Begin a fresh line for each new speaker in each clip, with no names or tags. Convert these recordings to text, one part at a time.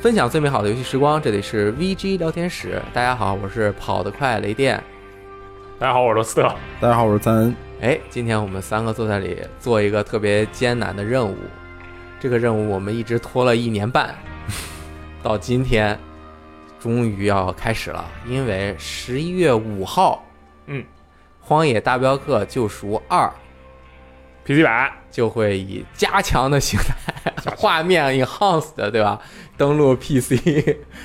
分享最美好的游戏时光，这里是 VG 聊天室。大家好，我是跑得快雷电。
大家好，我是罗斯特。
大家好，我是三恩。
哎，今天我们三个坐在这里做一个特别艰难的任务，这个任务我们一直拖了一年半， 到今天终于要开始了。因为十一月五号，
嗯，
《荒野大镖客：救赎二》
PC 版
就会以加强的形态、画面 enhance 的，对吧？登录 PC，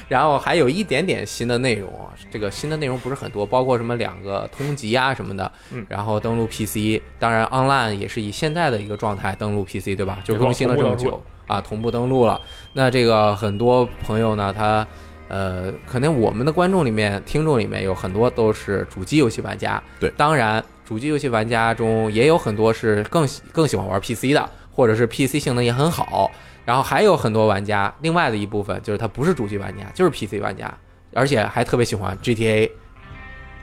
然 后还有一点点新的内容啊，这个新的内容不是很多，包括什么两个通缉啊什么的
嗯，
然后登录 PC，当然 online 也是以现在的一个状态登录 PC，对吧？就更新了这么
同步登
久啊，同步登录了。那这个很多朋友呢，他呃，可能我们的观众里面、听众里面有很多都是主机游戏玩家，
对
当然主机游戏玩家中也有很多是更喜更喜欢玩 PC 的，或者是 PC 性能也很好，然后还有很多玩家，另外的一部分就是他不是主机玩家，就是 PC 玩家，而且还特别喜欢 GTA。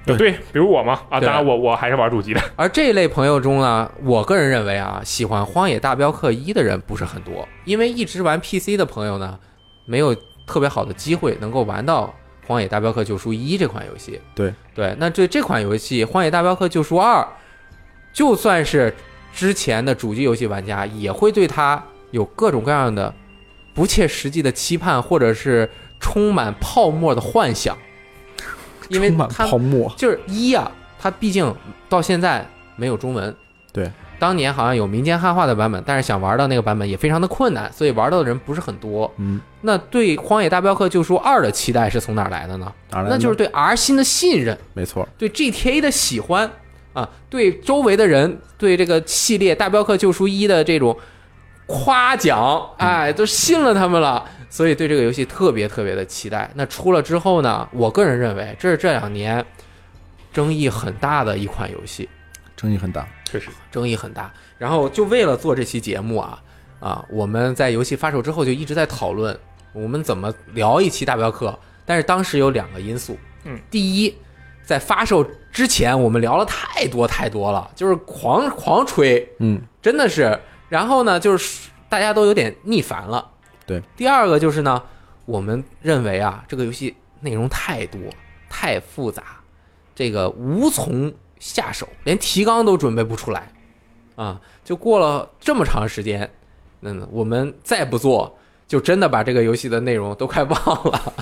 对
对，比如我嘛啊，
对
当然我我还是玩主机的，
而这一类朋友中呢，我个人认为啊，喜欢《荒野大镖客一》的人不是很多，因为一直玩 PC 的朋友呢，没有特别好的机会能够玩到《荒野大镖客救赎一》这款游戏。
对
对，那这这款游戏《荒野大镖客救赎二》，就算是之前的主机游戏玩家，也会对它有各种各样的不切实际的期盼，或者是充满泡沫的幻想，因为
充满
它
泡沫，
就是一啊，它毕竟到现在没有中文。
对，
当年好像有民间汉化的版本，但是想玩到那个版本也非常的困难，所以玩到的人不是很多。
嗯，
那对《荒野大镖客：救赎二》的期待是从哪儿来的呢？
哪来的呢
那就是对 R 新的信任，
没错，
对 GTA 的喜欢啊，对周围的人对这个系列《大镖客：救赎一》的这种夸奖，哎，都信了他们了，所以对这个游戏特别特别的期待。那出了之后呢，我个人认为这是这两年争议很大的一款游戏，
争议很大。
确实
争议很大。然后就为了做这期节目啊啊，我们在游戏发售之后就一直在讨论我们怎么聊一期大镖客，但是当时有两个因素，
嗯，
第一，在发售之前我们聊了太多太多了，就是狂狂吹，
嗯，
真的是。然后呢，就是大家都有点腻烦了。
对。
第二个就是呢，我们认为啊，这个游戏内容太多太复杂，这个无从下手，连提纲都准备不出来啊！就过了这么长时间，嗯，我们再不做，就真的把这个游戏的内容都快忘了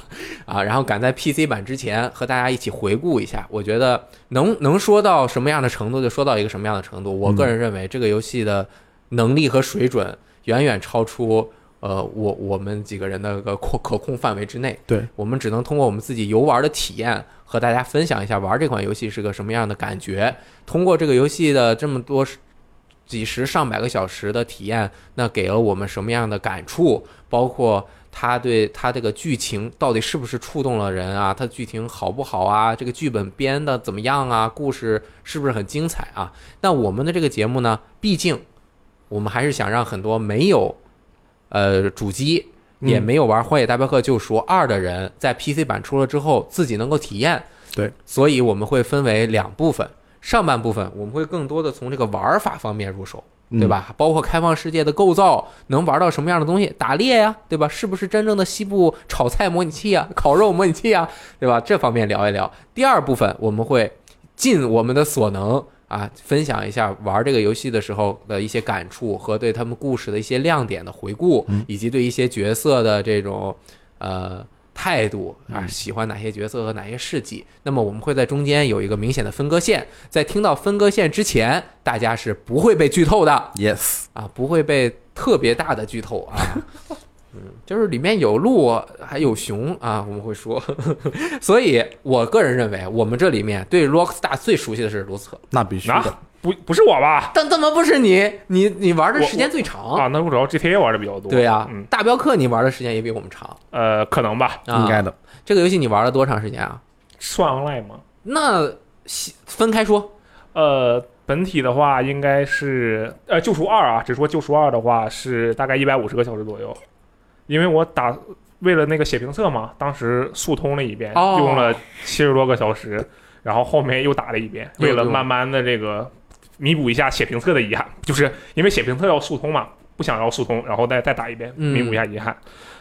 啊！然后赶在 PC 版之前和大家一起回顾一下，我觉得能能说到什么样的程度就说到一个什么样的程度。我个人认为这个游戏的能力和水准远远超出。呃，我我们几个人的个可可控范围之内，
对，
我们只能通过我们自己游玩的体验和大家分享一下玩这款游戏是个什么样的感觉。通过这个游戏的这么多时几十上百个小时的体验，那给了我们什么样的感触？包括它对它这个剧情到底是不是触动了人啊？它剧情好不好啊？这个剧本编的怎么样啊？故事是不是很精彩啊？那我们的这个节目呢，毕竟我们还是想让很多没有呃主机
嗯
也没有玩《荒野大镖客：救赎二》的人，在 PC 版出了之后自己能够体验。
对，
所以我们会分为两部分，上半部分我们会更多的从这个玩法方面入手。
嗯
对？吧？包括开放世界的构造，能玩到什么样的东西？打猎呀、对吧？是不是真正的西部炒菜模拟器啊、 烤肉模拟器啊，对吧？这方面聊一聊。第二部分我们会尽我们的所能啊，分享一下玩这个游戏的时候的一些感触和对他们故事的一些亮点的回顾，以及对一些角色的这种呃。态度
嗯
啊，喜欢哪些角色和哪些事迹？那么我们会在中间有一个明显的分割线，在听到分割线之前，大家是不会被剧透的。
Yes，
啊，不会被特别大的剧透啊。 嗯，就是里面有鹿，还有熊啊，我们会说。 所以，我个人认为，我们这里面对 Rockstar 最熟悉的是罗斯特，
那必须
啊
的。，
不不是我吧？
但怎么不是你？你你玩的时间最长，
啊，那我主要 GTA 玩的比较多。
对呀、
嗯，
大镖客你玩的时间也比我们长，
呃，可能吧，
啊、
应该。的。
这个游戏你玩了多长时间啊？
算 online 吗？
那细分开说，
呃，本体的话应该是呃《救赎二》啊，只说《救赎二》的话是大概一百五十个小时左右，因为我打为了那个写评测嘛，当时速通了一遍，
哦
用了七十多个小时，然后后面又打了一遍，
又
为了
用
慢慢的这个弥补一下写评测的遗憾，就是因为写评测要速通嘛，不想要速通，然后再再打一遍，
嗯
弥补一下遗憾。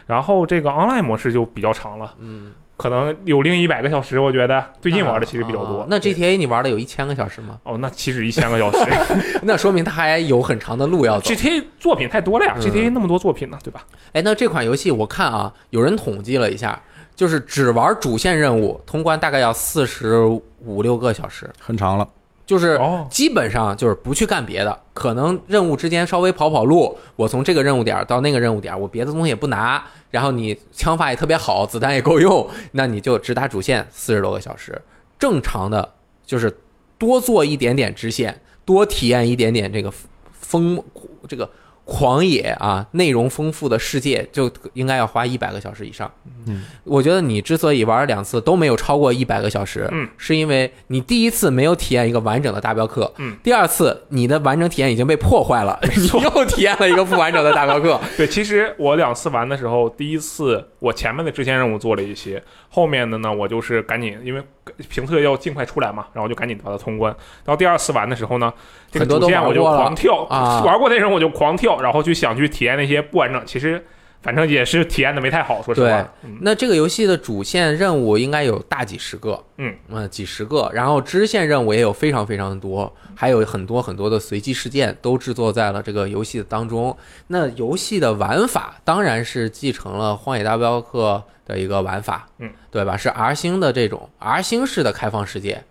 然后这个 online 模式就比较长了，
嗯，
可能有另一百个小时，我觉得最近玩的其实比较多。
啊那
对
GTA 你玩了有一千个小时吗？
哦，那岂止一千个小时
那说明它还有很长的路要走。
？GTA 作品太多了呀、
嗯
g t a 那么多作品呢，对吧？
哎，那这款游戏我看啊，有人统计了一下，就是只玩主线任务通关大概要四十五六个小时，
很长了，
就是
哦，
基本上就是不去干别的，可能任务之间稍微跑跑路，我从这个任务点到那个任务点，我别的东西也不拿，然后你枪法也特别好，子弹也够用，那你就只打主线四十多个小时。正常的就是多做一点点支线，多体验一点点这个丰这个狂野啊，内容丰富的世界，就应该要花一百个小时以上。
嗯，
我觉得你之所以玩两次都没有超过一百个小时，
嗯，
是因为你第一次没有体验一个完整的大镖客，
嗯，
第二次你的完整体验已经被破坏了， 你又体验了一个不完整的大镖客，
对，其实我两次玩的时候，第一次我前面的支线任务做了一些，后面的呢，我就是赶紧，因为评测要尽快出来嘛，然后我就赶紧把它通关。然后第二次玩的时候呢，这个
很多
主
都
线
玩
我就
过了
狂跳，
啊
玩过那时候我就狂跳，然后去想去体验那些不完整，其实反正也是体验的没太好，说实
对
话。嗯
那这个游戏的主线任务应该有大几十个，
嗯
呃几十个，然后支线任务也有非常非常多，还有很多很多的随机事件都制作在了这个游戏当中。那游戏的玩法当然是继承了《荒野大镖客》的一个玩法，
嗯，
对吧？是 R 星的这种 R 星式的开放世界。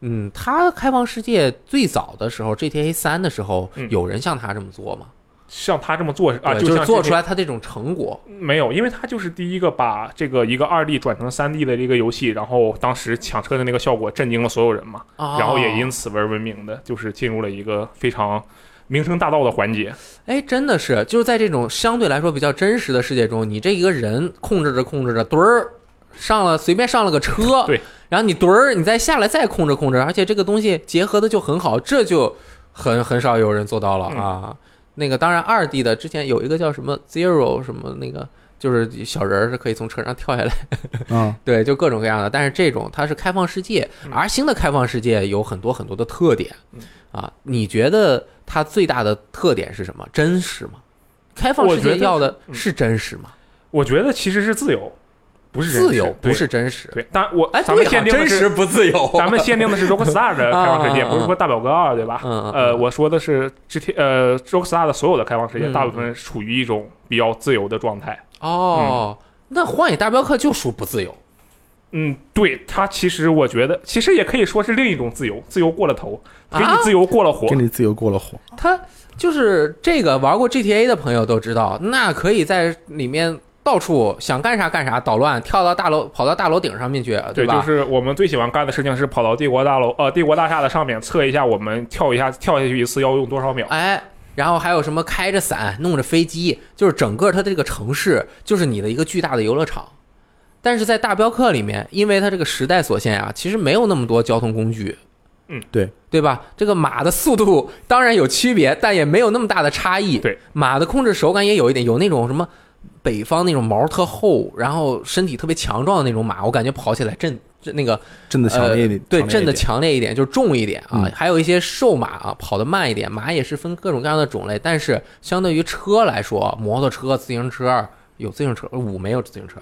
嗯，它开放世界最早的时候，GTA 三的时候，
嗯
有人像它这么做吗？
像他这么做啊，
对就是
像
做
这
出来它这种成果，
没有，因为他就是第一个把这个一个二 D 转成三 D 的这个游戏，然后当时抢车的那个效果震惊了所有人嘛，然后也
哦
因此而闻名的，就是进入了一个非常名声大噪的环节。
哎，真的是，就是在这种相对来说比较真实的世界中，你这一个人控制着控制着，墩儿上了，随便上了个车，
对，
然后你墩儿，你再下来再控制控制，而且这个东西结合的就很好，这就很很少有人做到了啊。那个当然，二 D 的之前有一个叫什么 Zero 什么那个，就是小人儿是可以从车上跳下来，
嗯，
对，就各种各样的。但是这种它是开放世界、
嗯
r 星的开放世界有很多很多的特点
嗯
啊。你觉得它最大的特点是什么？真实吗？开放世
我觉
界
得
要的
嗯
是真实吗？
我觉得其实是自由，不是真实
自由
对
不是真实。
对，但我、
哎，
咱们
对啊
限定的
真
是
实不自由。
咱们限定的是 Rockstar 的开放世界，
啊啊啊啊
不是说大表哥二对吧？
嗯嗯
呃，
嗯
我说的是 GT 呃 Rockstar 的所有的开放世界，
嗯
大部分处于一种比较自由的状态。
哦，那《荒野大镖客》就属不自由。
嗯，对，它其实我觉得，其实也可以说是另一种自由，自由过了头，给你
啊
自由过了火。
给你自由过了火，
它就是这个玩过 GTA 的朋友都知道，那可以在里面到处想干啥干啥，捣乱，跳到大楼，跑到大楼顶上面去，
对，
吧？
就是我们最喜欢干的事情是跑到帝国大楼，呃，帝国大厦的上面测一下，我们跳一下，跳下去一次要用多少秒。
哎，然后还有什么开着伞、弄着飞机，就是整个它的这个城市就是你的一个巨大的游乐场。但是在大镖客里面，因为它这个时代所限啊，其实没有那么多交通工具。
嗯，
对，
对吧？这个马的速度当然有区别，但也没有那么大的差异。
对，
马的控制手感也有一点，有那种什么北方那种毛特厚，然后身体特别强壮的那种马，我感觉跑起来震震那个
震的强烈一点，
呃对，
强烈一
震的
点
强烈一点，就是重一点啊。
嗯
还有一些瘦马啊，跑得慢一点。马也是分各种各样的种类，但是相对于车来说，摩托车、自行车有自行车，五没有自行车，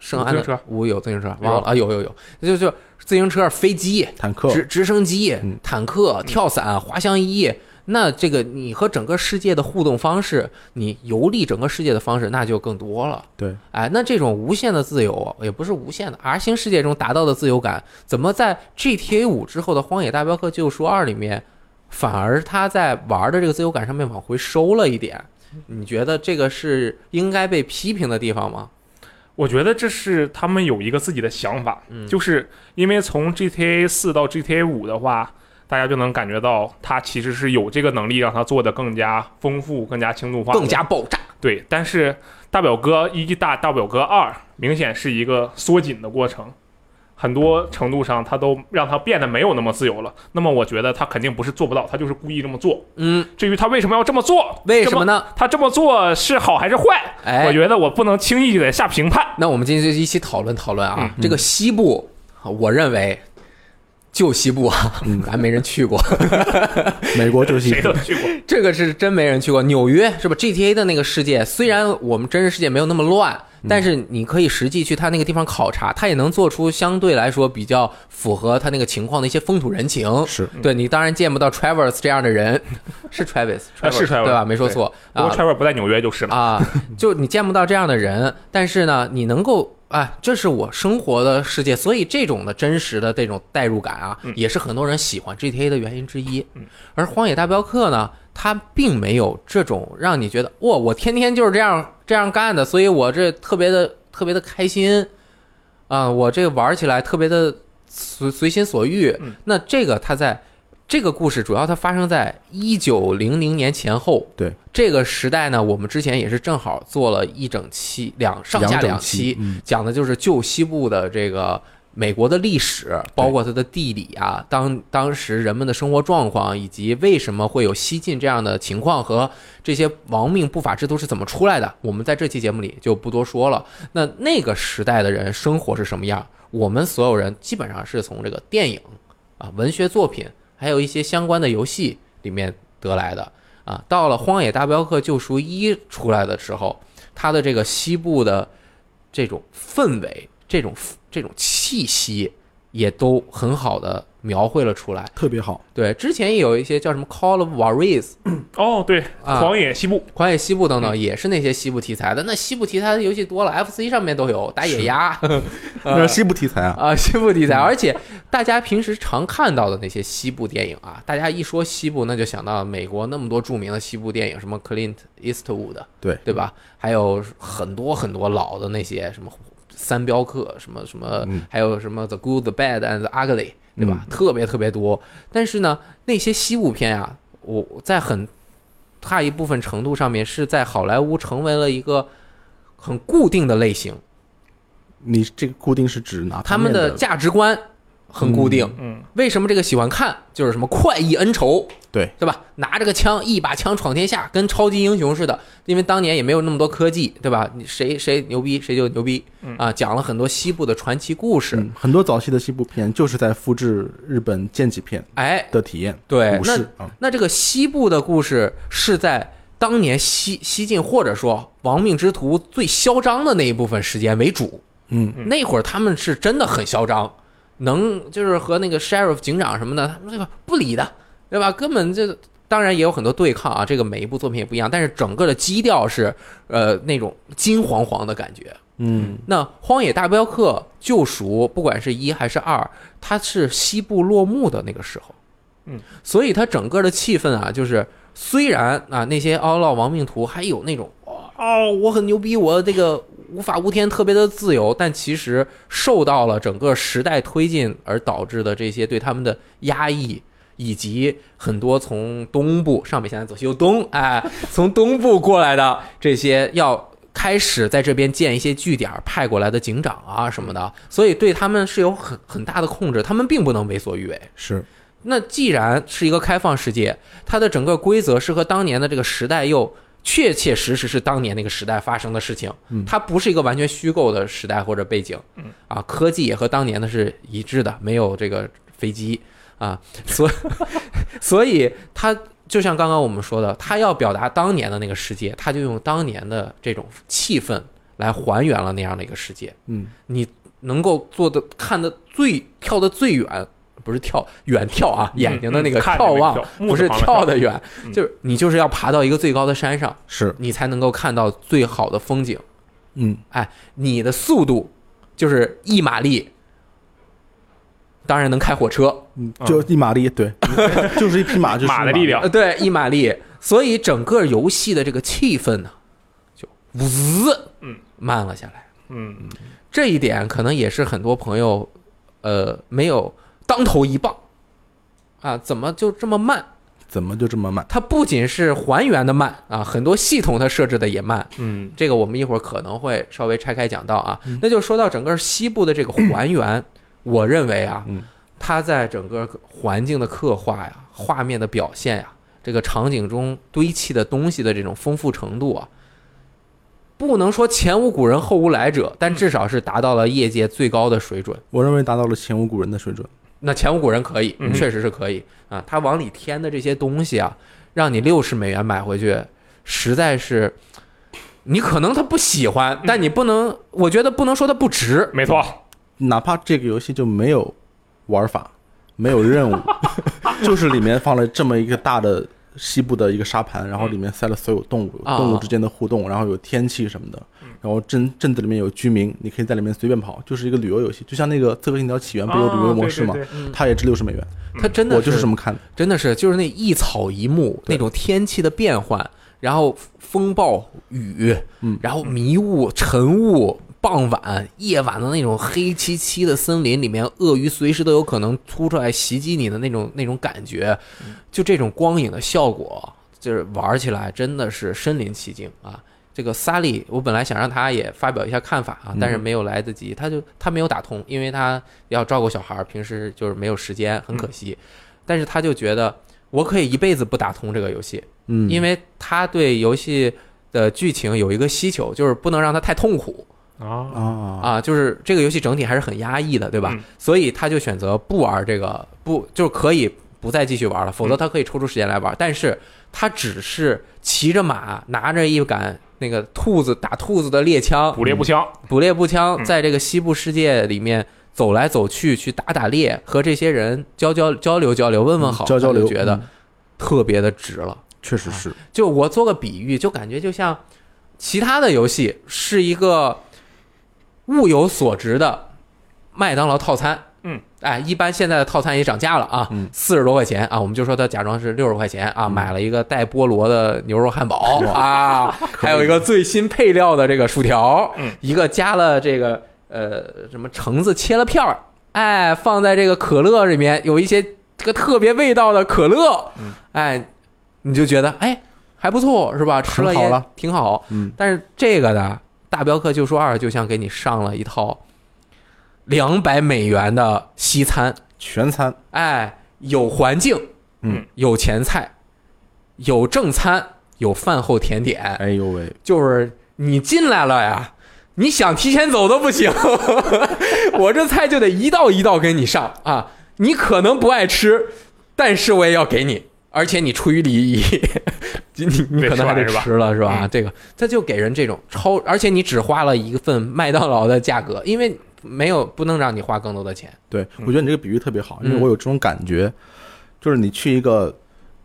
圣安
有自行
的
车
五有自行车，
有
忘了啊，有有有，就就自行车、飞机、
坦克，
直直升机
嗯、
坦克、跳伞、滑翔翼。那这个你和整个世界的互动方式，你游历整个世界的方式，那就更多了。
对，
哎，那这种无限的自由也不是无限的，R 星世界中达到的自由感，怎么在 GTA 五之后的《荒野大镖客：救赎二》里面，反而它在玩的这个自由感上面往回收了一点？你觉得这个是应该被批评的地方吗？
我觉得这是他们有一个自己的想法，
嗯
就是因为从 GTA 四到 GTA 五的话，大家就能感觉到它其实是有这个能力让它做的更加丰富、更加轻度化、
更加爆炸。
对，但是大表哥一大大表哥二明显是一个缩紧的过程，很多程度上它都让它变得没有那么自由了。那么我觉得他肯定不是做不到，他就是故意这么做。
嗯，
至于他为什么要这么做，
为什么
呢？
呢？
他这么做是好还是坏？我
哎，
觉得我不能轻易的下评判。嗯
那我们今天就一起讨论讨论啊，
嗯
这个西部，我认为旧西部啊，
嗯
还没人去过，
美国就是
谁都去过。
这个是真没人去过。纽约是吧？GTA 的那个世界，虽然我们真实世界没有那么乱，
嗯
但是你可以实际去他那个地方考察，他也能做出相对来说比较符合他那个情况的一些风土人情。
是
对你当然见不到 Travers 这样的人， 是 Travis，
啊是 Travis，
对吧？没说错
不过
啊
Trevor 不在纽约就是了。
啊， 就你见不到这样的人，但是呢，你能够啊，这是我生活的世界，所以这种的真实的这种代入感啊，
嗯
也是很多人喜欢 GTA 的原因之一
嗯。
而《荒野大镖客》呢，它并没有这种让你觉得哇，我天天就是这样这样干的，所以我这特别的特别的开心啊、我这个玩起来特别的随随心所欲。
嗯
那这个它在这个故事主要它发生在一九零零年前后，
对
这个时代呢，我们之前也是正好做了一整期两上下
两整
两期，
嗯，
讲的就是旧西部的这个美国的历史，包括它的地理啊，当当时人们的生活状况，以及为什么会有西晋这样的情况和这些亡命不法制度是怎么出来的，我们在这期节目里就不多说了。那那个时代的人生活是什么样？我们所有人基本上是从这个电影啊、文学作品，还有一些相关的游戏里面得来的啊。到了《荒野大镖客：救赎一》出来的时候，它的这个西部的这种氛围、这种这种气息，也都很好的描绘了出来。
特别好，
对，之前也有一些叫什么《Call of Warriors》
哦，对，
啊，
狂野西部，
狂野西部》等等，也是那些西部题材的。那西部题材的游戏多了，FC 上面都有打野鸭
那西部题材啊，
啊，西部题材，而且大家平时常看到的那些西部电影啊，大家一说西部，那就想到美国那么多著名的西部电影，什么 Clint Eastwood，
对
对吧？还有很多很多老的那些什么三镖客，什么什么，
嗯
还有什么 The Good, the Bad and the Ugly，对吧？特别特别多。但是呢，那些西部片啊，我在很大一部分程度上面是在好莱坞成为了一个很固定的类型，
你这个固定是指哪
他
方
们
面
的
的？
价值观很固定。
嗯，
为什么这个喜欢看？就是什么快意恩仇，
对
对吧？拿着个枪，一把枪闯天下，跟超级英雄似的。因为当年也没有那么多科技，对吧？你谁谁牛逼，谁就牛逼
嗯
啊！讲了很多西部的传奇故事。
嗯很多早期的西部片就是在复制日本剑戟片
哎，
的体验，
对
武，
那
士啊，
那这个西部的故事是在当年西西晋或者说亡命之徒最嚣张的那一部分时间为主。
嗯，
嗯
那会儿他们是真的很嚣张，能就是和那个 sheriff 警长什么的，他们对吧？不理的，对吧？根本就当然也有很多对抗啊，这个每一部作品也不一样，但是整个的基调是呃那种金黄黄的感觉。
嗯，
那《荒野大镖客：救赎》，不管是一还是二，它是西部落幕的那个时候，
嗯，
所以它整个的气氛啊，就是虽然啊那些奥老亡命徒还有那种哦，我很牛逼，我这个无法无天，特别的自由，但其实受到了整个时代推进而导致的这些对他们的压抑。以及很多从东部上北下南左西右东，哎，从东部过来的这些要开始在这边建一些据点，派过来的警长啊什么的，所以对他们是有很很大的控制，他们并不能为所欲为。
是
那既然是一个开放世界，它的整个规则是和当年的这个时代又确切实实是当年那个时代发生的事情，
嗯
它不是一个完全虚构的时代或者背景
嗯，
啊，科技也和当年的是一致的，没有这个飞机啊， 所所以它就像刚刚我们说的，它要表达当年的那个世界，它就用当年的这种气氛来还原了那样的一个世界，
嗯，
能够做的看的最跳的最远，不是跳远跳啊，眼睛的那个
嗯看着
眺望，
那个
不是跳的远，
嗯
就是你就是要爬到一个最高的山上，
是
你才能够看到最好的风景。
嗯，
你的速度就是一马力，当然能开火车，
嗯就一马力， 对，就是一匹马，就是一
马的力量
呃，对，一马力。所以整个游戏的这个气氛呢，就呜，
嗯，
慢了下来。
嗯，
这一点可能也是很多朋友，呃，没有当头一棒啊，怎么就这么慢？
怎么就这么慢？
它不仅是还原的慢啊，很多系统它设置的也慢。
嗯，
这个我们一会儿可能会稍微拆开讲到啊。那就说到整个西部的这个还原，我认为啊
嗯，
它在整个环境的刻画呀、画面的表现呀、这个场景中堆砌的东西的这种丰富程度啊，不能说前无古人后无来者，但至少是达到了业界最高的水准。
我认为达到了前无古人的水准，
那前无古人可以
嗯，
确实是可以啊。它往里添的这些东西啊，让你六十美元买回去，实在是，你可能他不喜欢，但你不能，我觉得不能说它不值。
没错，
哪怕这个游戏就没有玩法，没有任务， 就是里面放了这么一个大的西部的一个沙盘，然后里面塞了所有动物，
啊嗯
动物之间的互动，然后有天气什么的，然后镇镇子里面有居民，你可以在里面随便跑，就是一个旅游游戏，就像那个《刺客信条：起源》不有旅游模式
啊
嘛
吗？？
啊
嗯
对对对
它也值六十美元，
它嗯真的
我就是这么看的。
真的是就是那一草一木
对
那种天气的变换，然后风暴、雨，
嗯
然后迷雾、晨雾。傍晚、夜晚的那种黑漆漆的森林里面，鳄鱼随时都有可能突出来袭击你的那种那种感觉，就这种光影的效果，就是玩起来真的是身临其境啊！这个萨利，我本来想让他也发表一下看法啊，但是没有来得及，他就他没有打通，因为他要照顾小孩儿，平时就是没有时间，很可惜。但是他就觉得我可以一辈子不打通这个游戏，
嗯，
因为他对游戏的剧情有一个需求，就是不能让他太痛苦
啊，
啊，
啊，就是这个游戏整体还是很压抑的，对吧
嗯？
所以他就选择不玩这个，不就是可以不再继续玩了，否
嗯
则他可以抽出时间来玩，但是他只是骑着马，拿着一杆。那个兔子打兔子的猎枪，
捕猎步枪，
捕猎步枪
嗯
在这个西部世界里面走来走去，去打打猎，和这些人交交交流交流，问问好，
交交
他就
流，
觉得啊
嗯
特别的值了。
确实是，
就我做个比喻，就感觉就像其他的游戏是一个物有所值的麦当劳套餐。
嗯，
哎，一般现在的套餐也涨价了啊
嗯，
四十多块钱啊，我们就说它假装是六十块钱啊，
嗯
买了一个带菠萝的牛肉汉堡
哇
啊，还有一个最新配料的这个薯条，
嗯
一个加了这个呃什么橙子切了片儿，哎，放在这个可乐里面有一些这个特别味道的可乐，
嗯
哎，你就觉得哎还不错是吧？吃了
很好
也
了
挺好。
嗯，
但是这个呢，大镖客就说二就像给你上了一套两百美元的西餐，
全餐，
哎，有环境，
嗯，
有前菜，有正餐，有饭后甜点，
哎呦喂，
就是你进来了呀。你想提前走都不行， 我这菜就得一道一道给你上啊！你可能不爱吃，但是我也要给你，而且你出于礼仪， 你你你
得
可能还得
吃完
吃了是吧？
嗯
这个他就给人这种超，而且你只花了一份麦当劳的价格，因为没有不能让你花更多的钱。
对，
嗯
我觉得你这个比喻特别好，因为
嗯
我有这种感觉，就是你去一个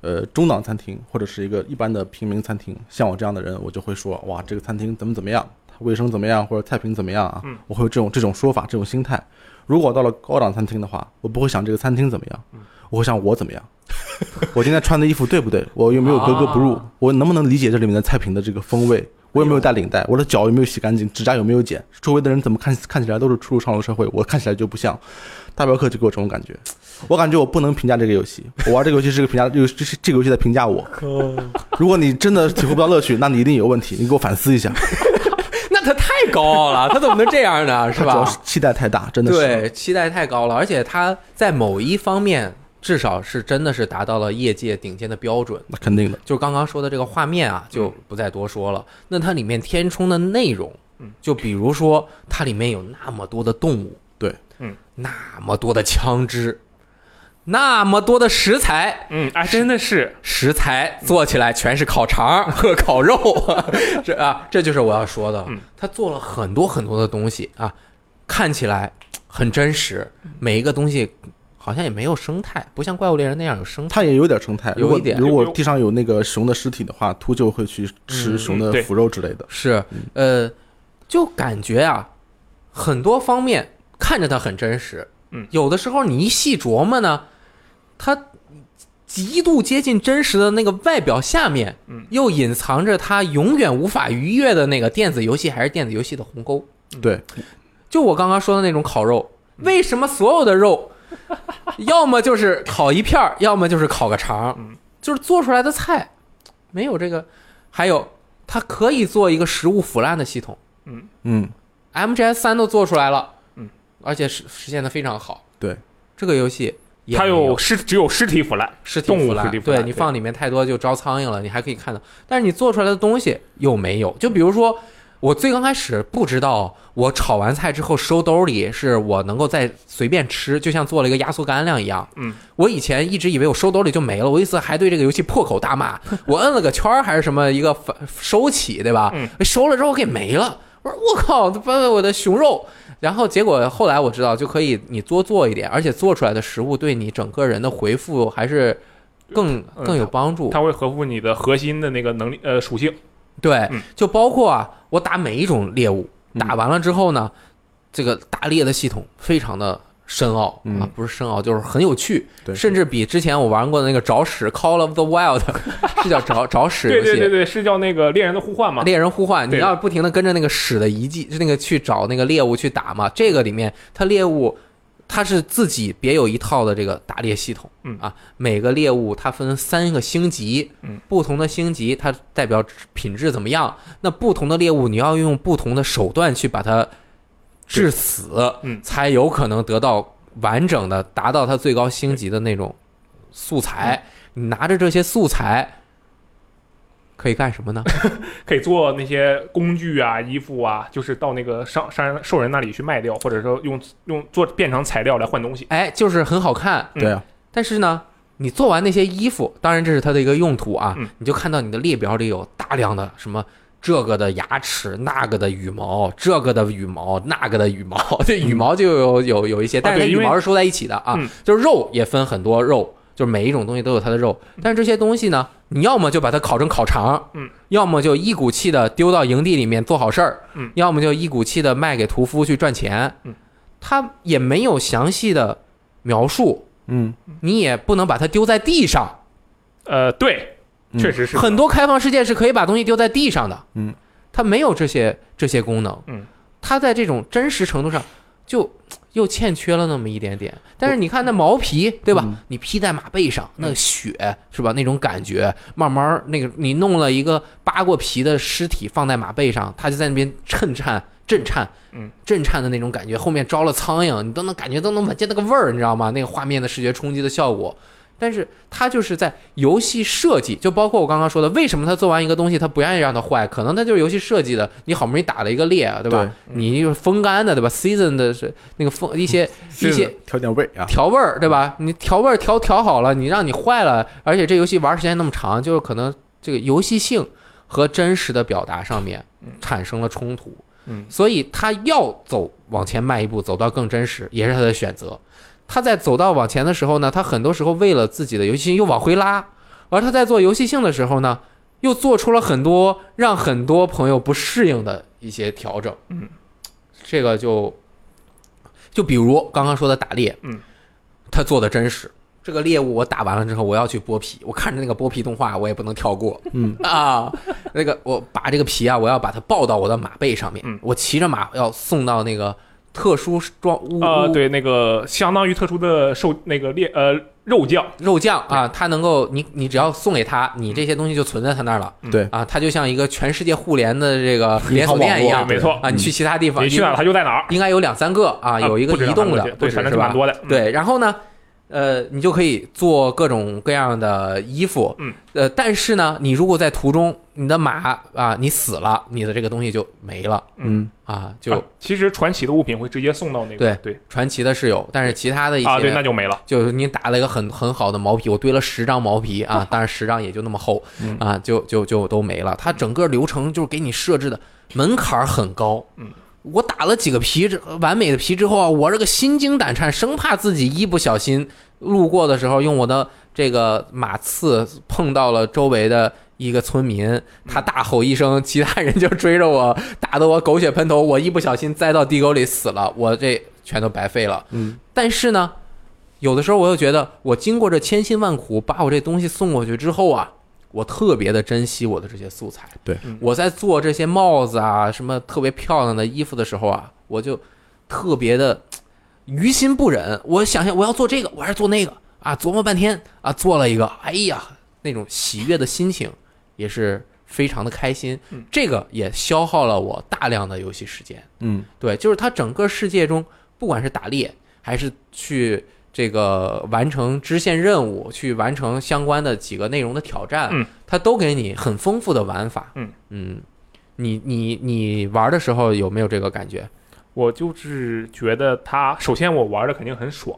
呃中档餐厅或者是一个一般的平民餐厅，像我这样的人，我就会说哇，这个餐厅怎么怎么样，它卫生怎么样，或者菜品怎么样啊
嗯，
我会有这种这种说法，这种心态。如果到了高档餐厅的话，我不会想这个餐厅怎么样，我会想我怎么样， 我今天穿的衣服对不对，我有没有格格不入
啊，
我能不能理解这里面的菜品的这个风味。我有没有带领带？我的脚有没有洗干净？指甲有没有剪？周围的人怎么看？看起来都是初入上流社会，我看起来就不像。大镖客就给我这种感觉，我感觉我不能评价这个游戏，我玩这个游戏是个评价，这个这这个游戏在评价我。如果你真的体会不到乐趣，那你一定有问题，你给我反思一下，
那他太高傲了，他怎么能这样呢？是
主要
吧
是？期待太大，真的是。
对，期待太高了，而且他在某一方面至少是真的是达到了业界顶尖的标准。
那肯定的，
就刚刚说的这个画面
嗯
啊，就不再多说了。那它里面填充的内容
嗯，
就比如说它里面有那么多的动物，
对，
嗯，
那么多的枪支，那么多的食材。
嗯，哎，真的是，
食材做起来全是烤肠和烤肉， 这啊，这就是我要说的
嗯。
他做了很多很多的东西啊，看起来很真实，每一个东西好像也没有生态，不像怪物猎人那样有生态。
它也有点生态。
有
如果
一点
如果地上有那个熊的尸体的话，秃鹫会去吃
嗯
熊的
对
腐肉之类的。
是，
嗯
呃，就感觉啊，很多方面看着它很真实，
嗯，
有的时候你一细琢磨呢，它极度接近真实的那个外表下面，
嗯，
又隐藏着它永远无法逾越的那个电子游戏还是电子游戏的鸿沟。
嗯
对，
就我刚刚说的那种烤肉，为什么所有的肉， 要么就是烤一片儿，要么就是烤个肠
嗯，
就是做出来的菜没有这个。还有，它可以做一个食物腐烂的系统
嗯，
，MGS 三都做出来了，
嗯，
而且实实现的非常好。
对，
这个游戏也
它
没有
有尸，只有尸体腐烂，
尸体
动物
腐烂，
尸体腐
对
烂
你
对
放里面太多就招苍蝇了，你还可以看到，但是你做出来的东西又没有。就比如说，我最刚开始不知道，我炒完菜之后收兜里是我能够再随便吃，就像做了一个压缩干粮一样。
嗯，
我以前一直以为我收兜里就没了，我有一次还对这个游戏破口大骂，我摁了个圈儿还是什么一个反收起，对吧？
嗯
收了之后给没了，我说我靠，把我的熊肉。然后结果后来我知道，就可以你多做一点，而且做出来的食物对你整个人的回复还是更
嗯
更有帮助。
它会合乎你的核心的那个能力呃属性。
对
嗯，
就包括啊，我打每一种猎物，
嗯
打完了之后呢，这个打猎的系统非常的深奥
嗯
啊，不是深奥，就是很有趣，
对
甚至比之前我玩过的那个找屎 Call of the Wild 是叫找找屎游
对
戏。
对对对，是叫那个猎人的呼唤嘛？
猎人呼唤，你
对
要不停的跟着那个屎的遗迹，就那个去找那个猎物去打嘛。这个里面，它猎物它是自己别有一套的这个打猎系统，
嗯
啊，每个猎物它分三个星级，
嗯，
不同的星级它代表品质怎么样。那不同的猎物，你要用不同的手段去把它致死，
嗯
才有可能得到完整的达到它最高星级的那种素材。
嗯
你拿着这些素材。可以干什么呢？
可以做那些工具啊、衣服啊，就是到那个商商人兽人那里去卖掉，或者说用用做变成材料来换东西。
哎，就是很好看，
嗯
对啊，
但是呢，你做完那些衣服，当然这是它的一个用途啊，
嗯
你就看到你的列表里有大量的什么。这个的牙齿，那个的羽毛，这个的羽毛，那个的羽毛， 这羽毛就有有有一些，但是它
嗯啊对
羽
因为
毛是收在一起的啊，
嗯
就是肉也分很多肉，就是每一种东西都有它的肉，但是这些东西呢，你要么就把它烤成烤肠，
嗯，
要么就一股气的丢到营地里面做好事儿，
嗯，
要么就一股气的卖给屠夫去赚钱，
嗯，
它也没有详细的描述，
嗯，
你也不能把它丢在地上。
呃，对，
嗯
确实是
很多开放世界是可以把东西丢在地上的，
嗯，
它没有这些这些功能，
嗯，
它在这种真实程度上就又欠缺了那么一点点。但是你看那毛皮，对吧？
嗯
你披在马背上，那个雪、是吧？那种感觉，慢慢儿那个你弄了一个扒过皮的尸体放在马背上，它就在那边震颤。震颤，
嗯，
震颤的那种感觉，后面招了苍蝇，你都能感觉都能闻见那个味儿，你知道吗？那个画面的视觉冲击的效果，但是它就是在游戏设计，就包括我刚刚说的，为什么他做完一个东西，他不愿意让它坏？可能他就是游戏设计的。你好不容易打了一个猎，对吧？你就是风干的，对吧？season 的是那个风一些一些
调点味啊，
调味儿，对吧？你调味儿调调好了，你让你坏了，而且这游戏玩时间那么长，就是可能这个游戏性和真实的表达上面产生了冲突。
嗯
所以他要走往前迈一步，走到更真实，也是他的选择。他在走到往前的时候呢，他很多时候为了自己的游戏性又往回拉，而他在做游戏性的时候呢，又做出了很多让很多朋友不适应的一些调整。
嗯，
这个就就比如刚刚说的打猎，
嗯，
他做的真实。这个猎物我打完了之后，我要去剥皮，我看着那个剥皮动画，我也不能跳过。
嗯
啊，那个我把这个皮啊，我要把它抱到我的马背上面，
嗯
我骑着马要送到那个特殊装屋、
呃，
屋
对，那个相当于特殊的兽那个猎呃肉酱，
肉酱啊，它能够你你只要送给他，你这些东西就存在他那儿了。
嗯
对
啊，它就像一个全世界互联的这个连锁店一样
没错，嗯
啊，你去其他地方
你去哪儿它就在哪儿
应该有两三个啊，有一个
不止
移
两
动的
百块钱，
不
对，
止
反正
是
就蛮
吧？
多的。嗯，
对，然后呢，呃，你就可以做各种各样的衣服，
嗯，
呃，但是呢，你如果在途中你的马啊，你死了，你的这个东西就没了
嗯，
啊，就
啊其实传奇的物品会直接送到那个对
传奇的是有，但是其他的一些。
啊，对，那就没了。
就是你打了一个很很好的毛皮，我堆了十张毛皮 啊，当然十张也就那么厚
嗯
啊，就就就都没了。它整个流程就是给你设置的门槛儿很高。
嗯，
我打了几个皮之完美的皮之后啊，我这个心惊胆颤，生怕自己一不小心路过的时候用我的这个马刺碰到了周围的。一个村民，他大吼一声，其他人就追着 我，打得我狗血喷头。我一不小心栽到地沟里死了，我这全都白费了。
嗯，
但是呢，有的时候我又觉得，我经过这千辛万苦把我这东西送过去之后啊，我特别的珍惜我的这些素材。
对
嗯
我在做这些帽子啊，什么特别漂亮的衣服的时候啊，我就特别的于心不忍。我想想，我要做这个，我还是做那个啊，琢磨半天啊，做了一个，哎呀，那种喜悦的心情也是非常的开心
嗯。
这个也消耗了我大量的游戏时间。
嗯，
对，就是它整个世界中，不管是打猎还是去这个完成支线任务，去完成相关的几个内容的挑战，
嗯
它都给你很丰富的玩法。
嗯
嗯，你你你玩的时候有没有这个感觉？
我就是觉得它，首先我玩的肯定很爽，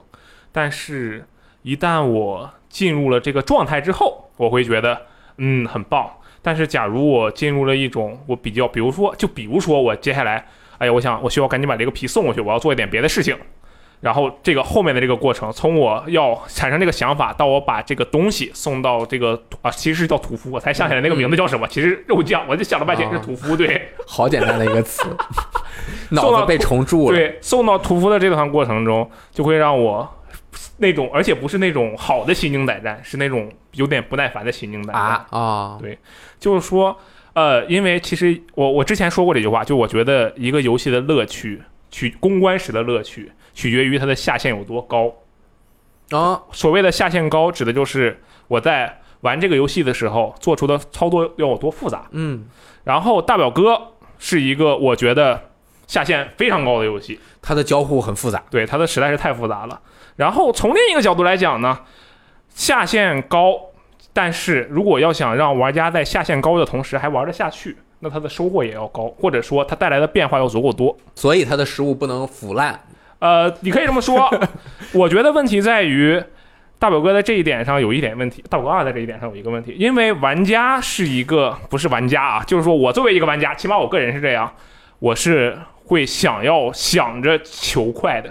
但是一旦我进入了这个状态之后，我会觉得嗯很棒。但是假如我进入了一种我比较，比如说就比如说我接下来，哎呀，我想我需要赶紧把这个皮送过去，我要做一点别的事情。然后这个后面的这个过程，从我要产生这个想法到我把这个东西送到这个啊，其实是叫屠夫，我才想起来那个名字叫什么。其实肉酱，我就想了半天是屠夫，对。
好简单的一个词， 脑子被虫蛀了。
对，送到屠夫的这段过程中，就会让我那种，而且不是那种好的心惊胆战，是那种有点不耐烦的心惊胆战。
啊啊
对就是说，呃，因为其实我我之前说过这句话，就我觉得一个游戏的乐趣，取公关时的乐趣，取决于它的下限有多高。
啊！
所谓的下限高，指的就是我在玩这个游戏的时候做出的操作要有多复杂。
嗯，
然后大表哥是一个我觉得下限非常高的游戏，
它的交互很复杂。
对它的实在是太复杂了。然后从另一个角度来讲呢，下限高，但是如果要想让玩家在下限高的同时还玩得下去，那它的收获也要高，或者说它带来的变化要足够多。
所以它的食物不能腐烂。
呃，你可以这么说，我觉得问题在于。大表哥在这一点上有一点问题，大表哥二在这一点上有一个问题，因为玩家是一个不是玩家啊，就是说我作为一个玩家，起码我个人是这样，我是会想要想着求快的，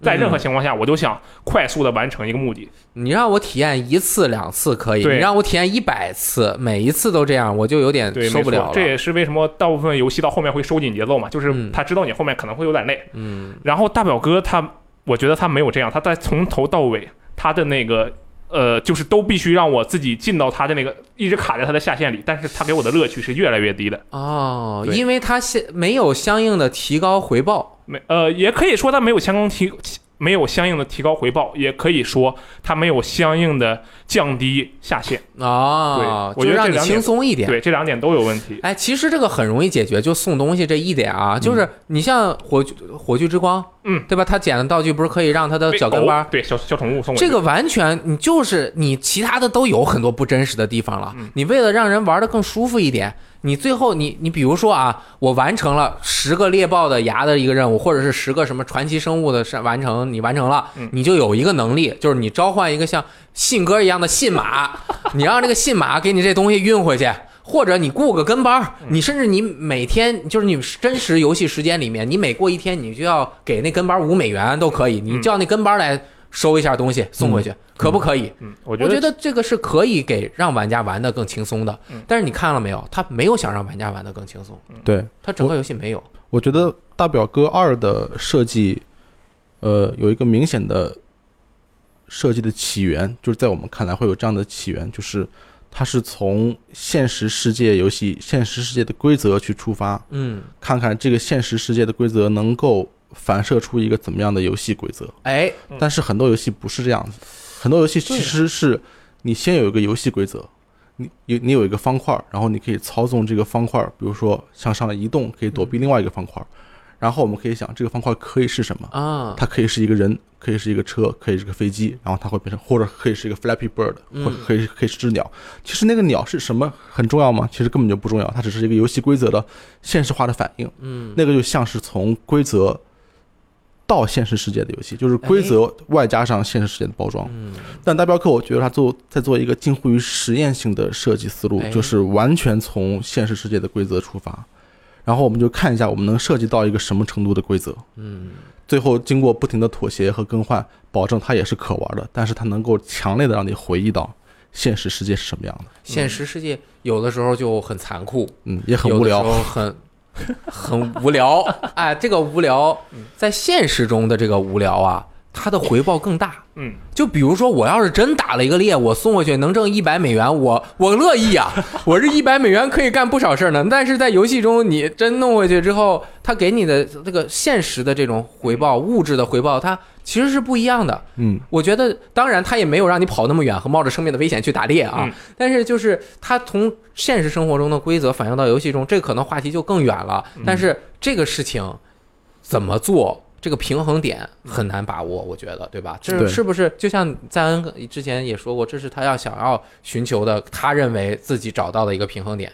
在任何情况下我都想快速的完成一个目的，
你让我体验一次两次可以，你
对
让我体验一百次，每一次都这样，我就有点
对，
受不
没错
了了。
这也是为什么大部分游戏到后面会收紧节奏嘛，就是
嗯
他知道你后面可能会有点累。
嗯
然后大表哥他，我觉得他没有这样，他在从头到尾他的那个。呃，就是都必须让我自己进到他的那个，一直卡在他的下限里，但是他给我的乐趣是越来越低的。
哦，
对
因为它现没有相应的提高回报。
没，呃，也可以说他没有相应提，没有相应的提高回报，也可以说他没有相应的降低下限。
哦，
对我
就
觉得
让
这
你
两点
轻松一点。
对，这两点都有问题。
哎，其实这个很容易解决，就送东西这一点啊，就是你像火炬火炬之光，
嗯，
对吧？它捡的道具不是可以让它的脚呃跟
狗
弯儿？
哦对小小宠物送过去
这个完全你就是你其他的都有很多不真实的地方
嗯
了。你为了让人玩的更舒服一点，你最后你你比如说啊，我完成了十个猎豹的牙的一个任务，或者是十个什么传奇生物的是完成，你完成了
嗯，
你就有一个能力，就是你召唤一个像信鸽一样的信 马，你让这个信马给你这东西运回去。或者你雇个跟班
嗯
儿，你甚至你每天就是你真实游戏时间里面，你每过一天你就要给那跟班五美元都可以，你
嗯
叫那跟班来收一下东西送回去，可不可以？
嗯，我觉
我
得
觉得这个是可以给让玩家玩的更轻松的
嗯，
但是你看了没有？他没有想让玩家玩的更轻松，
对，
他整个游戏没有。
我觉得《大表哥二》的设计，呃，有一个明显的设计的起源，就是在我们看来会有这样的起源，就是它是从现实世界游戏、现实世界的规则去出发，
嗯，
看看这个现实世界的规则能够反射出一个怎么样的游戏规则。
哎，
嗯
但是很多游戏不是这样子，很多游戏其实是你先有一个游戏规则，你有你有一个方块儿，然后你可以操纵这个方块儿，比如说向上移动可以躲避另外一个方块儿，然后我们可以想这个方块可以是什么，
啊，
它可以是一个人，可以是一个车，可以是个飞机，然后它会变成或者可以是一个 Flappy Bird，
嗯
或可以可以是只鸟。其实那个鸟是什么很重要吗？其实根本就不重要，它只是一个游戏规则的现实化的反应。
嗯，
那个就像是从规则到现实世界的游戏，
哎
就是规则外加上现实世界的包装。
嗯，
但大镖客，我觉得他做在做一个近乎于实验性的设计思路
哎，
就是完全从现实世界的规则出发，然后我们就看一下我们能设计到一个什么程度的规则。嗯，最后经过不停的妥协和更换，保证它也是可玩的，但是它能够强烈的让你回忆到现实世界是什么样的。
现实世界有的时候就很残酷，
嗯，也很
有
无
的时
聊。
候很很无 聊。哎，这个无聊
嗯
在现实中的这个无聊啊，它的回报更大。
嗯，
就比如说，我要是真打了一个猎，我送过去能挣一百美元，我我乐意啊！ 我这一百美元可以干不少事儿呢。但是在游戏中，你真弄回去之后，它给你的这个现实的这种回报、物质的回报，它其实是不一样的。
嗯，
我觉得，当然，他也没有让你跑那么远和冒着生命的危险去打猎啊。
嗯
但是，就是他从现实生活中的规则反映到游戏中，这可能话题就更远了。但是这个事情怎么做，这个平衡点很难把握，我觉得，对吧？这
对
是不是就像赞恩之前也说过，这是他要想要寻求的，他认为自己找到的一个平衡点。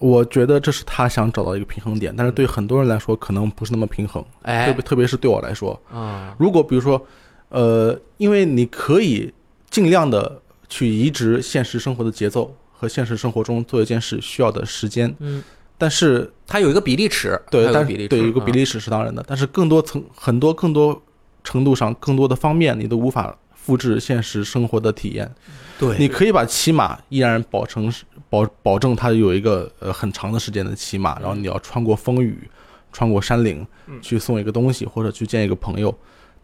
我觉得这是他想找到一个平衡点，但是对很多人来说可能不是那么平衡，特
哎
别特别是对我来说，
啊，
如果比如说，呃，因为你可以尽量的去移植现实生活的节奏和现实生活中做一件事需要的时间，
嗯，
但是
它有一个比例尺，
对，
它有一个
但
比例尺，
是对有一个比
啊，
例尺是当然的，但是更多层很多更多程度上更多的方面你都无法复制现实生活的体验。
对，
你可以把骑马依然保成是保保证它有一个呃很长的时间的骑马，然后你要穿过风雨，穿过山岭
嗯
去送一个东西或者去见一个朋友。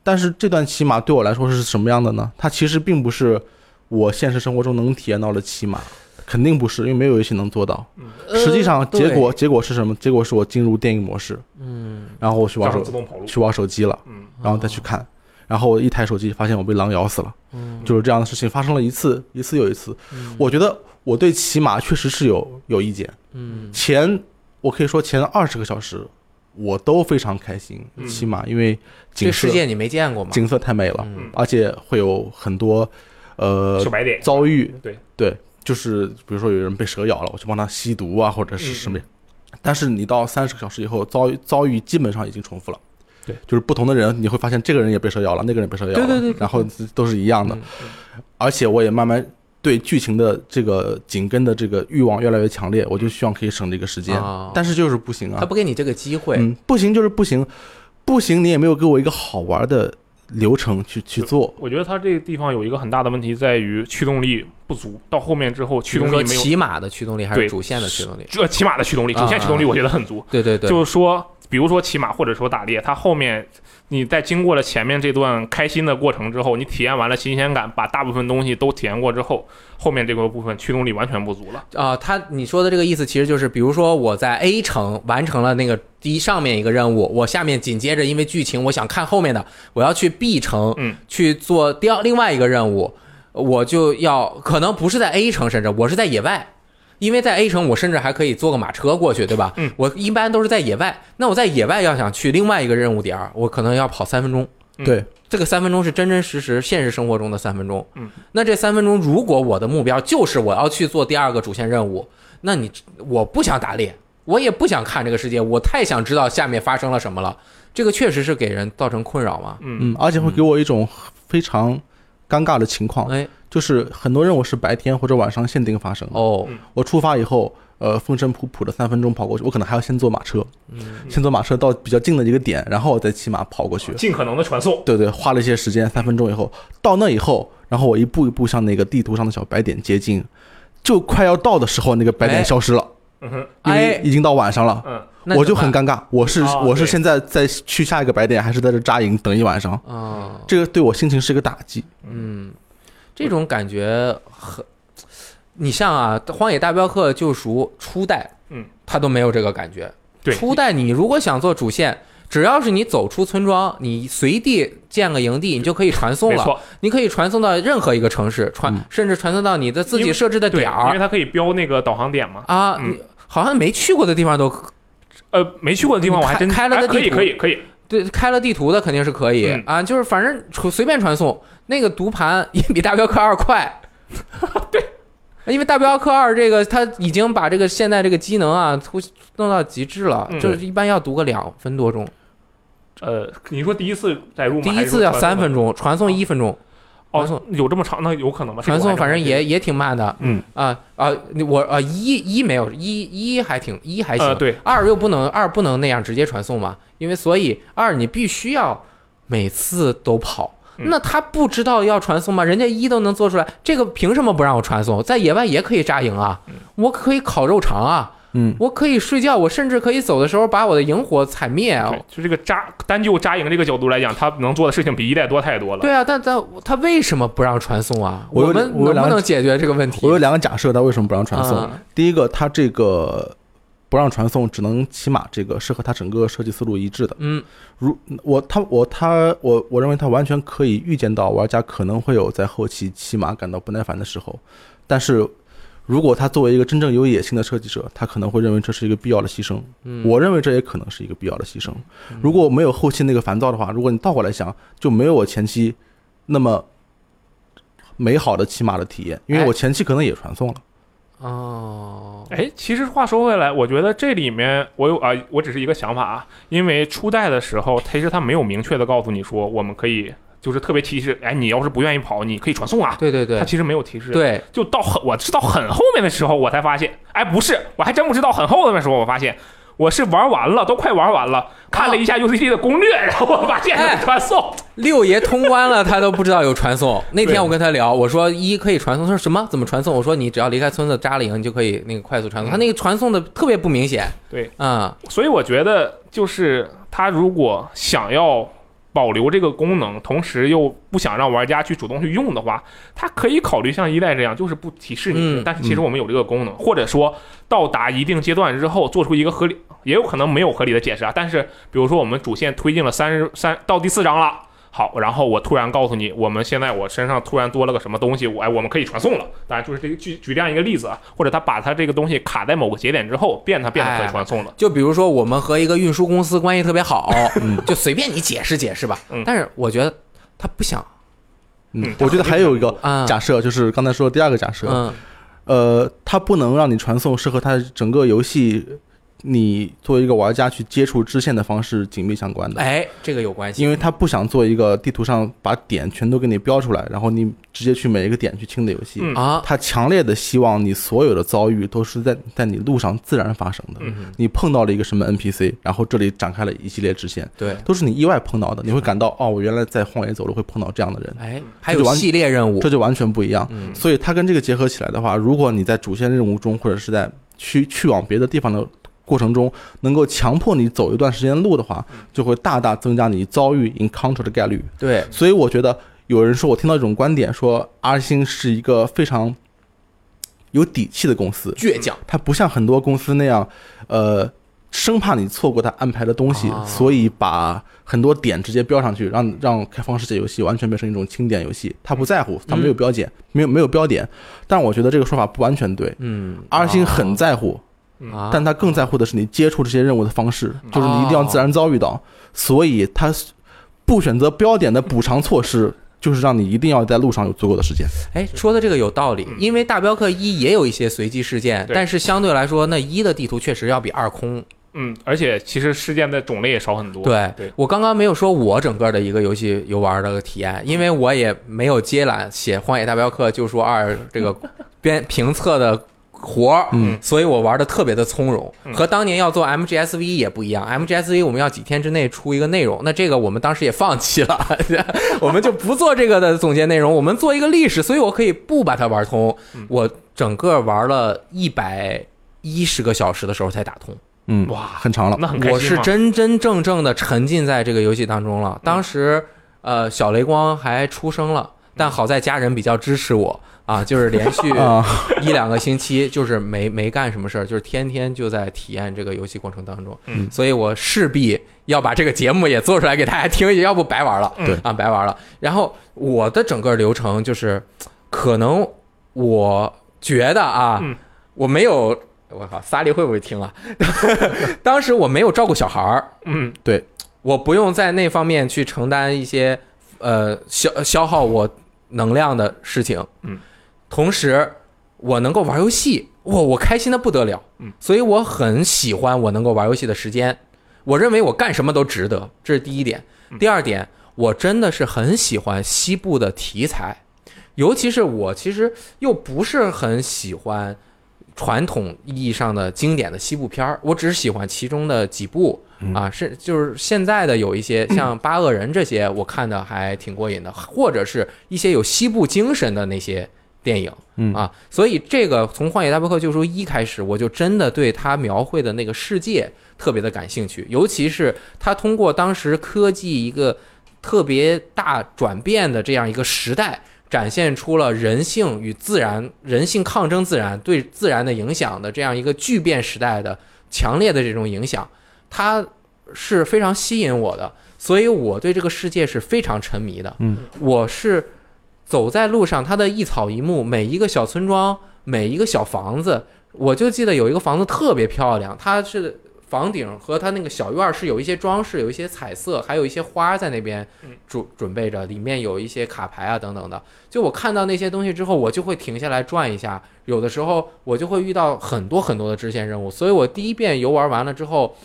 但是这段骑马对我来说是什么样的呢？它其实并不是我现实生活中能体验到的骑马，肯定不是，因为没有游戏能做到。实际上，
呃
结果、结果是什么？结果是我进入电影模式，
对嗯，
然后我去玩
加上
手
自动跑路，
去玩手机了，
嗯，
然后再去看，然后我一抬手机发现我被狼咬死了。
嗯，
就是这样的事情发生了一次，一次又一次。
嗯
我觉得我对骑马确实是有有意见。
嗯
前我可以说前二十个小时我都非常开心
嗯
骑马，因为
这
景色
世界你没见过吗？
景色太美了，
嗯
而且会有很多呃
小白点，
遭遇。
对
对，就是比如说有人被蛇咬了，我去帮他吸毒啊，或者是
嗯
什么。但是你到三十个小时以后，遭遇遭遇基本上已经重复了。
对，
就是不同的人，你会发现这个人也被蛇咬了，那个人也被蛇咬了，
对对对对
然后都是一样的。
嗯
而且我也慢慢对剧情的这个紧跟的这个欲望越来越强烈，我就希望可以省这个时间，
哦
但是就是不行
他
啊，
不给你这个机会，
嗯，不行就是不行，不行你也没有给我一个好玩的流程去去做，
我觉得它这个地方有一个很大的问题在于驱动力不足，到后面之后
比
驱
如
动
说
力没有，
骑马的驱动力还是
对
主线的驱动力？
这骑马的驱动力，主线驱动力我觉得很足，
对对对，
就是说，比如说骑马或者说打猎，它后面你在经过了前面这段开心的过程之后，你体验完了新鲜感，把大部分东西都体验过之后，后面这个部分驱动力完全不足了。
啊、他你说的这个意思其实就是，比如说我在 A 城完成了那个第一上面一个任务，我下面紧接着因为剧情我想看后面的，我要去 B 城，
嗯，
去做第二另外一个任务，我就要可能不是在 A 城，甚至我是在野外。因为在 A 城，我甚至还可以坐个马车过去，对吧？
嗯，
我一般都是在野外。那我在野外要想去另外一个任务点儿，我可能要跑三分钟。
嗯
对，
这个三分钟是真真实实现实生活中的三分钟。
嗯，
那这三分钟，如果我的目标就是我要去做第二个主线任务，那你我不想打猎，我也不想看这个世界，我太想知道下面发生了什么了。这个确实是给人造成困扰嘛。
嗯
嗯，而且会给我一种非常尴尬的情况，
哎，
就是很多任务是白天或者晚上限定发生的，
哦，
嗯
我出发以后。呃，风尘仆仆的三分钟跑过去，我可能还要先坐马车，
嗯
先坐马车到比较近的一个点，然后我再骑马跑过去。
尽可能的传送。
对对，花了一些时间，三分钟以后到那以后，然后我一步一步向那个地图上的小白点接近，就快要到的时候，那个白点
哎
消失了，
嗯哼，
因为
哎，
已经到晚上了，
嗯，
那啊
我就很尴尬，我是、
哦
我是
对
现在在去下一个白点，还是在这扎营等一晚上？
啊，
这个对我心情是一个打击。
嗯，这种感觉很，你像啊，《荒野大镖客：救赎》初代，
嗯，
他都没有这个感觉。
对，
初代你如果想做主线，只要是你走出村庄，你随地建个营地，你就可以传送
没
了。
错，
你可以传送到任何一个城市，传、
嗯
甚至传送到你的自
因
己
为
设置的
对，
点
因为
儿
它可以标那个导航点嘛。
啊。
嗯
你好像没去过的地方都
呃，没去过的地方我还真
你开开了个
哎可以
地图
可以可以，
对，开了地图的肯定是可以、
嗯
啊，就是反正传随便传送，那个读盘也比大镖客二 快。对，因为大镖客二这个它已经把这个现在这个机能啊，突弄到极致了，
嗯
就是一般要读个两分多钟，
呃，你说第一次载入吗？
第
还
一
是说
次要
传送
三分钟，传送一分钟，传
哦
送，
有这么长？那有可能吗？
传送反正也也挺慢的。
嗯
啊啊，你我啊一一没有一一还挺一还行，
呃对，
二又不能二不能那样直接传送嘛，因为所以二你必须要每次都跑。
嗯
那他不知道要传送吗？人家一都能做出来，这个凭什么不让我传送？在野外也可以扎营啊，
嗯
我可以烤肉肠啊，
嗯，
我可以睡觉，我甚至可以走的时候把我的萤火踩灭啊。
对，就这个扎单就扎营这个角度来讲，他能做的事情比一代多太多了。
对啊，但但他为什么不让传送啊？
我有
们
我
能
有两
不
个
能解决这个问题？
我有两个假设，他为什么不让传送？
啊
第一个，他这个不让传送，只能骑马，这个是和他整个设计思路一致的。
嗯
如我他我他我我认为他完全可以预见到玩家可能会有在后期骑马感到不耐烦的时候，但是如果他作为一个真正有野心的设计者，他可能会认为这是一个必要的牺牲。
嗯，
我认为这也可能是一个必要的牺牲。如果没有后期那个烦躁的话，如果你倒过来想，就没有我前期那么美好的骑马的体验，因为
哎
我前期可能也传送了。
哦，
哎，其实话说回来，我觉得这里面我有啊、我只是一个想法啊，因为初代的时候，其实他没有明确的告诉你说我们可以，就是特别提示，哎，你要是不愿意跑，你可以传送啊。
对对对
他其实没有提示，，
对，
就到很我是到很后面的时候，我才发现，哎，不是，我还真不知道很后面的时候，我发现我是玩完了，都快玩完了，看了一下 UCD 的攻略，然后我发现
哎
有传送，
六爷通关了，他都不知道有传 送。那
对
天我跟他聊，我说一可以传送，他说什么？怎么传送？我说你只要离开村子扎营，你就可以那个快速
嗯
传送。他那个传送的特别不明显。
对，
嗯，
所以我觉得就是他如果想要。保留这个功能，同时又不想让玩家去主动去用的话，他可以考虑像一代这样，就是不提示你。
嗯
但是其实我们有这个功能，或者说到达一定阶段之后，做出一个合理，也有可能没有合理的解释啊。但是比如说我们主线推进了三十三到第四章了，好，然后我突然告诉你，我们现在我身上突然多了个什么东西，我哎，我们可以传送了。当然就是这个举举这样一个例子啊，或者他把他这个东西卡在某个节点之后，变它变得可以传送了。
就比如说我们和一个运输公司关系特别 好，
嗯
就随便你解释解释吧
嗯。
但是我觉得他不想，
嗯
嗯，
我觉得还有一个
嗯
假设，就是刚才说的第二个假设，
嗯，
呃，它不能让你传送是和它整个游戏你作为一个玩家去接触支线的方式紧密相关的，
哎，这个有关系。
因为它不想做一个地图上把点全都给你标出来，然后你直接去每一个点去清的游戏。
嗯
啊，
它强烈的希望你所有的遭遇都是在在你路上自然发生的。
嗯
你碰到了一个什么 NPC，然后这里展开了一系列支线，
对，
都是你意外碰到的，你会感到哦，我原来在荒野走路会碰到这样的人，
哎，还有系列任务
嗯这，就完全不一样。
嗯
所以它跟这个结合起来的话，如果你在主线任务中或者是在去去往别的地方的过程中，能够强迫你走一段时间路的话，就会大大增加你遭遇 encounter 的概率。
对，
所以我觉得有人说我听到这种观点，说阿星是一个非常有底气的公司，
倔强，
它不像很多公司那样，呃，生怕你错过他安排的东西，
啊
所以把很多点直接标上去，让让开放世界游戏完全变成一种清点游戏。他不在
嗯
乎，他没有标点，没有没有标点。但我觉得这个说法不完全对。
嗯，
R 星很在乎，
啊，
但他更在乎的是你接触这些任务的方式，就是你一定要自然遭遇到。所以他不选择标点的补偿 措施，就是让你一定要在路上有足够的时间。
哎，说的这个有道理，因为大镖客一也有一些随机事件，
对
但是相对来说，那一的地图确实要比二空。
嗯，而且其实事件的种类也少很多。
对
对
我刚刚没有说我整个的一个游戏游玩的体验，因为我也没有接揽写《荒野大镖客：救赎二》这 个编评测的活儿，
嗯，
所以我玩的特别的从容，
嗯
和当年要做 MGSV 也不一样。MGSV 我们要几天之内出一个内容，那这个我们当时也放弃了， 我们就不做这个的总结内容，我们做一个历史，所以我可以不把它玩通
嗯。
我整个玩了一百一十个小时的时候才打通。
嗯，
哇
很长了。
那很开心
我是
嘛嗯
真真正正的沉浸在这个游戏当中了。当时，呃，小雷光还出生了，但好在家人比较支持我啊，就是连 续
啊、
一两个星期，就是没没干什么事儿，就是天天就在体验这个游戏过程当中。
嗯，
所以我势必要把这个节目也做出来给大家听，要不白玩了。
嗯
对
啊，白玩了。然后我的整个流程就是，可能我觉得啊，
嗯
我没有。我靠，萨利会不会听啊？ 当时我没有照顾小孩儿，
嗯
我不用在那方面去承担一些呃消消耗我能量的事情。
嗯，
同时我能够玩游戏，哇，我开心的不得了。
嗯，
所以我很喜欢我能够玩游戏的时间。我认为我干什么都值得，这是第一点。
嗯
第二点，我真的是很喜欢西部的题材，尤其是我其实又不是很喜欢传统意义上的经典的西部片儿，我只是喜欢其中的几部啊，是就是现在的有一些像《八恶人》这些，我看的还挺过瘾的，或者是一些有西部精神的那些电影。
嗯
啊，所以这个从《荒野大镖客：救赎一》开始，我就真的对他描绘的那个世界特别的感兴趣，尤其是他通过当时科技一个特别大转变的这样一个时代，展现出了人性与自然、人性抗争自然对自然的影响的这样一个巨变时代的强烈的这种影响，它是非常吸引我的，所以我对这个世界是非常沉迷的。
嗯，
我是走在路上，它的一草一木，每一个小村庄，每一个小房子，我就记得有一个房子特别漂亮，它是房顶和它那个小院儿是有一些装饰，有一些彩色，还有一些花在那边
嗯
准准备着，里面有一些卡牌啊等等的。就我看到那些东西之后，我就会停下来转一下。有的时候我就会遇到很多很多的支线任务，所以我第一遍游玩完了之后，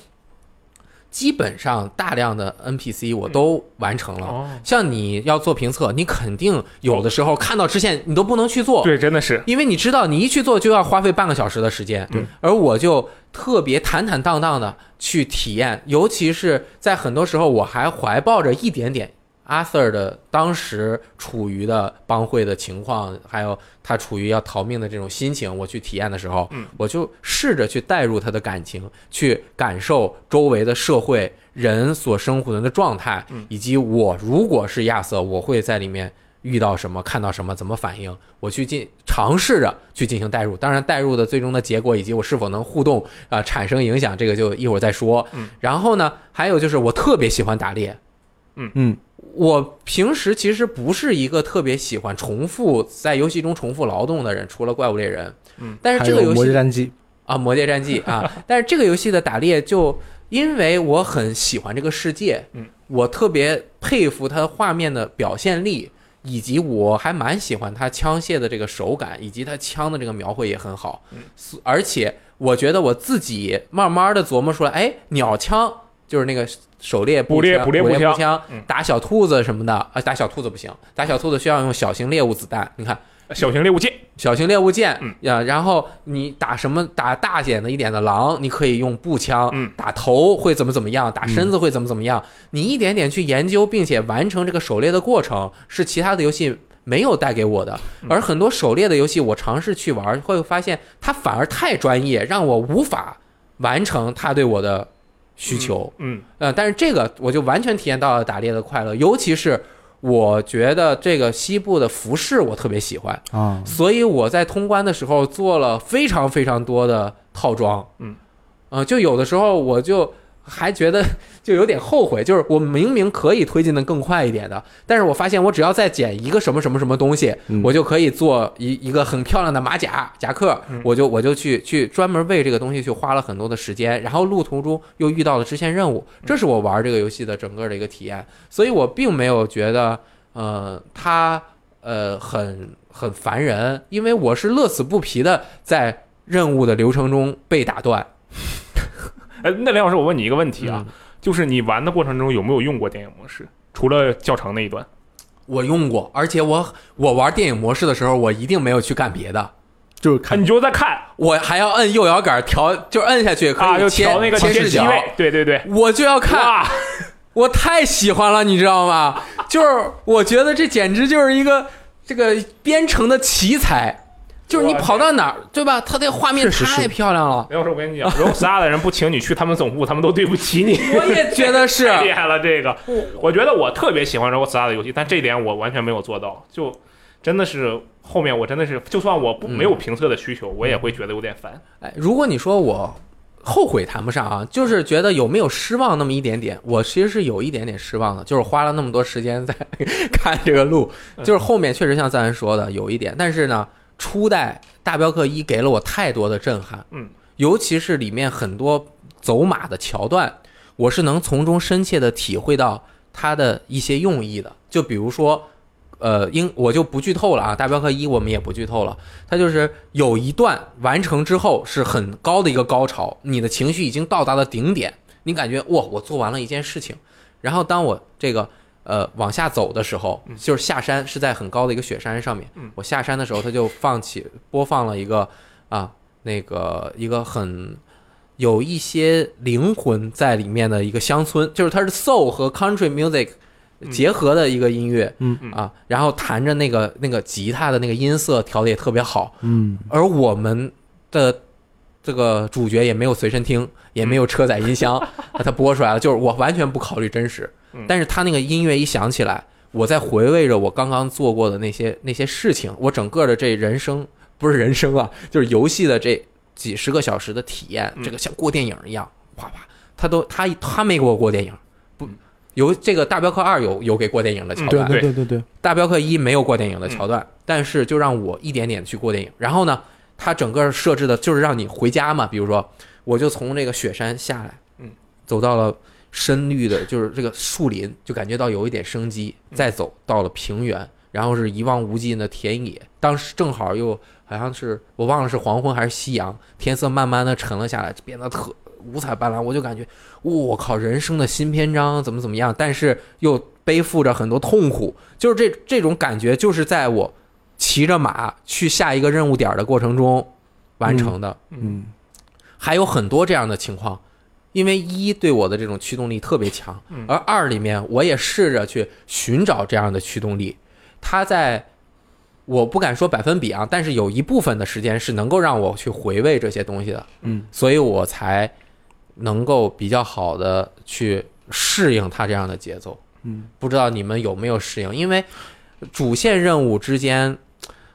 基本上大量的 NPC 我都完成了。
哦，
像你要做评测，你肯定有的时候看到支线你都不能去做，
对，真的是，
因为你知道，你一去做就要花费半个小时的时间，
对
而我就特别坦坦荡荡的去体验，尤其是在很多时候，我还怀抱着一点点阿 Sir 的当时处于的帮会的情况，还有他处于要逃命的这种心情，我去体验的时候，
嗯
我就试着去带入他的感情，去感受周围的社会人所生活的状态，
嗯
以及我如果是亚瑟，我会在里面遇到什么、看到什么、怎么反应，我去进尝试着去进行代入。当然，代入的最终的结果以及我是否能互动啊、呃产生影响，这个就一会儿再说。
嗯
然后呢，还有就是我特别喜欢打猎。
嗯，
我平时其实不是一个特别喜欢重复在游戏中重复劳动的人，除了怪物猎人。
嗯，
但是
还
这
有
个游
《
戏
魔界战机》，
啊，《魔界战记》 啊，但是这个游戏的打猎就因为我很喜欢这个世界，
嗯，
我特别佩服它画面的表现力，以及我还蛮喜欢它枪械的这个手感，以及它枪的这个描绘也很好，
嗯
所而且我觉得我自己慢慢的琢磨出来，哎，鸟枪就是那个狩猎
捕猎捕
捕
猎
捕
步枪
枪
嗯，
打小兔子什么的啊，打小兔子不行，打小兔子需要用小型猎物子弹，你看。
小型猎物剑，
小型猎物剑，
嗯
呀，然后你打什么打大点的一点的狼，你可以用步枪，
嗯
打头会怎么怎么样，打身子会怎么怎么样，你一点点去研究并且完成这个狩猎的过程，是其他的游戏没有带给我的。
嗯
而很多狩猎的游戏，我尝试去玩，会发现它反而太专业，让我无法完成它对我的需求。
嗯，
呃，但是这个我就完全体验到了打猎的快乐，尤其是我觉得这个西部的服饰我特别喜欢。
啊，
嗯
所以我在通关的时候做了非常非常多的套装，
嗯，
呃，就有的时候我就还觉得 就有点后悔，就是我明明可以推进的更快一点的，但是我发现我只要再捡一个什么什么什么东西，
嗯
我就可以做一一个很漂亮的马甲夹克，
嗯
我就我就去去专门为这个东西去花了很多的时间，然后路途中又遇到了支线任务，
嗯
这是我玩这个游戏的整个的一个体验，所以我并没有觉得呃它呃很很烦人，因为我是乐此不疲的在任务的流程中被打断。
哎，那梁老师，我问你一个问题
嗯
啊，就是你玩的过程中有没有用过电影模式？除了较长那一段，
我用过，而且我我玩电影模式的时候，我一定没有去干别的，
就是
啊，
看
你就在看
我还要摁右摇杆调，就是摁下去可
啊，
以
就
切、
调那个
切
切
视
机
角，
位，对对对，
我就要看。
哇，
我太喜欢了，你知道吗？就是我觉得这简直就是一个这个编程的奇才，就是你
哇
跑到哪儿，对吧？它这个画面
是是是
太漂亮了，
梁老师，我跟你讲，如果 SAR 的人不请你去他们总部，他们都对不 起你。
我也觉得是。
太厉害了，这个，我觉得我特别喜欢 Rockstar 的游戏，但这一点我完全没有做到，就真的是后面我真的是，就算我不
嗯
没有评测的需求，我也会觉得有点烦。
哎，如果你说我后悔谈不上啊，就是觉得有没有失望那么一点点，我其实是有一点点失望的，就是花了那么多时间在看这个路，就是后面确实像赞恩说的有一点，但是呢，初代大镖客一给了我太多的震撼，
嗯，
尤其是里面很多走马的桥段，我是能从中深切的体会到它的一些用意的，就比如说。呃，应我就不剧透了啊，《大镖客一》我们也不剧透了，它就是有一段完成之后是很高的一个高潮，你的情绪已经到达了顶点，你感觉哇，我做完了一件事情。然后当我这个呃往下走的时候，就是下山是在很高的一个雪山上面
嗯，
我下山的时候，它就放起播放了一个啊那个一个很。有一些灵魂在里面的一个乡村，就是它是 soul 和 country music
嗯
结合的一个音乐，
嗯
嗯
啊，然后弹着那个那个吉他的那个音啊色调的也特别好，
嗯，
而我们的这个主角也没有随身听，也没有车载音 箱，把它播出来了，就是我完全不考虑真实
嗯，
但是他那个音乐一响起来，我在回味着我刚刚做过的那些那些事情，我整个的这人生不是人生啊， 就是游戏的这几十个小时的体验，
嗯
这个像过电影一样，啪啪，他都他他没给我过电影，不。有这个《大镖客二》有有给过电影的桥
嗯
段
对，
吧
对对对对，
嗯
大镖客一没有过电影的桥段，但是就让我一点点去过电影。然后呢，它整个设置的就是让你回家嘛。比如说，我就从这个雪山下来，
嗯，
走到了深绿的，就是这个树林，就感觉到有一点生机。
嗯
再走到了平原，然后是一望无尽的田野。当时正好又好像是我忘了是黄昏还是夕阳，天色慢慢的沉了下来，变得特五彩斑斓。我就感觉，我靠，人生的新篇章怎么怎么样？但是又背负着很多痛苦，就是这这种感觉，就是在我骑着马去下一个任务点的过程中完成的。
嗯，
还有很多这样的情况，因为一对我的这种驱动力特别强
嗯，
而二里面我也试着去寻找这样的驱动力，它在。我不敢说百分比啊，但是有一部分的时间是能够让我去回味这些东西的，
嗯，
所以我才能够比较好的去适应它这样的节奏。
嗯，
不知道你们有没有适应，因为主线任务之间，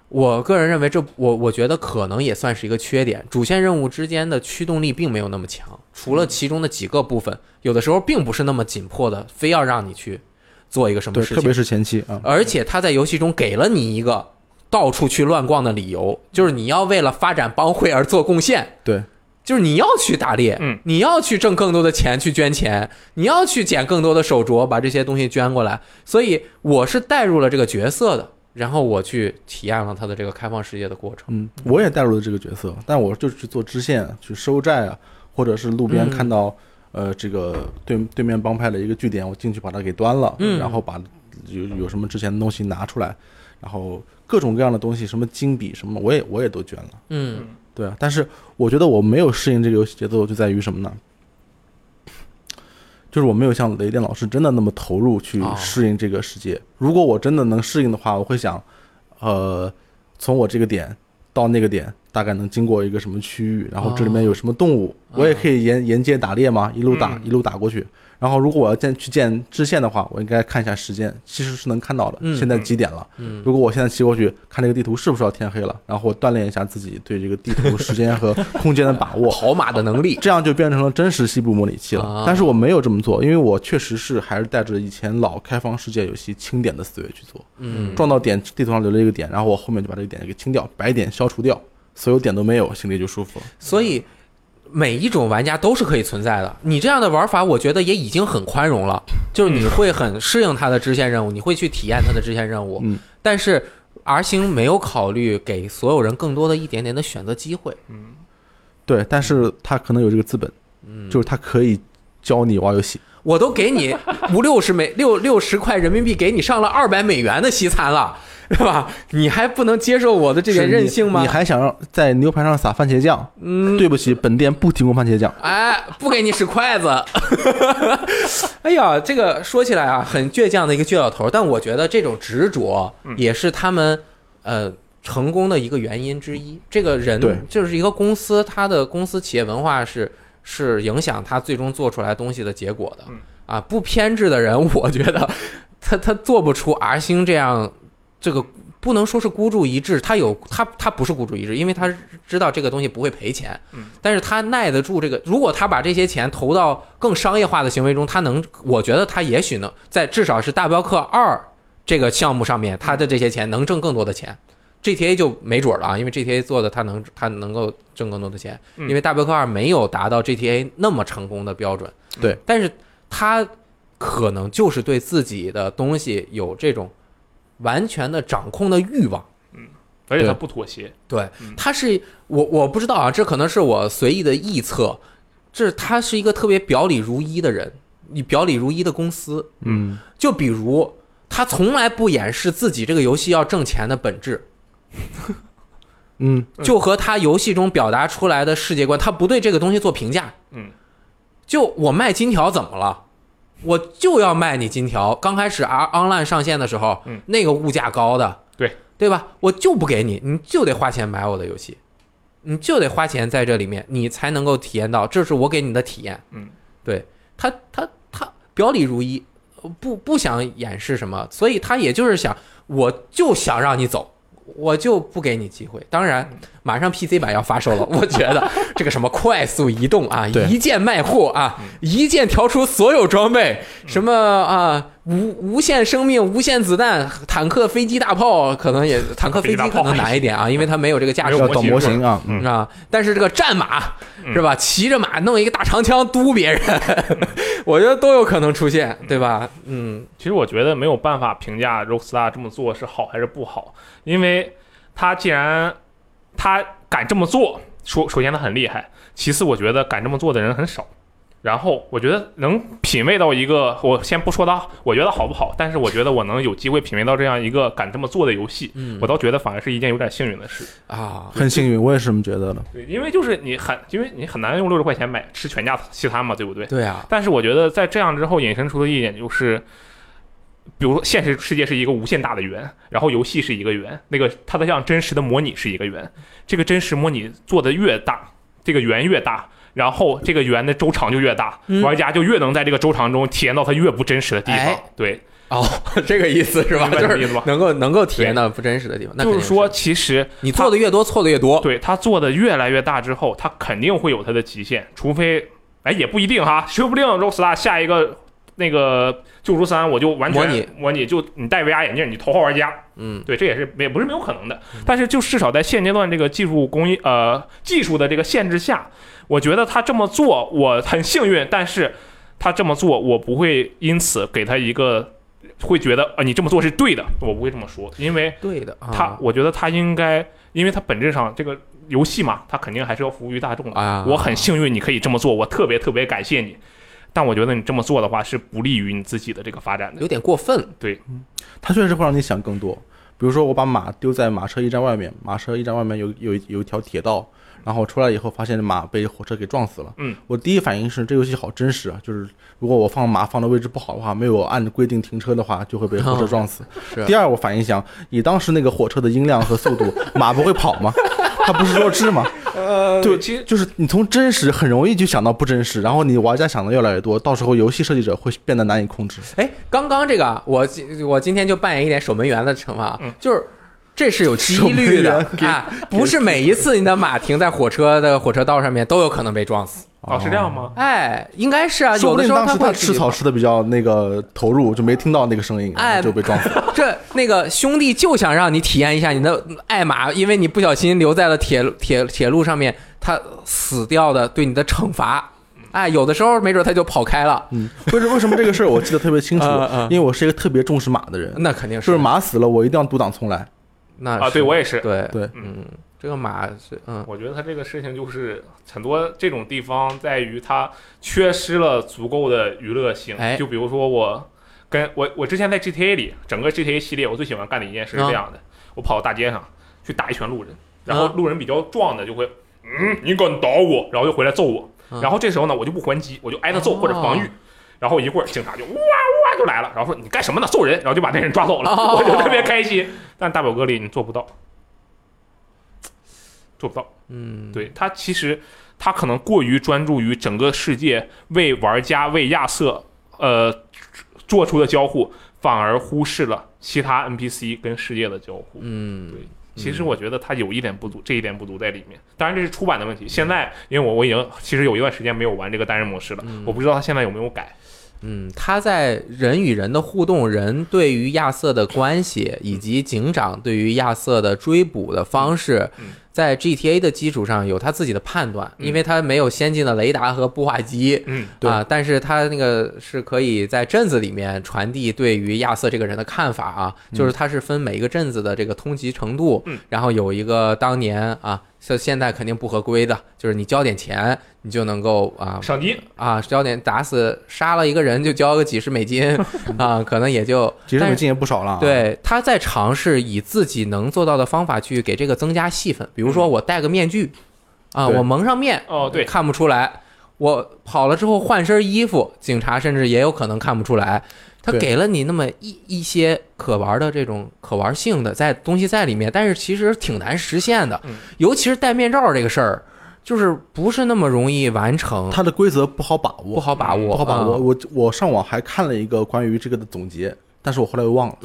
我个人认为这我我觉得可能也算是一个缺点。主线任务之间的驱动力并没有那么强，
嗯
除了其中的几个部分，有的时候并不是那么紧迫的，非要让你去做一个什么
对，
事
特
情
别。是前期啊，
而且他在游戏中给了你一个到处去乱逛的理由，就是你要为了发展帮会而做贡献。
对，
就是你要去打猎，
嗯，
你要去挣更多的钱去捐钱，你要去捡更多的手镯，把这些东西捐过来。所以我是带入了这个角色的，然后我去体验了他的这个开放世界的过程。
嗯，我也带入了这个角色，但我就是去做支线、去收债啊，或者是路边
嗯
看到、呃这个对对面帮派的一个据点，我进去把它给端了，
嗯
然后把有有什么之前的东西拿出来，然后各种各样的东西，什么金笔什么，我也我也都捐了。
嗯
对啊，但是我觉得我没有适应这个游戏节奏，就在于什么呢？ 就是我没有像雷电老师真的那么投入去
哦
适应这个世界。如果我真的能适应的话，我会想，呃，从我这个点到那个点，大概能经过一个什么区域，然后这里面有什么动物，
嗯
我也可以沿沿街打猎嘛，一路打、
嗯
一路打过去。然后如果我要见去见支线的话，我应该看一下时间，其实是能看到的，
嗯
现在
嗯
几点了？
嗯
如果我现在骑过去看这个地图是不是要天黑了，然后我锻炼一下自己对这个地图时间和 空间的把握，
跑马的能力，
这样就变成了真实西部模拟器了
啊。
但是我没有这么做，因为我确实是还是带着以前老开放世界游戏清点的思维去做，
嗯
撞到点地图上留了一个点，然后我后面就把这个点给清掉，白点消除掉，所有点都没有，心里就舒服了。
所以每一种玩家都是可以存在的。你这样的玩法，我觉得也已经很宽容了，就是你会很适应它的支线任务，你会去体验它的支线任务。
嗯，
但是 R 星没有考虑给所有人更多的一点点的选择机会。
嗯
对，但是他可能有这个资本，
嗯
就是他可以教你玩游戏。
我都给你五六十美六六十块人民币，给你上了二百美元的西餐了，对吧？你还不能接受我的这点
是你
任性吗
你？还想让在牛排上撒番茄酱？嗯，对不起，本店不提供番茄酱。
哎，不给你使筷子。 哎呀，这个说起来啊，很倔强的一个倔老头儿，但我觉得这种执着也是他们呃成功的一个原因之一。这个人
对
就是一个公司，他的公司企业文化是是影响他最终做出来东西的结果的
嗯。
啊，不偏执的人，我觉得他他做不出 R 星这样这个。不能说是孤注一掷，他有他他不是孤注一掷，因为他知道这个东西不会赔钱，但是他耐得住这个。如果他把这些钱投到更商业化的行为中，他能，我觉得他也许能在至少是大镖客二这个项目上面，他的这些钱能挣更多的钱。GTA 就没准儿了啊，因为 GTA 做的他能他能够挣更多的钱，
嗯
因为大镖客二没有达到 GTA 那么成功的标准。
对，
但是他可能就是对自己的东西有这种完全的掌控的欲望。
而且他
对
不妥协，
对
嗯，
他是我我不知道啊，这可能是我随意的臆测，这他是一个特别表里如一的人，你表里如一的公司，
嗯，
就比如他从来不掩饰自己这个游戏要挣钱的本质，
嗯，
嗯
就和他游戏中表达出来的世界观，他不对这个东西做评价，
嗯，
就我卖金条怎么了？我就要卖你金条。刚开始 R Online 上线的时候，
嗯
那个物价高的，
对
对吧？我就不给你，你就得花钱买我的游戏，你就得花钱在这里面，你才能够体验到，这是我给你的体验。
嗯，
对他，他他表里如一，呃不不想掩饰什么，所以他也就是想，我就想让你走。我就不给你机会，当然，马上 PC 版要发售了，我觉得这个什么快速移动啊，
对
一键卖货啊，一键调出所有装备，什么啊，无无限生命、无限子弹、坦克、飞机、大炮，可能也坦克、飞机可能难一点啊，因为它没有这个架
没
势
有
要
模
搞
型
模
是吧
型啊，
嗯啊。但是这个战马
嗯
是吧？骑着马弄一个大长枪嘟别人， 我觉得都有可能出现，对吧？嗯，
其实我觉得没有办法评价 Rockstar 这么做是好还是不好，因为他既然他敢这么做，首首先他很厉害，其次我觉得敢这么做的人很少。然后我觉得能品味到一个，我先不说他，我觉得好不好，但是我觉得我能有机会品味到这样一个敢这么做的游戏，
嗯
我倒觉得反而是一件有点幸运的事。
啊，
很幸运，我也是这么觉得的。
对，因为就是你很，因为你很难用六十块钱买吃全家西餐嘛，对不对？
对啊，
但是我觉得在这样之后引申出的一点就是，比如说现实世界是一个无限大的圆，然后游戏是一个圆，那个它的像真实的模拟是一个圆，这个真实模拟做的越大，这个圆越大。然后这个圆的周长就越大，
嗯
玩家就越能在这个周长中体验到它越不真实的地方。
哎
对，
哦，这个意思是吧？
明白
就
这个意
是
思吧
能够能够体验到不真实的地方，那
就
肯
是
定是
说，其实
你做的越多，错的越多。
对它做的越来越大之后，它肯定会有它的极限，除非哎也不一定哈，说不定 Rockstar 下一个那个救赎三我就完全
模拟
模拟就你戴 VR 眼镜，你头号玩家，
嗯，
对，这也是也不是没有可能的。但是就至少在现阶段这个技术工艺呃技术的这个限制下，我觉得他这么做我很幸运，但是他这么做我不会因此给他一个。会觉得啊、呃你这么做是对的，我不会这么说，因为
对的啊。
他，我觉得他应该，因为他本质上这个游戏嘛，他肯定还是要服务于大众的。
啊
我很幸运你可以这么做，我特别特别感谢你。但我觉得你这么做的话是不利于你自己的这个发展的。
有点过分了。
它确实会让你想更多。比如说，我把马丢在马车驿站外面，马车驿站外面有有一有一条铁道，然后出来以后发现马被火车给撞死了。
嗯，
我第一反应是这游戏好真实啊，就是如果我放马放的位置不好的话，没有按规定停车的话，就会被火车撞
哦
死。
啊
是
第二，我反应想，以当时那个火车的音量和速度，马不会跑吗？ 它不是弱智吗？
呃对，其实
就是你从真实很容易就想到不真实，然后你玩家想的越来越多，到时候游戏设计者会变得难以控制。
哎，刚刚这个啊，我今我今天就扮演一点守门员的惩罚啊，
嗯
就是。这是有几率的
守门员给
啊，不是每一次你的马停在火车的火车道上面都有可能被撞死。
哦是这样吗？
哎，应该是啊，
说
有
不
的
定
时候
当
它
时
会
他
自
吃
己
草吃的比较那个投入，就没听到那个声音，
哎
然后就被撞 死。了。
这那个兄弟就想让你体验一下你的爱马，因为你不小心留在了铁路铁铁路上面，他死掉的对你的惩罚。哎，有的时候没准他就跑开了，
为什为什么这个事儿我记得特别清楚
嗯嗯？
因为我是一个特别重视马的人，
那肯定
就是马死了我一定要独挡从来。
那
啊，对我也是。
对
对
嗯，这个马是嗯
我觉得他这个事情就是很多这种地方在于他缺失了足够的娱乐性。
哎
就比如说我跟我我之前在 GTA 里，整个 GTA 系列我最喜欢干的一件
嗯
事是这样的：我跑到大街上去打一拳路人，然后
啊
路人比较壮的就会，嗯，你敢打我，然后就回来揍我。
嗯
然后这时候呢，我就不还击，我就挨他揍或者防御。
哦
然后一会儿警察就哇哇就来了，然后说你干什么呢？揍人，然后就把那人抓走了，
哦
我就特别开心。但大表哥里你做不到，做不到。
嗯，
对他其实他可能过于专注于整个世界为玩家为亚瑟呃做出的交互，反而忽视了其他 NPC 跟世界的交互。
嗯
对其实我觉得他有一点不足，这一点不足在里面。当然这是出版的问题。现在因为我我已经其实有一段时间没有玩这个单人模式了，我不知道他现在有没有改。
嗯，他在人与人的互动，人对于亚瑟的关系，以及警长对于亚瑟的追捕的方式
嗯嗯，
在 GTA 的基础上有他自己的判断，
嗯
因为他没有先进的雷达和步话机。
嗯，
对
啊，但是他那个是可以在镇子里面传递对于亚瑟这个人的看法啊，就是他是分每一个镇子的这个通缉程度，
嗯
然后有一个当年啊，像现在肯定不合规的，就是你交点钱，你就能够啊
赏金
啊，交点打死杀了一个人就交个几十美金啊，可能也 就
其实
但
美
是
金也不少了啊。
对，他在尝试以自己能做到的方法去给这个增加戏份，比如说我戴个面具啊，
嗯对
我蒙上面
哦，对，
看不出来，我跑了之后换身衣服，警察甚至也有可能看不出来。他
对
给了你那么一一些可玩的这种可玩性的在东西在里面，但是其实挺难实现的，
嗯
尤其是戴面罩这个事儿，就是不是那么容易完成，
它的规则不好把握，
不好把握，
不好把握。
嗯
我我上网还看了一个关于这个的总结，但是我后来又忘了，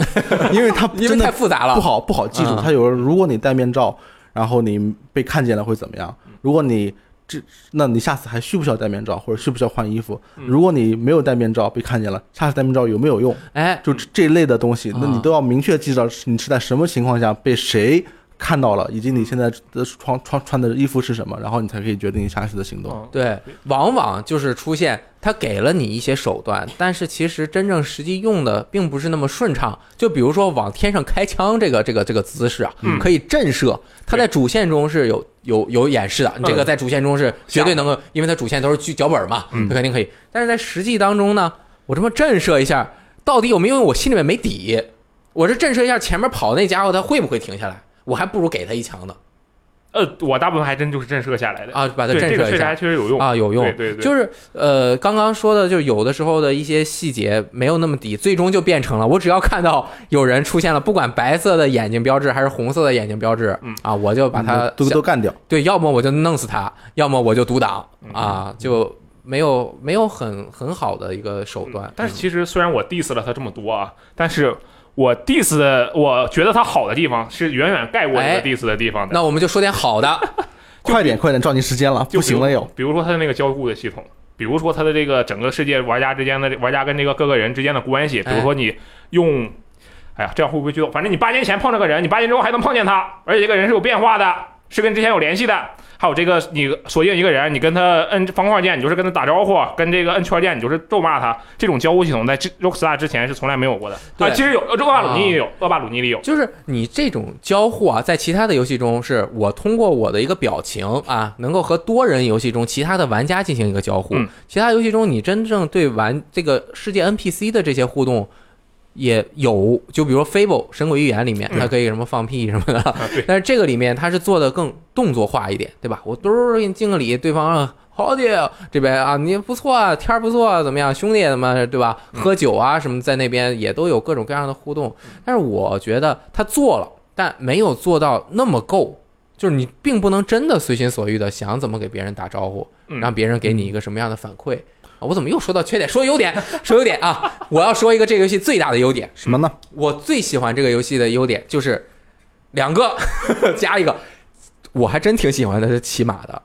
因为它
因为
真
太
的
复杂了，
不好不好记住。
啊嗯
它有，如果你戴面罩，然后你被看见了会怎么样？如果你这，那你下次还需不需要戴面罩，或者需不需要换衣服？如果你没有戴面罩被看见了，下次戴面罩有没有用？
哎，
就这这一类的东西，那你
啊
都要明确记着你是在什么情况下被谁看到了，以及你现在的穿穿穿的衣服是什么，然后你才可以决定你下一次的行动。
嗯，
对，往往就是出现他给了你一些手段，但是其实真正实际用的并不是那么顺畅。就比如说往天上开枪这个这个这个姿势啊，
嗯
可以震慑，它在主线中是有有有演示的，你这个
嗯
在主线中是绝对能够，因为它主线都是剧脚本嘛，
嗯
它肯定可以。但是在实际当中呢，我这么震慑一下，到底有没有？因为我心里面没底，我这震慑一下前面跑那家伙，他会不会停下来？我还不如给他一枪呢
呃，我大部分还真就是震慑下来的，
啊，把他
对，
震
这个
慑
确
一
实
下
还。确实有用，
啊，有用，
对对对，
就是呃，刚刚说的，就有的时候的一些细节没有那么底，最终就变成了我只要看到有人出现了，不管白色的眼睛标志还是红色的眼睛标志，
嗯
啊，我就把他
都都干掉，
对，要么我就弄死他，要么我就独挡
嗯
啊，就没有没有很很好的一个手段
嗯。但是其实虽然我 diss 了他这么多啊，但是我 diss 的，我觉得他好的地方是远远盖过这
哎
个 diss 的地方的。
那我们就说点好的，
快点快点，照你时间了，
就
不行了又。
比如说他的那个交互的系统，比如说他的这个整个世界玩家之间的玩家跟这个各个人之间的关系，比如说你用。哎呀，这样会不会剧透？反正你八年前碰这个人，你八年之后还能碰见他，而且这个人是有变化的，是跟之前有联系的。还有这个，你锁定一个人，你跟他摁方块键，你就是跟他打招呼；跟这个摁圈键，你就是咒骂他。这种交互系统在 Rockstar 之前是从来没有过的。
对
啊，其实有，呃，恶霸鲁尼也有，恶霸鲁尼里有。
就是你这种交互啊，在其他的游戏中，是我通过我的一个表情啊，能够和多人游戏中其他的玩家进行一个交互。
嗯
其他游戏中，你真正对玩这个世界 NPC 的这些互动。也有，就比如说《Fable 神鬼寓言》里面，
嗯
它可以什么放屁什么的，
啊，对，
但是这个里面它是做的更动作化一点，对吧？我嘟儿给你敬个礼，对方啊好的这边啊，你不错啊，天儿不错啊，怎么样，兄弟怎么对吧？喝
嗯
酒啊什么，在那边也都有各种各样的互动。但是我觉得他做了，但没有做到那么够，就是你并不能真的随心所欲的想怎么给别人打招呼，
嗯
让别人给你一个什么样的反馈。啊我怎么又说到缺点？说优点，说优点啊！我要说一个这个游戏最大的优点，
什么呢？
我最喜欢这个游戏的优点就是两个 加一个，我还真挺喜欢的是骑马的，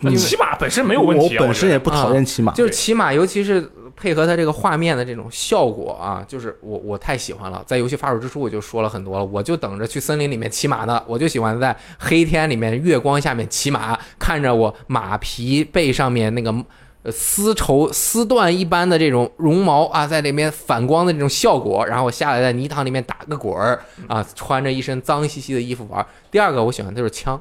那
因为
骑马本身没有问题啊，
我本身也不讨厌骑马，
就是骑马，尤其是配合它这个画面的这种效果啊，就是我我太喜欢了。在游戏发售之初我就说了很多了，我就等着去森林里面骑马呢，我就喜欢在黑天里面月光下面骑马，看着我马皮背上面那个。呃丝绸丝缎一般的这种绒毛啊，在里面反光的这种效果，然后我下来在泥塘里面打个滚儿啊，穿着一身脏兮兮的衣服玩儿。第二个我喜欢的就是枪，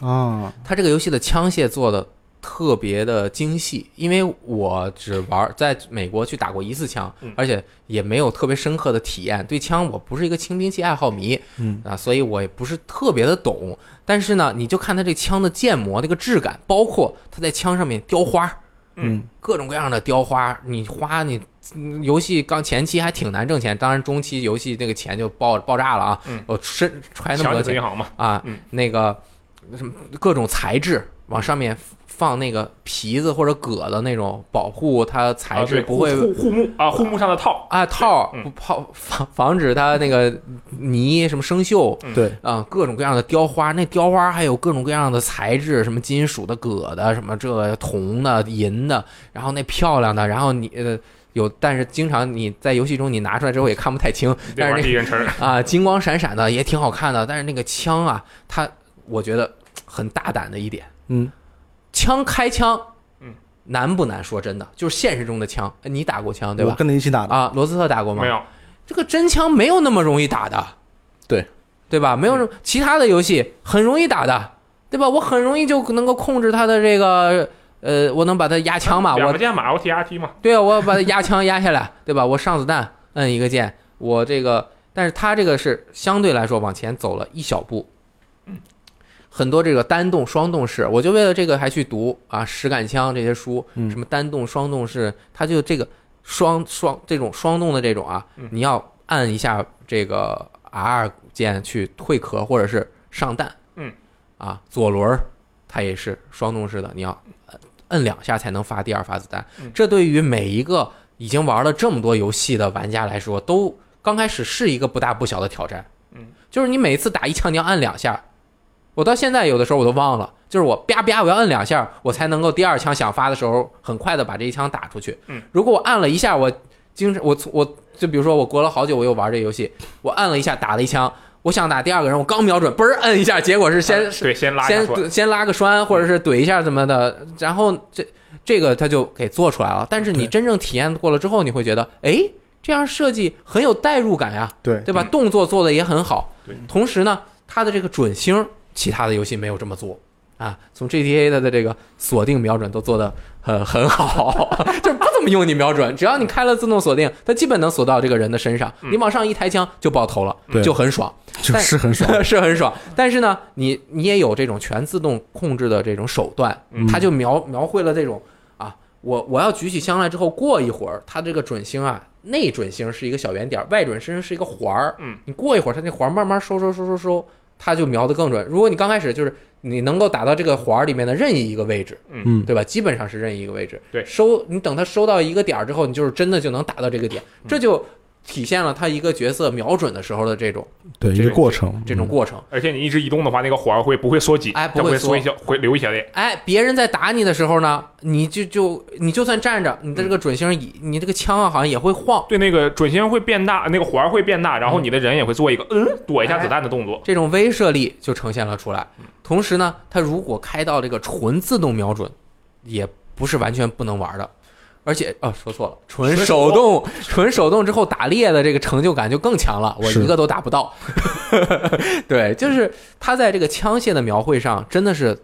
啊，
它这个游戏的枪械做的特别的精细，因为我只玩儿在美国去打过一次枪
嗯，
而且也没有特别深刻的体验。对枪，我不是一个轻兵器爱好迷，
嗯
啊，所以我也不是特别的懂。但是呢，你就看它这枪的建模那个质感，包括它在枪上面雕花儿，
嗯，
各种各样的雕花，你花你嗯游戏刚前期还挺难挣钱，当然中期游戏那个钱就爆爆炸了啊！
嗯
我身揣那么
抢
多
你
钱
银，行嘛，
啊，
嗯
那个什么各种材质往上面放那个皮子或者革的那种保护它材
啊
质
对
不会
护护目啊，护目上的套，
啊套
嗯
不泡防防止它那个泥什么生锈。
嗯对，
啊、各种各样的雕花，那雕花还有各种各样的材质，什么金属的、革的，什么这个铜的、银的，然后那漂亮的，然后你呃有，但是经常你在游戏中你拿出来之后也看不太清，
你得
但是那
玩第一 人称。
啊，金光闪闪的，也挺好看的。但是那个枪啊，它我觉得很大胆的一点，
嗯，
枪开枪，
嗯，
难不难？说真的，就是现实中的枪，哎你打过枪对
我
吧？
跟你一起打的，
啊，罗斯特打过吗
没？有，
这个真枪没有那么容易打的，
对嗯
对吧？没有什么其他的游戏很容易打的，对吧？我很容易就能够控制它的这个。呃，我能把它压枪嘛？
两
我
个键嘛，L T R T 嘛，
对啊，我要把它压枪压下来，对吧？我上子弹摁一个键，我这个，但是它这个是相对来说往前走了一小步。很多这个单动、双动式，我就为了这个还去读啊实感枪这些书，
嗯
什么单动、双动式，它就这个双双这种双动的这种啊
嗯，
你要按一下这个 R 键去退壳或者是上弹，
嗯，
啊左轮儿它也是双动式的，你要呃摁两下才能发第二发子弹，
嗯
这对于每一个已经玩了这么多游戏的玩家来说，都刚开始是一个不大不小的挑战。
嗯，
就是你每次打一枪，你要按两下。我到现在有的时候我都忘了，就是我啪啪，我要摁两下，我才能够第二枪想发的时候，很快的把这一枪打出去。
嗯，
如果我按了一下，我经常我从我就比如说我隔了好久，我又玩这游戏，我按了一下打了一枪，我想打第二个人，我刚瞄准，嘣儿摁一下，结果是先、
对先拉下
先
出来，
怼先拉个栓，或者是怼一下怎么的，然后这这个他就给做出来了。但是你
对
真正体验过了之后，你会觉得，哎，这样设计很有代入感呀，
哎对
对吧？动作做的也很好
对，
同时呢，它的这个准星，其他的游戏没有这么做。啊，从 GTA 的的这个锁定瞄准都做的很很好， 就是不怎么用你瞄准，只要你开了自动锁定，它基本能锁到这个人的身上。
嗯
你往上一抬枪就爆头了，
对
就很爽。
就
但
是很爽。
是很爽。但是呢，你你也有这种全自动控制的这种手段，
嗯
它就描描绘了这种啊，我我要举起枪来之后，过一会儿它这个准星啊，内准星是一个小圆点儿，外准星是一个环儿。
嗯，
你过一会儿它那环儿慢慢收收收收收，它就瞄得更准。如果你刚开始就是你能够打到这个环儿里面的任意一个位置，
嗯，
对吧？基本上是任意一个位置。
对
收你等它收到一个点儿之后，你就是真的就能打到这个点，
嗯
这就体现了他一个角色瞄准的时候的这种
对
这
一个
个
过程，嗯
这
嗯
种过程。
而且你一直移动的话，那个环儿会不会缩紧？
哎不
它
会
会
缩
缩一小，会留一小点。
哎，别人在打你的时候呢，你就就你就算站着，你的这个准星，你这个枪啊，好像也会晃。
对，那个准星会变大，那个环儿会变大，然后你的人也会做一个嗯躲一下
哎
子弹的动作。
这种威慑力就呈现了出来。同时呢，它如果开到这个纯自动瞄准，也不是完全不能玩的。而且啊，说错了，纯
纯
手
手
动，纯手动之后打猎的这个成就感就更强了，我
是
一个都打不到。 对，就是它在这个枪械的描绘上真的是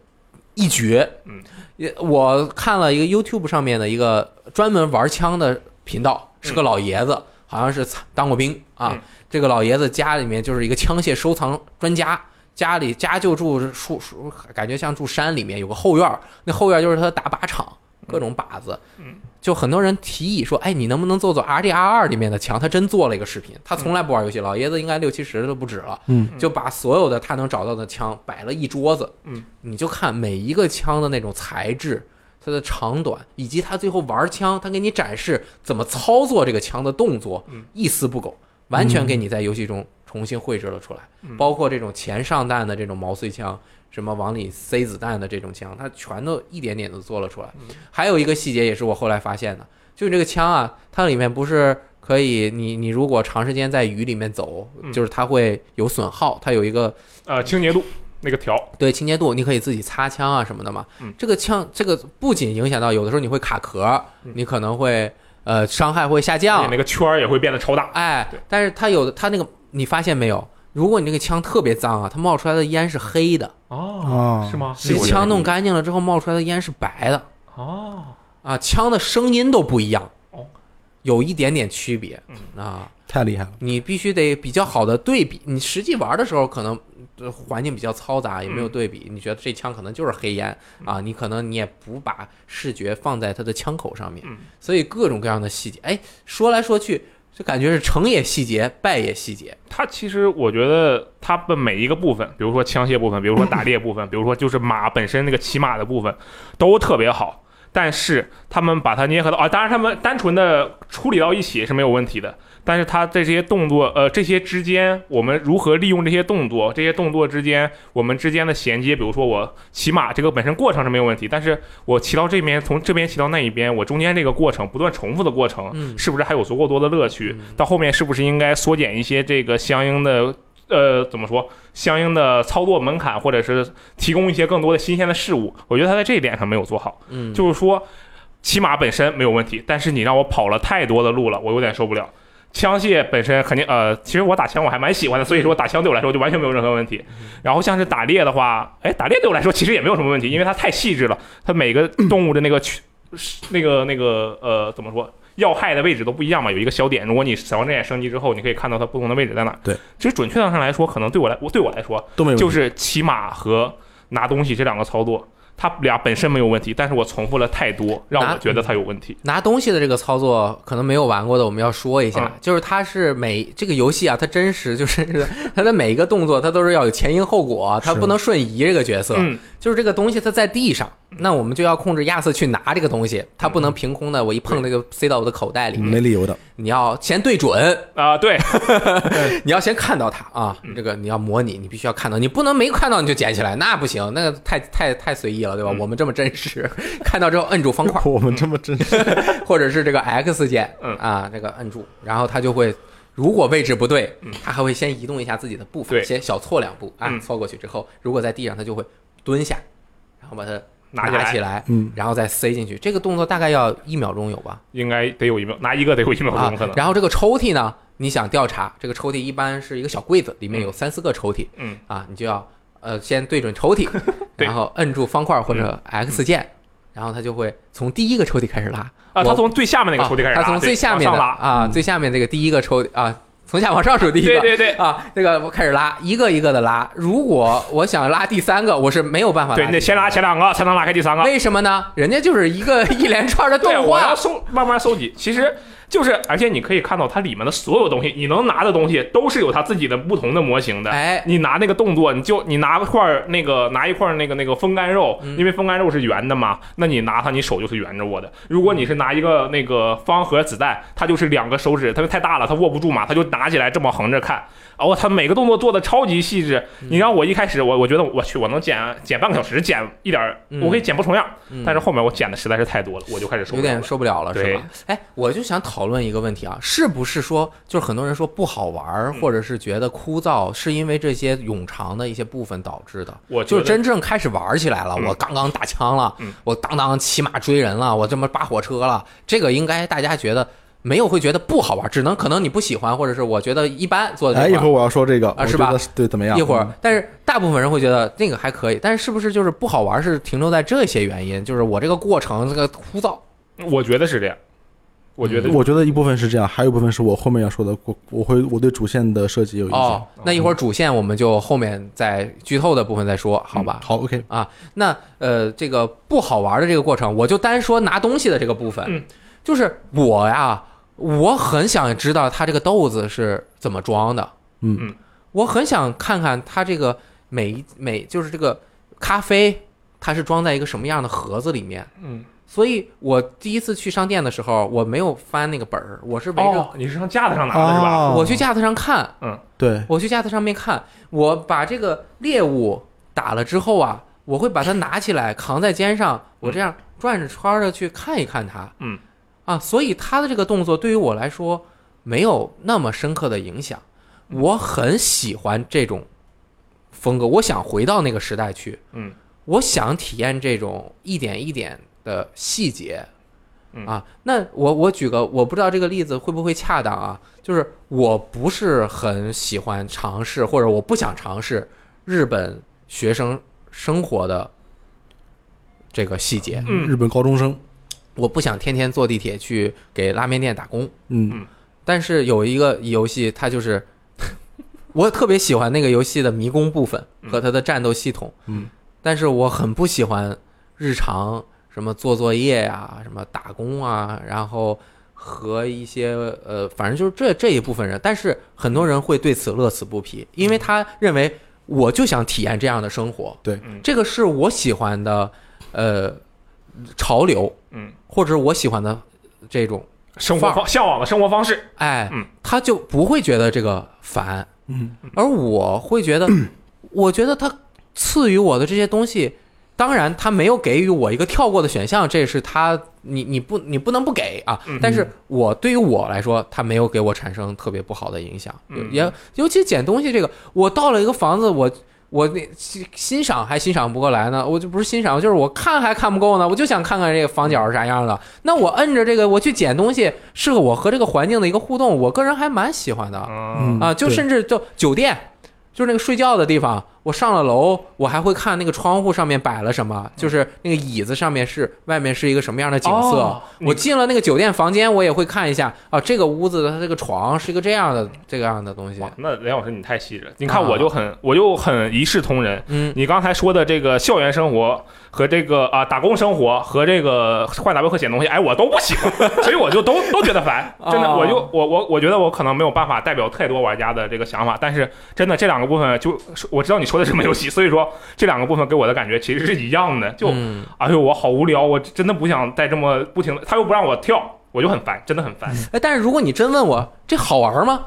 一绝。
嗯
也，我看了一个 YouTube 上面的一个专门玩枪的频道，是个老爷子，好像是参当过兵啊。
嗯
这个老爷子家里面就是一个枪械收藏专家，家里家就住树树，感觉像住山里面，有个后院儿，那后院就是他的打靶场，各种靶子。
嗯，
就很多人提议说，哎，你能不能做做 R D R 二里面的墙？他真做了一个视频，他从来不玩游戏，老爷子应该六七十都不止了。
嗯，
就把所有的他能找到的枪摆了一桌子。
嗯，
你就看每一个枪的那种材质。它的长短，以及他最后玩枪，他给你展示怎么操作这个枪的动作，
嗯
一丝不苟，完全给你在游戏中重新绘制了出来。
嗯
包括这种前上弹的这种毛遂枪，什么往里塞子弹的这种枪，它全都一点点的做了出来。还有一个细节也是我后来发现的，就是这个枪啊，它里面不是可以，你你如果长时间在雨里面走，
嗯
就是它会有损耗，它有一个
呃，清洁度那个条，
对清洁度，你可以自己擦枪啊什么的嘛。
嗯
这个枪这个不仅影响到有的时候你会卡壳，
嗯
你可能会呃伤害会下
而
降
且，那个圈儿也会变得超大。
哎
对，
但是它有的它那个你发现没有？如果你这个枪特别脏啊，它冒出来的烟是黑的。
哦
啊
是吗？
这
我
枪弄
觉
干净了之后冒出来的烟是白的
哦，
啊，枪的声音都不一样
哦，
有一点点区别
嗯
啊。
太厉害了。
你必须得比较好的对比，你实际玩的时候可能呃环境比较嘈杂，也
嗯
没有对比，你觉得这枪可能就是黑烟啊，你可能你也不把视觉放在它的枪口上面
嗯，
所以各种各样的细节，哎，说来说去就感觉是成也细节，败也细节，
它其实我觉得它的每一个部分，比如说枪械部分，比如说打猎部分，比如说就是马本身那个骑马的部分，都特别好。但是他们把它捏合到啊，当然他们单纯的处理到一起是没有问题的。但是它这些动作，呃，这些之间我们如何利用这些动作，这些动作之间我们之间的衔接，比如说我骑马这个本身过程是没有问题，但是我骑到这边，从这边骑到那一边，我中间这个过程不断重复的过程，
嗯
是不是还有足够多的乐趣？到后面是不是应该缩减一些这个相应的呃怎么说相应的操作门槛，或者是提供一些更多的新鲜的事物？我觉得他在这一点上没有做好，
嗯，
就是说骑马本身没有问题，但是你让我跑了太多的路了，我有点受不了。枪械本身肯定，呃，其实我打枪我还蛮喜欢的，所以说打枪对我来说就完全没有任何问题。
嗯
然后像是打猎的话，哎，打猎对我来说其实也没有什么问题，因为它太细致了，它每个动物的那个区、是那个那个呃，怎么说，要害的位置都不一样嘛，有一个小点。如果你死亡之眼升级之后，你可以看到它不同的位置在哪。
对，
其实准确上来说，可能对我来我对我来说，
都没有问题，
就是骑马和拿东西这两个操作，它俩本身没有问题，但是我重复了太多，让
拿
我觉得它有问题。
拿东西的这个操作，可能没有玩过的，我们要说一下，
嗯
就是它是每这个游戏啊，它真实就是它的每一个动作，它都是要有前因后果，它
是
不能瞬移这个角色。
嗯，
就是这个东西它在地上，那我们就要控制亚瑟去拿这个东西，它不能凭空的我一碰这个塞到我的口袋里
没
嗯
面。
理由的。
你要先对准，
啊，对，嗯
你要先看到它啊，这个你要模拟，你必须要看到，你不能没看到你就捡起来，那不行，那个太太太随意了，
嗯
对吧？我们这么真实， 看到之后摁住方块，
我们这么真实，
或者是这个 X 键，
嗯
啊，这个摁住，然后它就会，如果位置不对，它还会先移动一下自己的步伐，
嗯对
先小错两步啊，
嗯
错过去之后，如果在地上，它就会蹲下，然后把它
拿起来
拿起来，
嗯，
然后再塞进去。这个动作大概要一秒钟有吧？
应该得有一秒，拿一个得有一秒
啊
钟可能。，
然后这个抽屉呢，你想调查，这个抽屉一般是一个小柜子，里面有三四个抽屉，
嗯，
啊，你就要呃先对准抽屉，
对嗯
然后摁住方块或者 X 键，然后它就会从第一个抽屉开始拉。
啊，他
我
从最下面那个抽屉开始
啊
拉，
他从
对
最下面
往
的
上拉，
啊，最下面这个第一个抽啊，从下往上数第一个。
对对对，
啊，那个我开始拉，一个一个的拉。如果我想拉第三个，我是没有办法拉。
对你得先拉。前两个，才能拉开第三个。
为什么呢？人家就是一个一连串的动
对，
啊
我
画
要，收慢慢收集，其实就是，而且你可以看到它里面的所有东西，你能拿的东西都是有它自己的不同的模型的。
哎
你拿那个动作，你就你拿块儿那个拿一块儿那个那个风干肉，
嗯
因为风干肉是圆的嘛，那你拿它，你手就是圆着握的。如果你是拿一个那个方盒子弹，它就是两个手指，它就太大了，它握不住嘛，它就拿起来这么横着看。哦，它每个动作做的超级细致。
嗯
你让我一开始我我觉得我去我能剪剪半个小时，剪一点儿，
嗯
我可以剪不重样。
嗯
但是后面我剪的实在是太多了，我就开始受
有
不了
点
了。
受不了了，是吧？哎，我就想讨论一个问题啊，是不是说就是很多人说不好玩
嗯
儿，或者是觉得枯燥，是因为这些冗长的一些部分导致的？
我
就是
觉得
真正开始玩起来了，
嗯
我刚刚打枪了，
嗯
我当当骑马追人了，我这么扒火车了，这个应该大家觉得没有会觉得不好玩，只能可能你不喜欢，或者是我觉得一般做的
哎，
这
一
块
会儿我要说这个，
啊
我
是
觉
吧
得对，怎么样？嗯
一会儿，但是大部分人会觉得那个还可以，但是是不是就是不好玩是停留在这些原因？就是我这个过程这个枯燥，
我觉得是这样，我觉得
嗯
我觉得一部分是这样，还有一部分是我后面要说的，我我会我对主线的设计有意见。
哦，那一
嗯
会儿主线我们就后面在剧透的部分再说，好吧？
嗯好，OK，
那呃，这个不好玩的这个过程，我就单说拿东西的这个部分，
嗯
就是我呀，我很想知道它这个豆子是怎么装的，
嗯
嗯，
我很想看看它这个每一每就是这个咖啡，它是装在一个什么样的盒子里面。
嗯
所以我第一次去商店的时候，我没有翻那个本儿，我是啊围着、
哦，你是上架子上拿的是吧？
哦
我去架子上看，
对，
我去架子上面看，我把这个猎物打了之后啊，我会把它拿起来扛在肩上，我这样转着圈儿的去看一看它。
嗯，
啊，所以它的这个动作对于我来说没有那么深刻的影响。我很喜欢这种风格，我想回到那个时代去。
嗯，
我想体验这种一点一点的细节。
嗯
啊，那我我举个，我不知道这个例子会不会恰当啊？就是我不是很喜欢尝试，或者我不想尝试日本学生生活的这个细节。
嗯
日本高中生，
我不想天天坐地铁去给拉面店打工。
嗯，
但是有一个游戏，它就是 我特别喜欢那个游戏的迷宫部分和它的战斗系统。
嗯，
但是我很不喜欢日常什么做作业呀、什么打工啊，然后和一些呃，反正就是这这一部分人。但是很多人会对此乐此不疲，
嗯
因为他认为我就想体验这样的生活。
对
嗯
这个是我喜欢的呃潮流，
嗯，
或者我喜欢的这种
生活方向往的生活方式，
哎，
嗯
他就不会觉得这个烦，
嗯，
而我会 觉得，我觉得他赐予我的这些东西，当然他没有给予我一个跳过的选项，这是他你你不你不能不给啊
嗯，
但是我对于我来说，他没有给我产生特别不好的影响，
嗯
也尤其捡东西这个，我到了一个房子，我。我那欣欣赏还欣赏不过来呢，我就不是欣赏，就是我看还看不够呢，我就想看看这个房角是啥样的。那我摁着这个，我去捡东西，是我和这个环境的一个互动，我个人还蛮喜欢的。
嗯
啊，就
对
甚至就酒店，就是那个睡觉的地方，我上了楼，我还会看那个窗户上面摆了什么，
嗯
就是那个椅子上面是外面是一个什么样的景色。
哦
我进了那个酒店房间，我也会看一下啊，这个屋子的它这个床是一个这样的这个样的东西
哇。，那梁老师你太细致了，你看
啊
我就很我就很一视同仁。
嗯，
你刚才说的这个校园生活和这个啊打工生活和这个换打镖客捡东西，哎，我都不喜欢， 所以我就都都觉得烦。真的，
哦
我就我我我觉得我可能没有办法代表太多玩家的这个想法，但是真的这两个部分就我知道你球的什么游戏，所以说这两个部分给我的感觉其实是一样的，就
嗯
哎呦我好无聊，我真的不想再这么不停的，他又不让我跳，我就很烦，真的很烦。
哎，但是如果你真问我这好玩吗？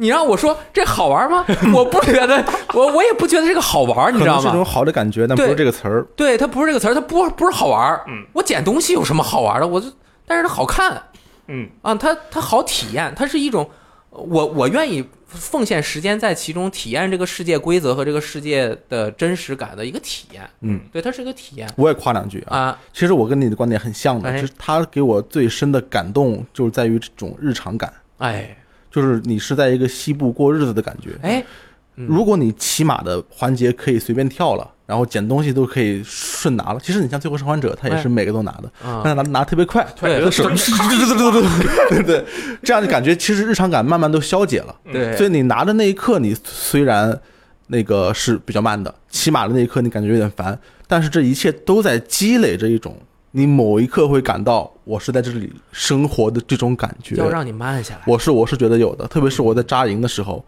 你让我说这好玩吗？我不觉得，我我也不觉得这个好玩，你
可
知
能
道
是一
吗？
种好的感觉，但不是
对
这个词儿。
对，它不是这个词儿，它不不是好玩。
嗯，
我捡东西有什么好玩的？我就，但是它好看
嗯
啊，它它好体验，它是一种，呃我我愿意奉献时间在其中体验这个世界规则和这个世界的真实感的一个体验。
嗯，
对，它是一个体验
我也夸两句啊。
啊。
其实我跟你的观点很像的，
哎
就是他给我最深的感动就是在于这种日常感，
哎
就是你是在一个西部过日子的感觉。
哎，嗯
如果你骑马的环节可以随便跳了，然后捡东西都可以顺拿了，其实你像《最后生还者》，他也是
哎
每个都拿的，
啊
但是拿拿得特别快，
对
手对对，这样就感觉其实日常感慢慢都消解了。
嗯
对，
所以你拿的那一刻，你虽然那个是比较慢的，骑马的那一刻你感觉有点烦，但是这一切都在积累着一种你某一刻会感到我是在这里生活的这种感觉。
要让你慢下来。
我是我是觉得有的，特别是我在扎营的时候，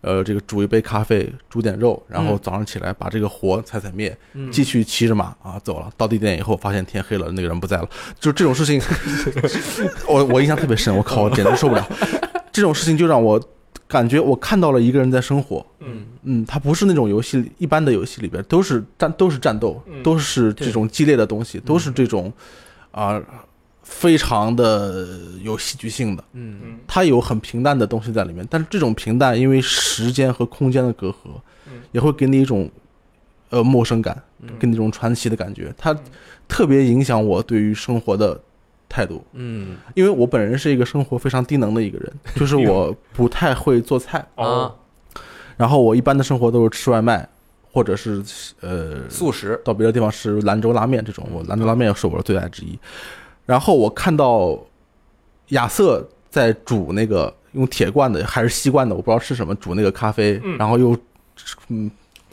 呃，这个煮一杯咖啡，煮点肉，然后
嗯
早上起来把这个火踩踩灭，
嗯
继续骑着马啊走了。到地点以后发现天黑了，那个人不在了，就这种事情， 我我印象特别深，我靠，我简直受不了。 这种事情就让我感觉我看到了一个人在生活，
嗯
嗯，它不是那种游戏里一般的游戏里边都是战都是战斗，
嗯
都是
对嗯
这种激烈的东西，都是这种啊、非常的有戏剧性的。
嗯
嗯
它有很平淡的东西在里面，但是这种平淡因为时间和空间的隔阂
嗯，
也会给你一种呃陌生感，给你一种传奇的感觉。它特别影响我对于生活的态度，
嗯
因为我本人是一个生活非常低能的一个人，就是我不太会做菜，
啊
哦，
然后我一般的生活都是吃外卖，或者是呃
素食
到别的地方吃兰州拉面这种，我兰州拉面是我的最爱之一。然后我看到亚瑟在煮那个用铁罐的还是锡罐的，我不知道是什么煮那个咖啡，
嗯
然后又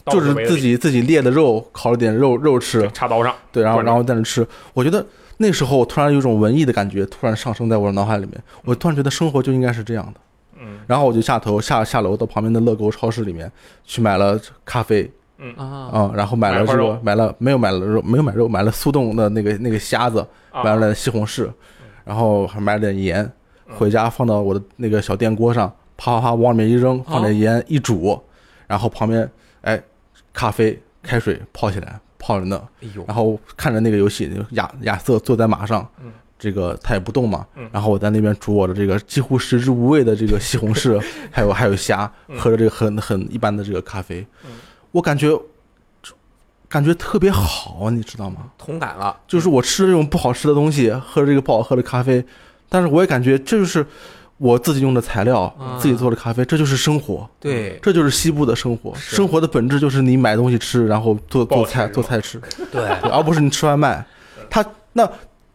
到
就是
我为
自
止
己自己猎的肉，烤了点肉肉吃，
插刀上，
对，然后
罐
然
头
后在那吃。我觉得那时候我突然有一种文艺的感觉，突然上升在我的脑海里面，我突然觉得生活就应该是这样的。
嗯
然后我就下头下下楼到旁边的乐购超市里面去买了咖啡，
嗯
啊，
啊、然后买
买
了
块
这
肉
个，买了没有买了肉，没有买肉，买了速冻的那个那个虾子，
啊
买了西红柿，然后还买了点盐，
嗯
回家放到我的那个小电锅上，啪啪啪往里面一扔，放
哦
点盐一煮，然后旁边哎咖啡开水泡起来，泡着呢，
哎呦，
然后看着那个游戏，亚亚瑟坐在马上
嗯，
这个他也不动嘛
嗯，
然后我在那边煮我的这个几乎食之无味的这个西红 柿，还有还有虾，
嗯
喝着这个很很一般的这个咖啡
嗯，
我感觉感觉特别好，你知道吗？
同感了。
就是我吃这种不好吃的东西，喝这个不好喝的咖啡，但是我也感觉这就是我自己用的材料
啊，
自己做的咖啡，这就是生活。
对
这就是西部的生活，
是
生活的本质就是你买东西吃，然后做
不好
做
吃
菜
是
做
吧
菜吃。
对，啊
对而不是你吃外卖。他那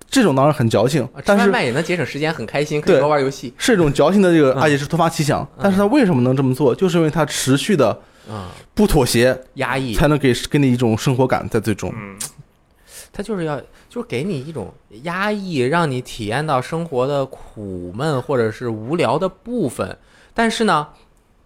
这种当然很矫情，
啊吃
但
外
是
卖也能节省时间，很开心，可以
对
多玩游戏
是一种矫情的这个，
嗯
而且是突发奇想。但是他为什么能这么做？就是因为他持续的
啊、
不妥协，
压抑，
嗯才能给给你一种生活感在最终。
嗯
它就是要就是给你一种压抑，让你体验到生活的苦闷或者是无聊的部分。但是呢，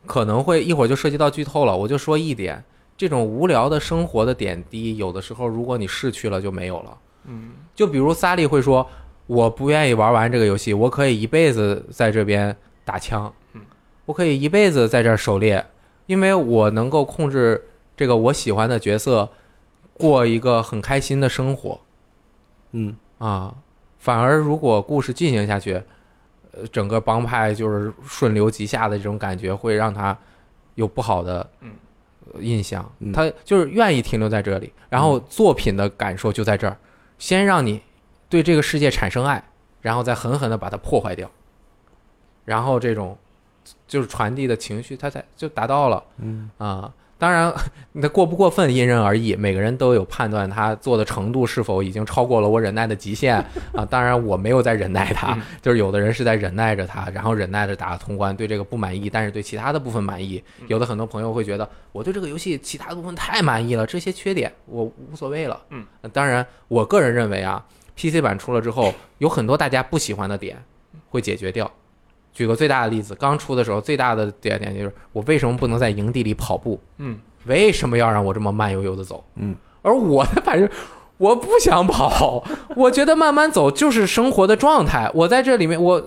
可能会一会儿就涉及到剧透了，我就说一点，这种无聊的生活的点滴，有的时候如果你逝去了就没有了。
嗯
就比如萨利会说：“我不愿意玩完这个游戏，我可以一辈子在这边打枪
嗯，
我可以一辈子在这儿狩猎，因为我能够控制这个我喜欢的角色，过一个很开心的生活
嗯，
啊。反而如果故事进行下去，呃，整个帮派就是顺流即下的这种感觉，会让他有不好的
嗯
呃印象。
嗯
他就是愿意停留在这里，然后作品的感受就在这儿，先让你对这个世界产生爱，然后再狠狠的把它破坏掉，然后这种就是传递的情绪，它才就达到了。
嗯
啊。当然，你的过不过分因人而异，每个人都有判断他做的程度是否已经超过了我忍耐的极限啊。当然，我没有在忍耐他
嗯，
就是有的人是在忍耐着他，然后忍耐着打通关，对这个不满意，但是对其他的部分满意。有的很多朋友会觉得，我对这个游戏其他部分太满意了，这些缺点我无所谓了。
嗯，
当然，我个人认为啊，PC 版出了之后，有很多大家不喜欢的点会解决掉。举个最大的例子，刚出的时候最大的点点就是我为什么不能在营地里跑步？
嗯
为什么要让我这么慢悠悠的走？
嗯，
而我的反正我不想跑， 我觉得慢慢走就是生活的状态。我在这里面，我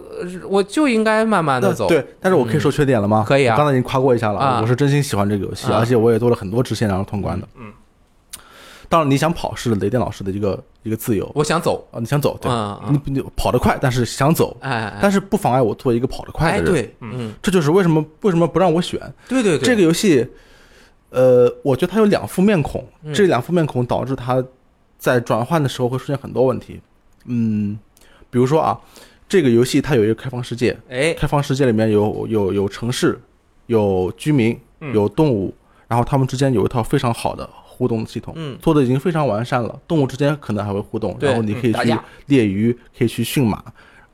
我就应该慢慢的走。
对，但是我可以说缺点了吗？
嗯可以啊
我刚才已经夸过一下了，
啊
我是真心喜欢这个游戏，
啊
而且我也做了很多支线然后通关的。
嗯嗯，
当然你想跑是雷电老师的一个一个自由
我想走。
啊，你想走，对，
嗯嗯
你你跑得快，但是想走，
哎哎，
但是不妨碍我做一个跑得快
哎
的人。
对，嗯，
这就是为什么为什么不让我选
对对对，
这个游戏。呃，我觉得它有两副面孔，
嗯
这两副面孔导致它在转换的时候会出现很多问题。嗯，比如说啊，这个游戏它有一个开放世界，
哎
开放世界里面有有有城市，有居民，
嗯
有动物，然后它们之间有一套非常好的互动系统，
嗯
做的已经非常完善了。动物之间可能还会互动，
对
然后你可以
嗯打
去
架
猎鱼，可以去驯马，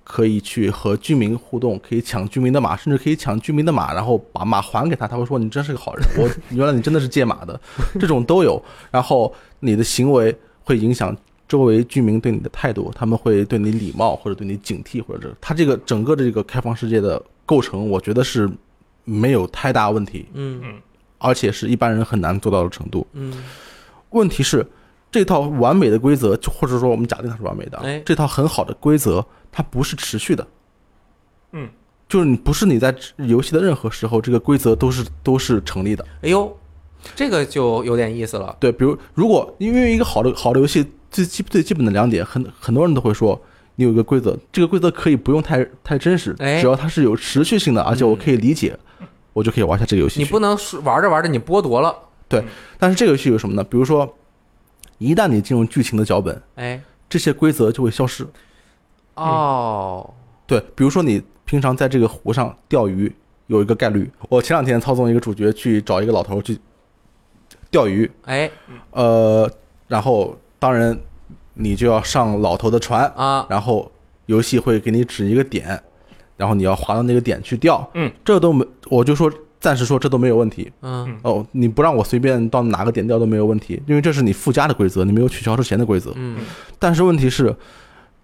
可以去和居民互动，可以抢居民的马，甚至可以抢居民的马，然后把马还给他，他会说你真是个好人，我原来你真的是借 马的，这种都有。然后你的行为会影响周围居民对你的态度，他们会对你礼貌或者对你警惕，或者是他这个整个的这个开放世界的构成，我觉得是没有太大问题，
嗯
而且是一般人很难做到的程度。
嗯
问题是，这套完美的规则，就或者说我们假定它是完美的啊，
哎
这套很好的规则，它不是持续的。
嗯，
就是你不是你在游戏的任何时候，这个规则都是都是成立的。
哎呦，这个就有点意思了。
对，比如如果因为一个好的好的游戏最基最基本的两点，很很多人都会说，你有一个规则，这个规则可以不用太太真实，
哎嗯
只要它是有持续性的，而且我可以理解，我就可以玩下这个游戏
你
去
不能是玩着玩着你剥夺了，
但是这个游戏有什么呢？比如说，一旦你进入剧情的脚本，
哎，
这些规则就会消失。嗯
哦，
对，比如说你平常在这个湖上钓鱼，有一个概率。我前两天操纵一个主角去找一个老头去钓鱼，
哎
呃，然后当然你就要上老头的船，
啊，
然后游戏会给你指一个点，然后你要划到那个点去钓。
嗯，
这都没，我就说暂时说这都没有问题。
嗯
哦，你不让我随便到哪个点钓都没有问题，因为这是你附加的规则，你没有取消之前的规则。
嗯
但是问题是，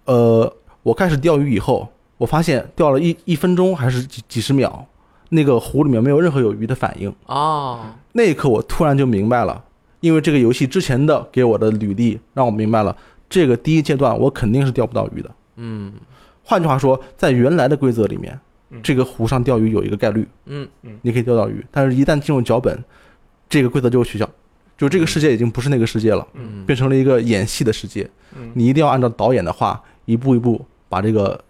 呃，我开始钓鱼以后，我发现钓了一一分钟还是几几十秒，那个湖里面没有任何有鱼的反应。
哦，
那一刻，我突然就明白了，因为这个游戏之前的给我的履历让我明白了，这个第一阶段我肯定是钓不到鱼的。
嗯
换句话说，在原来的规则里面
嗯，
这个湖上钓鱼有一个概率，
嗯，
你可以钓到鱼，但是一旦进入脚本，这个规则就会取消，就这个世界已经不是那个世界了，
嗯
变成了一个演戏的世界。
嗯
你一定要按照导演的话，一步一步把这个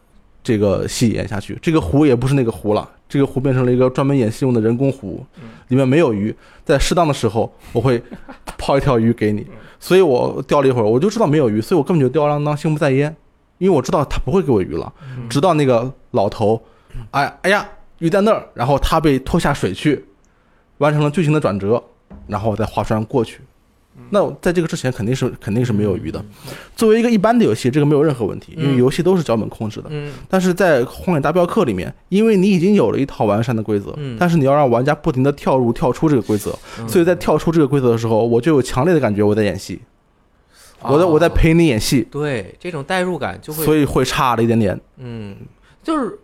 这个戏演下去。这个湖也不是那个湖了，这个湖变成了一个专门演戏用的人工湖
嗯，
里面没有鱼。在适当的时候，我 会抛一条鱼给你
嗯。
所以我钓了一会儿，我就知道没有鱼，所以我根本就吊儿郎当、心不在焉，因为我知道他不会给我鱼了。
嗯
直到那个老头，哎哎呀，鱼在那儿，然后他被拖下水去，完成了剧情的转折，然后再划船过去。
嗯
那我在这个之前肯定是肯定是没有鱼的。作为一个一般的游戏，这个没有任何问题，因为
嗯
游戏都是脚本控制的。
嗯
但是在《荒野大镖客》里面，因为你已经有了一套完善的规则，
嗯
但是你要让玩家不停地跳入、跳出这个规则，
嗯
所以在跳出这个规则的时候，我就有强烈的感觉我在演戏，我在我在
哦
陪你演戏，
对这种代入感就会，
所以会差了一点点。
嗯，就是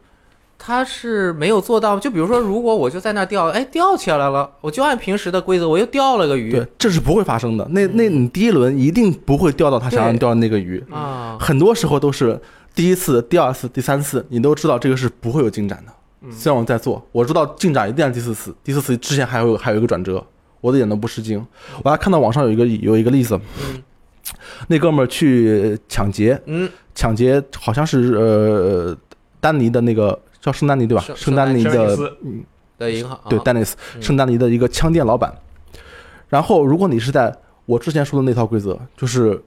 他是没有做到。就比如说，如果我就在那钓，哎，钓起来了，我就按平时的规则，我又钓了个鱼
对，这是不会发生的。那那你第一轮一定不会钓到他想让你
对
钓的那个鱼，
啊，
很多时候都是第一次、第二次、第三次，你都知道这个是不会有进展的。虽然我在做，我知道进展一定是第四次，第四次之前还有还有一个转折，我一点都不吃惊。我还看到网上有一个有一个例子，
嗯
那哥们儿去抢劫，
嗯，
抢劫好像是呃丹尼的那个叫圣丹尼对吧？
圣
圣丹尼
圣丹尼
的
斯
嗯
的银行
对
啊
丹尼斯，
嗯
圣丹尼的一个枪店老板。然后，如果你是在我之前说的那套规则，就是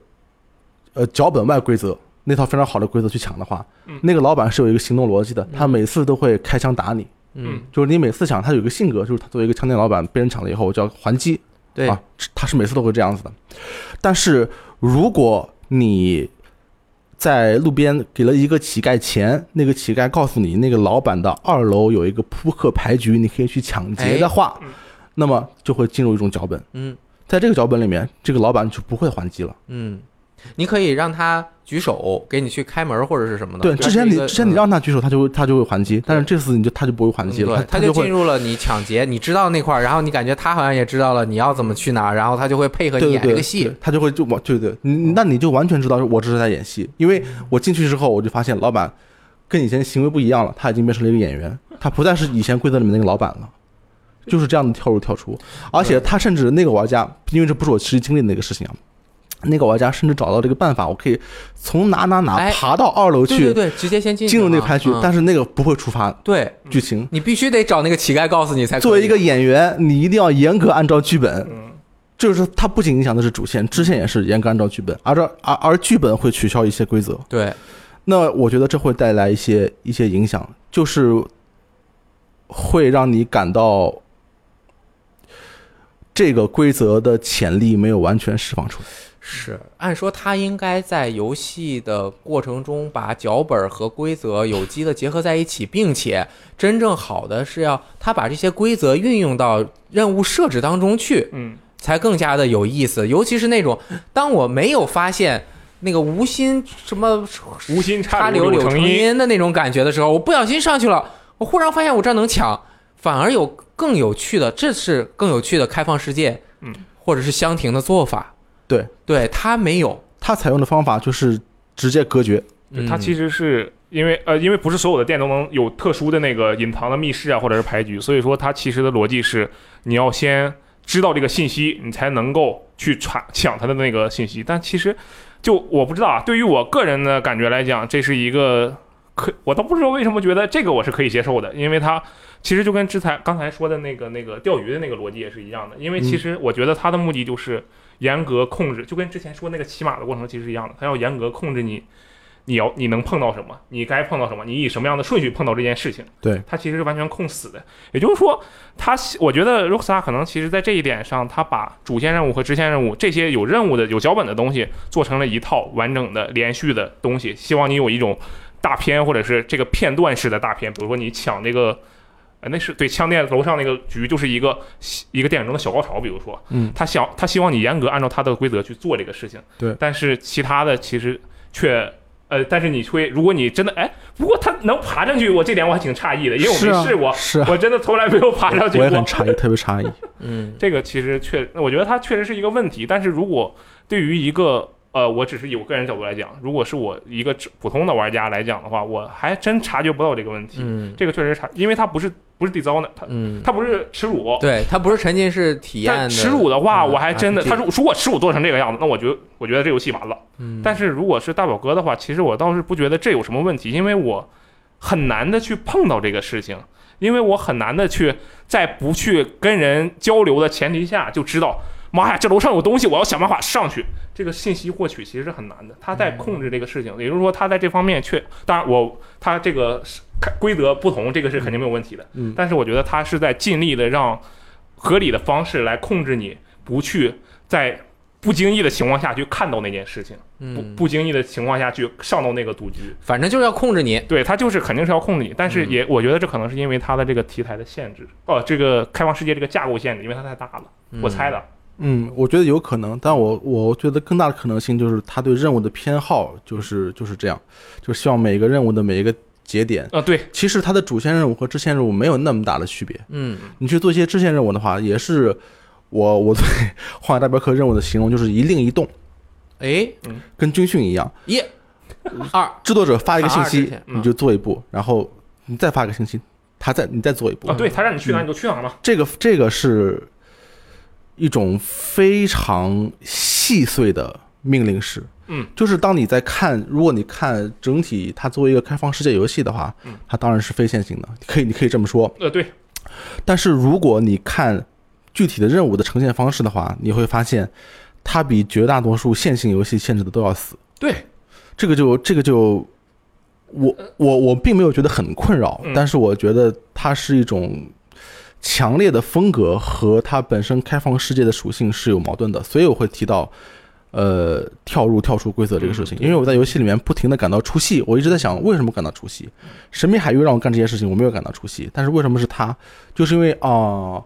呃脚本外规则那套非常好的规则去抢的话，
嗯
那个老板是有一个行动逻辑的，他每次都会开枪打你，
嗯，
就是你每次抢，他有一个性格，就是他作为一个枪店老板被人抢了以后，我就要还击，
对
啊，他是每次都会这样子的。但是如果你在路边给了一个乞丐钱，那个乞丐告诉你那个老板的二楼有一个扑克牌局，你可以去抢劫的话，
哎嗯
那么就会进入一种脚本。
嗯
在这个脚本里面，这个老板就不会还击了，
嗯你可以让他举手给你去开门或者是什么的。
对，
它是
之前你
一个嗯
之前你让他举手，他就会他就会还击，但是这次你就他就不会还击
嗯
了，
对，
他
就进
会
入了你抢劫，你知道那块儿，然后你感觉他好像也知道了你要怎么去哪儿，然后他就会配合
对
你
对
演
对，
这个戏
对，他就会就往对对，你那你就完全知道我这是在演戏，因为我进去之后我就发现老板跟以前行为不一样了，他已经变成了一个演员，他不再是以前规则里面那个老板了。就是这样的跳入跳出，而且他甚至那个玩家，因为这不是我实际经历的那个事情啊，那个玩家甚至找到这个办法，我可以从哪哪哪
哎
爬到二楼
对对
去，
对，直接先进
进入那个牌局
嗯，
但是那个不会触发
对
剧情，
你必须得找那个乞丐告诉你才可以。
作为一个演员，你一定要严格按照剧本。
嗯
就是它不仅影响的是主线，支线也是严格按照剧本，而这而而剧本会取消一些规则。
对
那我觉得这会带来一些一些影响，就是会让你感到这个规则的潜力没有完全释放出来。
是，按说他应该在游戏的过程中把脚本和规则有机的结合在一起，并且真正好的是要他把这些规则运用到任务设置当中去，
嗯，
才更加的有意思。尤其是那种当我没有发现那个无心什么
无心
插
插
柳柳
成
成
荫，
荫的那种感觉的时候，我不小心上去了，我忽然发现我这儿能抢，反而有更有趣的，这是更有趣的开放世界，
嗯，
或者是香亭的做法，
对，
对他没有，
它采用的方法就是直接隔绝，
对它其
实
实是因为呃，因为不是所有的店都能有特殊的那个隐藏的密室啊，或者是牌局，所以说它其实的逻辑是你要先知道这个信息，你才能够去查抢它的那个信息。但其实就我不知道啊，对于我个人的感觉来讲，这是一个可我倒不知道为什么觉得这个我是可以接受的，因为它其实就跟之前刚才说的那个那个钓鱼的那个逻辑也是一样的，因为其实我觉得它的目的就是严格控制，就跟之前说那个骑马的过程其实一样的，它要严格控制你。你要你能碰到什么，你该碰到什么，你以什么样的顺序碰到这件事情，
对
它其实是完全控死的。也就是说，它我觉得 Rockstar 可能其实在这一点上，它把主线任务和支线任务这些有任务的、有脚本的东西做成了一套完整的、连续的东西，希望你有一种大片或者是这个片段式的大片，比如说你抢这个。呃，那是对枪店楼上那个局，就是一个一个电影中的小高潮。比如说，
嗯，
他想他希望你严格按照他的规则去做这个事情，
对
但是其他的其实却呃，但是你会，如果你真的哎，不过他能爬上去，我这点我还挺诧异的，因为我
是啊
没试过，
是啊
我真的从来没有爬上去过。
我也很诧异，特别诧异。
嗯
这个其实确，我觉得它确实是一个问题。但是如果对于一个呃，我只是以我个人角度来讲，如果是我一个普通的玩家来讲的话，我还真察觉不到这个问题。
嗯
这个确实察，因为它不是不是 d i s h o n 它
嗯，
它不是耻辱。
对他不是沉浸式体验
但
的
耻辱的话，
啊
嗯
我还
哎
真的，
RPG
他如如果耻辱做成这个样子，那我觉得我觉得这游戏完了。
嗯
但是如果是大表哥的话，其实我倒是不觉得这有什么问题，因为我很难的去碰到这个事情，因为我很难的去在不去跟人交流的前提下就知道，妈呀，这楼上有东西，我要想办法上去。这个信息获取其实是很难的，他
嗯
在控制这个事情，也就是说他在这方面确，当然我他这个是规则不同，这个是肯定没有问题的，
嗯，
但是我觉得他是在尽力的让合理的方式来控制你，不去在不经意的情况下去看到那件事情。不
嗯，
不经意的情况下去上到那个赌局，
反正就是要控制你，
对他就是肯定是要控制你，但是也我觉得这可能是因为他的这个题材的限制，哦，这个开放世界这个架构限制，因为它太大了，我猜的，
嗯，我觉得有可能，但我我觉得更大的可能性就是他对任务的偏好就是就是这样，就是希望每一个任务的每一个节点，
呃，对，
其实它的主线任务和支线任务没有那么大的区别。
嗯
你去做一些支线任务的话，也是我 我对《荒野大镖客》任务的形容就是一令一动，
哎
跟军训一样，
一
嗯
二
制作者发一个信
反而之
息
前，嗯
你就做一步，然后你再发一个信息，他再你再做一步
啊，，对他让你去哪儿你就去哪儿嘛，
这个这个是一种非常细碎的命令式。
嗯，
就是当你在看，如果你看整体它作为一个开放世界游戏的话
嗯，
它当然是非线性的，可以你可以这么说。
呃，对，
但是如果你看具体的任务的呈现方式的话，你会发现它比绝大多数线性游戏限制的都要死。
对，
这个就这个就，我我我并没有觉得很困扰，
嗯
但是我觉得它是一种强烈的风格和它本身开放世界的属性是有矛盾的，所以我会提到。呃，跳入跳出规则这个事情，因为我在游戏里面不停的感到出戏，我一直在想为什么感到出戏。神秘海域让我干这些事情，我没有感到出戏，但是为什么是他？就是因为啊、呃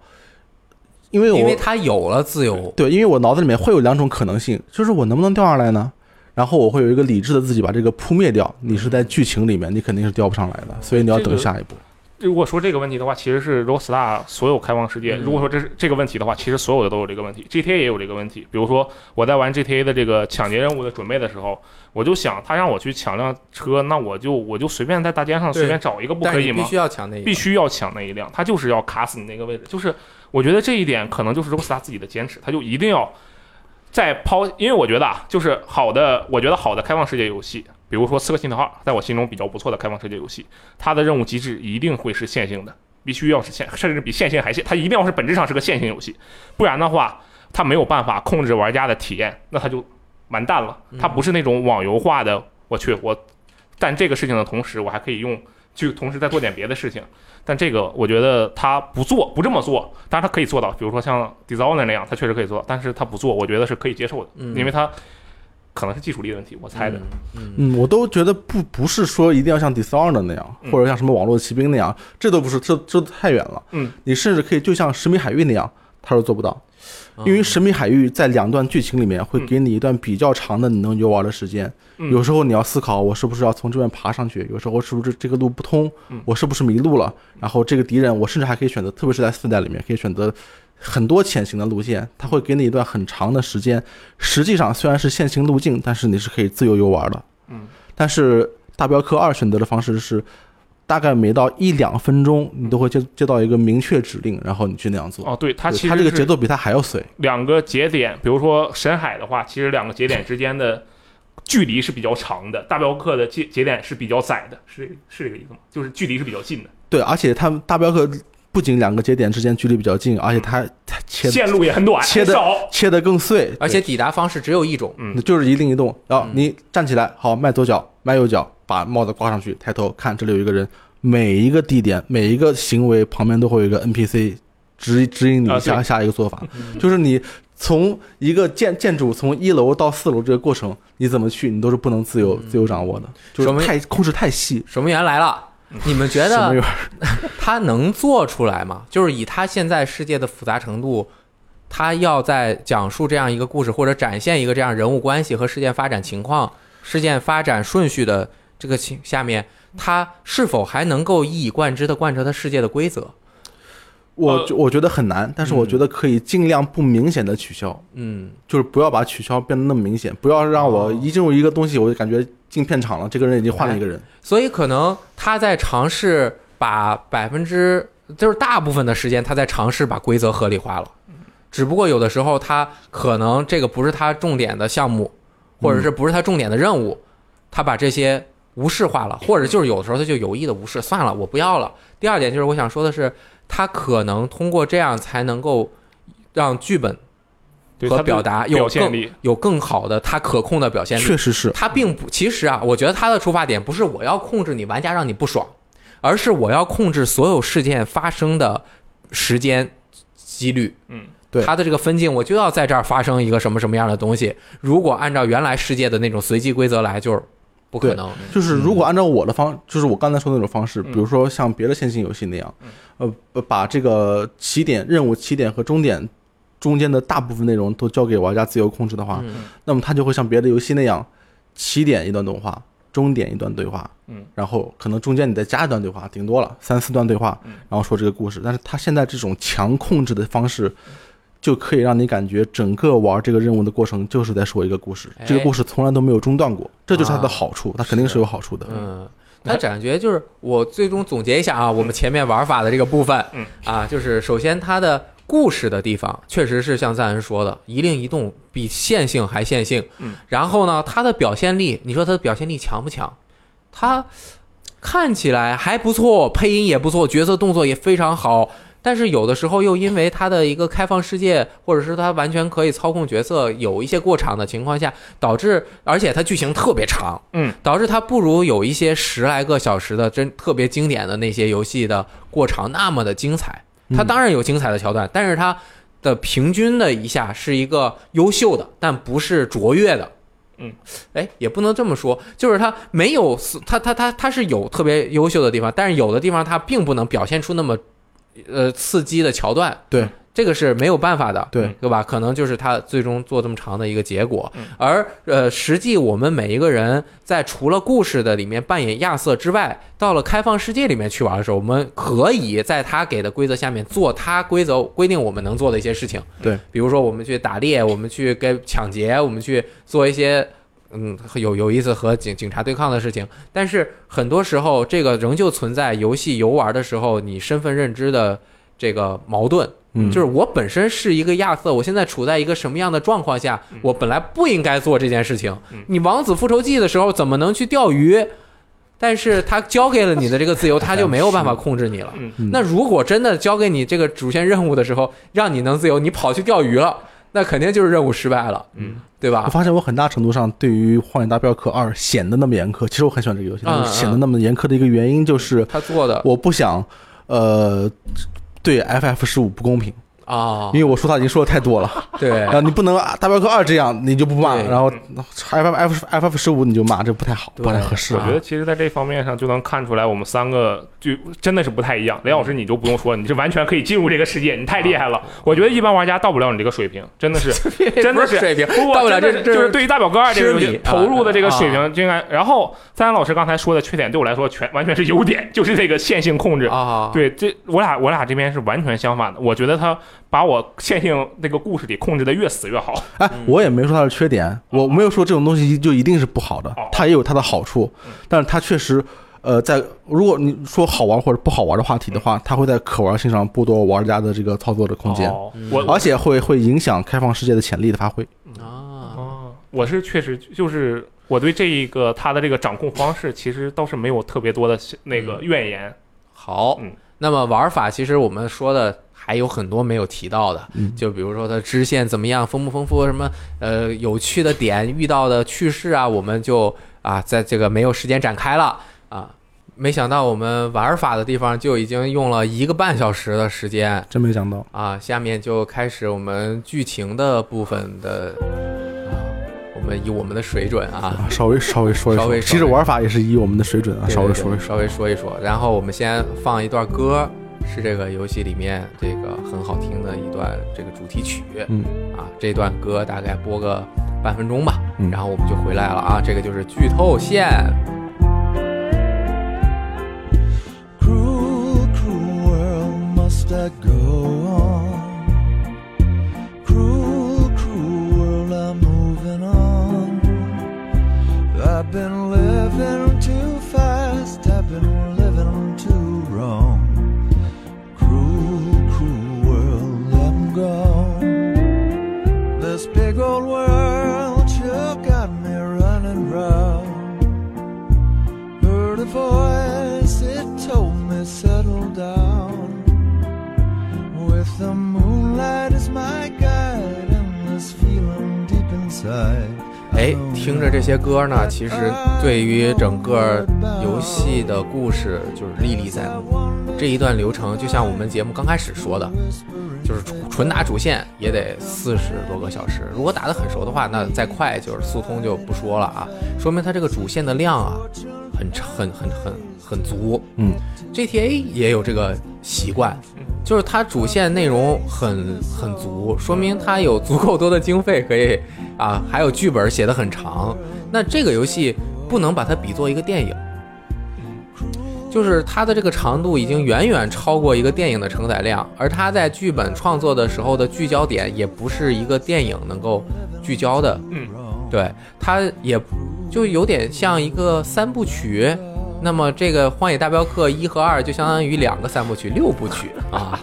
因为我
因为他有了自由，
对，因为我脑子里面会有两种可能性，就是我能不能掉下来呢？然后我会有一个理智的自己把这个扑灭掉。你是在剧情里面，你肯定是钓不上来的，所以你要等下一步。
如果说这个问题的话，其实是 Rockstar 所有开放世界。
嗯
如果说这是这个问题的话，其实所有的都有这个问题。GTA 也有这个问题。比如说我在玩 GTA 的这个抢劫任务的准备的时候，我就想他让我去抢辆车，那我就我就随便在大街上
对
随便找一个，不
但
可
是
以
你
吗
必？须要抢那一
必
个
须要抢那一辆，他就是要卡死你那个位置。就是我觉得这一点可能就是 Rockstar 自己的坚持，他就一定要在抛，因为我觉得啊，就是好的，我觉得好的开放世界游戏，比如说《刺客信条二》，在我心中比较不错的开放世界游戏，它的任务机制一定会是线性的，必须要是线，甚至比线性还线，它一定要是本质上是个线性游戏，不然的话，它没有办法控制玩家的体验，那它就完蛋了。
嗯
它不是那种网游化的，我去，我干这个事情的同时，我还可以用去同时再做点别的事情。但这个我觉得他不做，不这么做，当然他可以做到，比如说像 Dishonored 那样，他确实可以做到，但是他不做，我觉得是可以接受的，
嗯
因为他可能是技术力的问题，我猜的。。
嗯，嗯
嗯，我都觉得不不是说一定要像 Dishonored 那样，
嗯
或者像什么网络骑兵那样，这都不是，这这都太远了。
嗯，
你甚至可以就像神秘海域那样，他说做不到，因为
嗯
神秘海域在两段剧情里面会给你一段比较长的你能游玩的时间。
嗯
有时候你要思考，我是不是要从这边爬上去？有时候是不是这个路不通
嗯？
我是不是迷路了？然后这个敌人，我甚至还可以选择，特别是在四代里面，可以选择很多潜行的路线，它会给你一段很长的时间。实际上虽然是线行路径，但是你是可以自由游玩的。
嗯，
但是大镖客二选择的方式是。大概每到一两分钟，你都会接接到一个明确指令，然后你去那样做。
哦，对，他
对
其实
它这个
是
节奏比它还要碎。
两个节点，比如说深海的话，其实两个节点之间的距离是比较长的，大镖客的节节点是比较窄的，是是这个意思吗？就是距离是比较近的，
对，而且他们大镖客不仅两个节点之间距离比较近，而且它它切
线路也很短，
切
很
的
少。
切得更碎，
而且抵达方式只有一种，
对就是一定一动。然后
嗯
你站起来，好，迈左脚，迈右脚，把帽子挂上去，抬头看这里有一个人。每一个地点，每一个行为旁边都会有一个 NPC 指指引你
啊对
下、下一个做法，
嗯
就是你。从一个建建筑从一楼到四楼这个过程，你怎么去，你都是不能自由、自由掌握的，
嗯
就
说明
是太控制太细。
守门员来了，你们觉
什么
得
玩意儿
他能做出来吗？就是以他现在世界的复杂程度，他要在讲述这样一个故事或者展现一个这样人物关系和事件发展情况、事件发展顺序的这个情下面，他是否还能够一以贯之的贯彻他世界的规则？
我
呃
觉我觉得很难，但是我觉得可以尽量不明显的取消。
嗯，
就是不要把取消变得那么明显，不要让我一进入一个东西，我就感觉进片场了，这个人已经换了一个人。
所以可能他在尝试把百分之，就是大部分的时间他在尝试把规则合理化了，只不过有的时候他可能这个不是他重点的项目，或者是不是他重点的任务，他把这些无视化了，或者就是有的时候他就有意的无视，算了，我不要了。第二点就是我想说的是，他可能通过这样才能够让剧本
对
和
它的
表达有
表现
更
力，
有更好的他可控的表现力，
确实是，
他并不，其实啊，我觉得他的出发点不是我要控制你玩家让你不爽，而是我要控制所有事件发生的时间几率。
嗯，
对
他的这个分镜，我就要在这儿发生一个什么什么样的东西。如果按照原来世界的那种随机规则来，就是不可能。
就是如果按照我的方，就是我刚才说的那种方式，
嗯
比如说像别的线性游戏那样，呃，把这个起点任务起点和终点中间的大部分内容都交给玩家自由控制的话，
嗯
那么它就会像别的游戏那样，起点一段动画，终点一段对话，
嗯，
然后可能中间你再加一段对话，顶多了三四段对话，
嗯
然后说这个故事。但是它现在这种强控制的方式，就可以让你感觉整个玩这个任务的过程就是在说一个故事，
哎
这个故事从来都没有中断过，这就是它
啊
的好处，它肯定是有好处的。
嗯，他感觉就是我最终总结一下啊，我们前面玩法的这个部分，
嗯
啊，就是首先它的故事的地方确实是像赞恩说的，一令一动比线性还线性。
嗯，
然后呢，它的表现力，你说它的表现力强不强？它看起来还不错，配音也不错，角色动作也非常好。但是有的时候又因为它的一个开放世界，或者是它完全可以操控角色，有一些过场的情况下，导致而且它剧情特别长，导致它不如有一些十来个小时的真特别经典的那些游戏的过场那么的精彩。它当然有精彩的桥段，但是它的平均的一下是一个优秀的，但不是卓越的。
嗯，
哎，也不能这么说，就是它没有它它它它是有特别优秀的地方，但是有的地方它并不能表现出那么呃刺激的桥段。
对，
这个是没有办法的，
对
对吧？可能就是他最终做这么长的一个结果
嗯。
而呃，实际我们每一个人在除了故事的里面扮演亚瑟之外，到了开放世界里面去玩的时候，我们可以在他给的规则下面做他规则规定我们能做的一些事情。
对，
比如说我们去打猎，我们去跟抢劫，我们去做一些。嗯，有有意思和警警察对抗的事情，但是很多时候这个仍旧存在游戏游玩的时候你身份认知的这个矛盾，
嗯，
就是我本身是一个亚瑟，我现在处在一个什么样的状况下
嗯，
我本来不应该做这件事情
嗯。
你王子复仇记的时候怎么能去钓鱼？但是他交给了你的这个自由，他就没有办法控制你 了。
嗯
嗯
那如果真的交给你这个主线任务的时候，让你能自由，你跑去钓鱼了，那肯定就是任务失败了，
嗯
对
我
吧？
发现我很大程度上对于《荒野大镖客二》显得那么严苛，其实我很喜欢这个游戏，但是
嗯嗯
显得那么严苛的一个原因就是
他做的
我不想，呃，对 FF 十五不公平，
啊
因，为我说他已经说的太 多了，
对
然后你不能啊大镖客二这样你就不骂，
对
然后 FF FF 十五你就骂，这不太好，
对
不太合适
是，我。觉
啊
得其实在这方面上就能看出来，我们三个就真的是不太一样。雷老师你就不用说，你是完全可以进入这个世界，你太厉害
啊
了。我觉得一般玩家到不了你这个水平，真的是 真的
不是水平
不
到不了这
真的是就是对于大表哥二这个游
痴迷
戏
啊
投入的这个水
啊
平，就应该。然后三三老师刚才说的缺点，对我来说全完全是优点，就是这个线性控制。
啊，
对，这我俩我俩这边是完全相反的。我觉得他把我线性那个故事里控制的越死越好。
哎，
嗯
我也没说它是缺点，
啊
我没有说这种东西就一定是不好的
哦，
它也有它的好处，
嗯
但是它确实，呃，在如果你说好玩或者不好玩的话题的
嗯
话，它会在可玩性上剥夺玩家的这个操作的空间，
哦
嗯
我
而且会会影响开放世界的潜力的发挥。
啊，
哦，我是确实就是我对这一个他的这个掌控方式，其实倒是没有特别多的那个怨言。
好
嗯，
那么玩法其实我们说的还有很多没有提到的，
嗯
就比如说它支线怎么样，丰不丰富，什么呃有趣的点，遇到的趣事啊，我们就啊在这个没有时间展开了啊。没想到我们玩法的地方就已经用了一个半小时的时间
真没想到，
啊，下面就开始我们剧情的部分的啊，我们以我们的水准啊，
啊稍微稍微说一
稍微
说，其实
稍微
玩法也是以我们的水准啊，
对
稍微
对
说一
对
说
稍。微说一说。然后我们先放一段歌，是这个游戏里面这个很好听的一段这个主题曲
嗯
啊，这段歌大概播个半分钟吧，
嗯
然后我们就回来了啊。这个就是剧透线，
Cruel, cruel world, must I go on? Cruel, cruel world, I'm moving on. I've been living too fast, I've been living too wrong. Cruel, cruel world, I'm gone. This big old world, you got me running round heard a voice, it told me settle down. With the moonlight as my guide, and this feeling deep inside.
哎，听着这些歌呢，其实对于整个游戏的故事就是历历在目。这一段流程就像我们节目刚开始说的，就是纯纯打主线也得四十多个小时，如果打得很熟的话，那再快就是速通就不说了啊，说明它这个主线的量啊，很很很很很足。
嗯，
GTA 也有这个习惯，就是它主线内容很很足，说明它有足够多的经费可以啊，还有剧本写得很长。那这个游戏不能把它比作一个电影，就是它的这个长度已经远远超过一个电影的承载量，而它在剧本创作的时候的聚焦点也不是一个电影能够聚焦的。
嗯，
对，它也就有点像一个三部曲。那么这个《荒野大镖客》一和二就相当于两个三部曲，六部曲啊，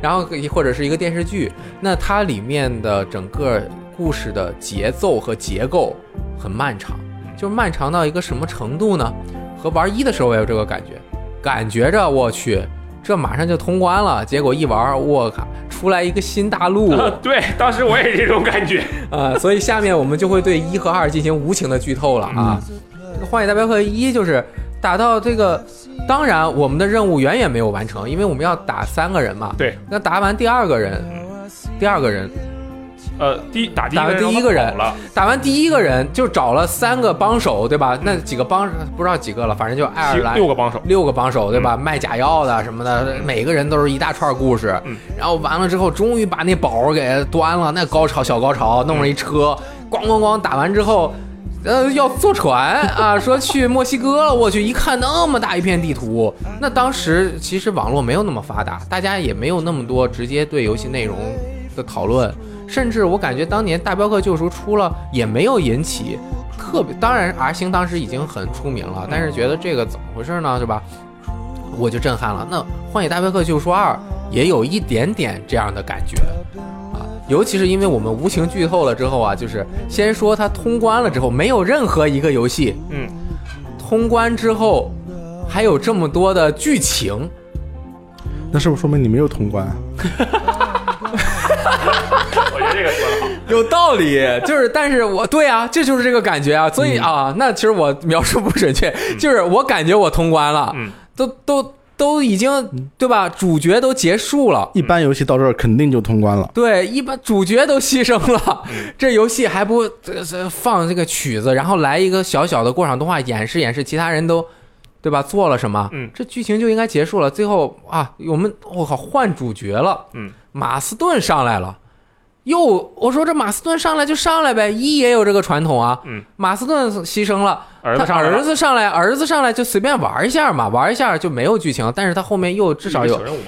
然后或者是一个电视剧，那它里面的整个故事的节奏和结构很漫长，就是漫长到一个什么程度呢？和玩一的时候也有这个感觉，感觉着我去，这马上就通关了，结果一玩，我靠，出来一个新大陆，
啊对，当时我也这种感觉。
啊，所以下面我们就会对一和二进行无情的剧透了啊。
嗯
这个《荒野大镖客一》就是打到这个，当然我们的任务远远没有完成，因为我们要打三个人嘛。
对，
那打完第二个人，第二个人
呃，第打第
打
一
第一个
个
人
人了，
打完第一个人就找了三个帮手，对吧？那几个帮不知道几个了，反正就爱尔
七
兰
六个帮手，
六个帮手，对吧？卖假药的什么的，每个人都是一大串故事。
嗯
然后完了之后，终于把那宝儿给端了，那高潮小高潮，弄了一车，咣咣咣打完之后。呃，要坐船啊，说去墨西哥了。我去一看，那么大一片地图，那当时其实网络没有那么发达，大家也没有那么多直接对游戏内容的讨论，甚至我感觉当年《大镖客：救赎》出了也没有引起特别，当然 R 星当时已经很出名了，但是觉得这个怎么回事呢？对吧？我就震撼了。那《荒野大镖客：救赎二》也有一点点这样的感觉啊，尤其是因为我们无情剧透了之后啊，就是先说它通关了之后，没有任何一个游戏
嗯，
通关之后还有这么多的剧情，
那是不是说明你没有通关啊？
我觉得这个说的好，
有道理，就是，但是我对啊，这就是这个感觉啊，所以啊，那其实我描述不准确， 就是我感觉我通关了，
嗯，
都都都已经对吧？主角都结束了。
一般游戏到这儿肯定就通关了。
对，一般主角都牺牲了，
嗯
这游戏还不这这放这个曲子，然后来一个小小的过场动画演示演示，其他人都，对吧？做了什么？
嗯
这剧情就应该结束了。最后啊，我们我靠换主角了，
嗯，
马斯顿上来了。哟，我说这马斯顿上来就上来呗，一也有这个传统啊。
嗯，
马斯顿牺牲了，
儿子
他
上来了
儿子上来，儿子上来就随便玩一下嘛，玩一下就没有剧情，但是他后面又至少有
小任务嘛，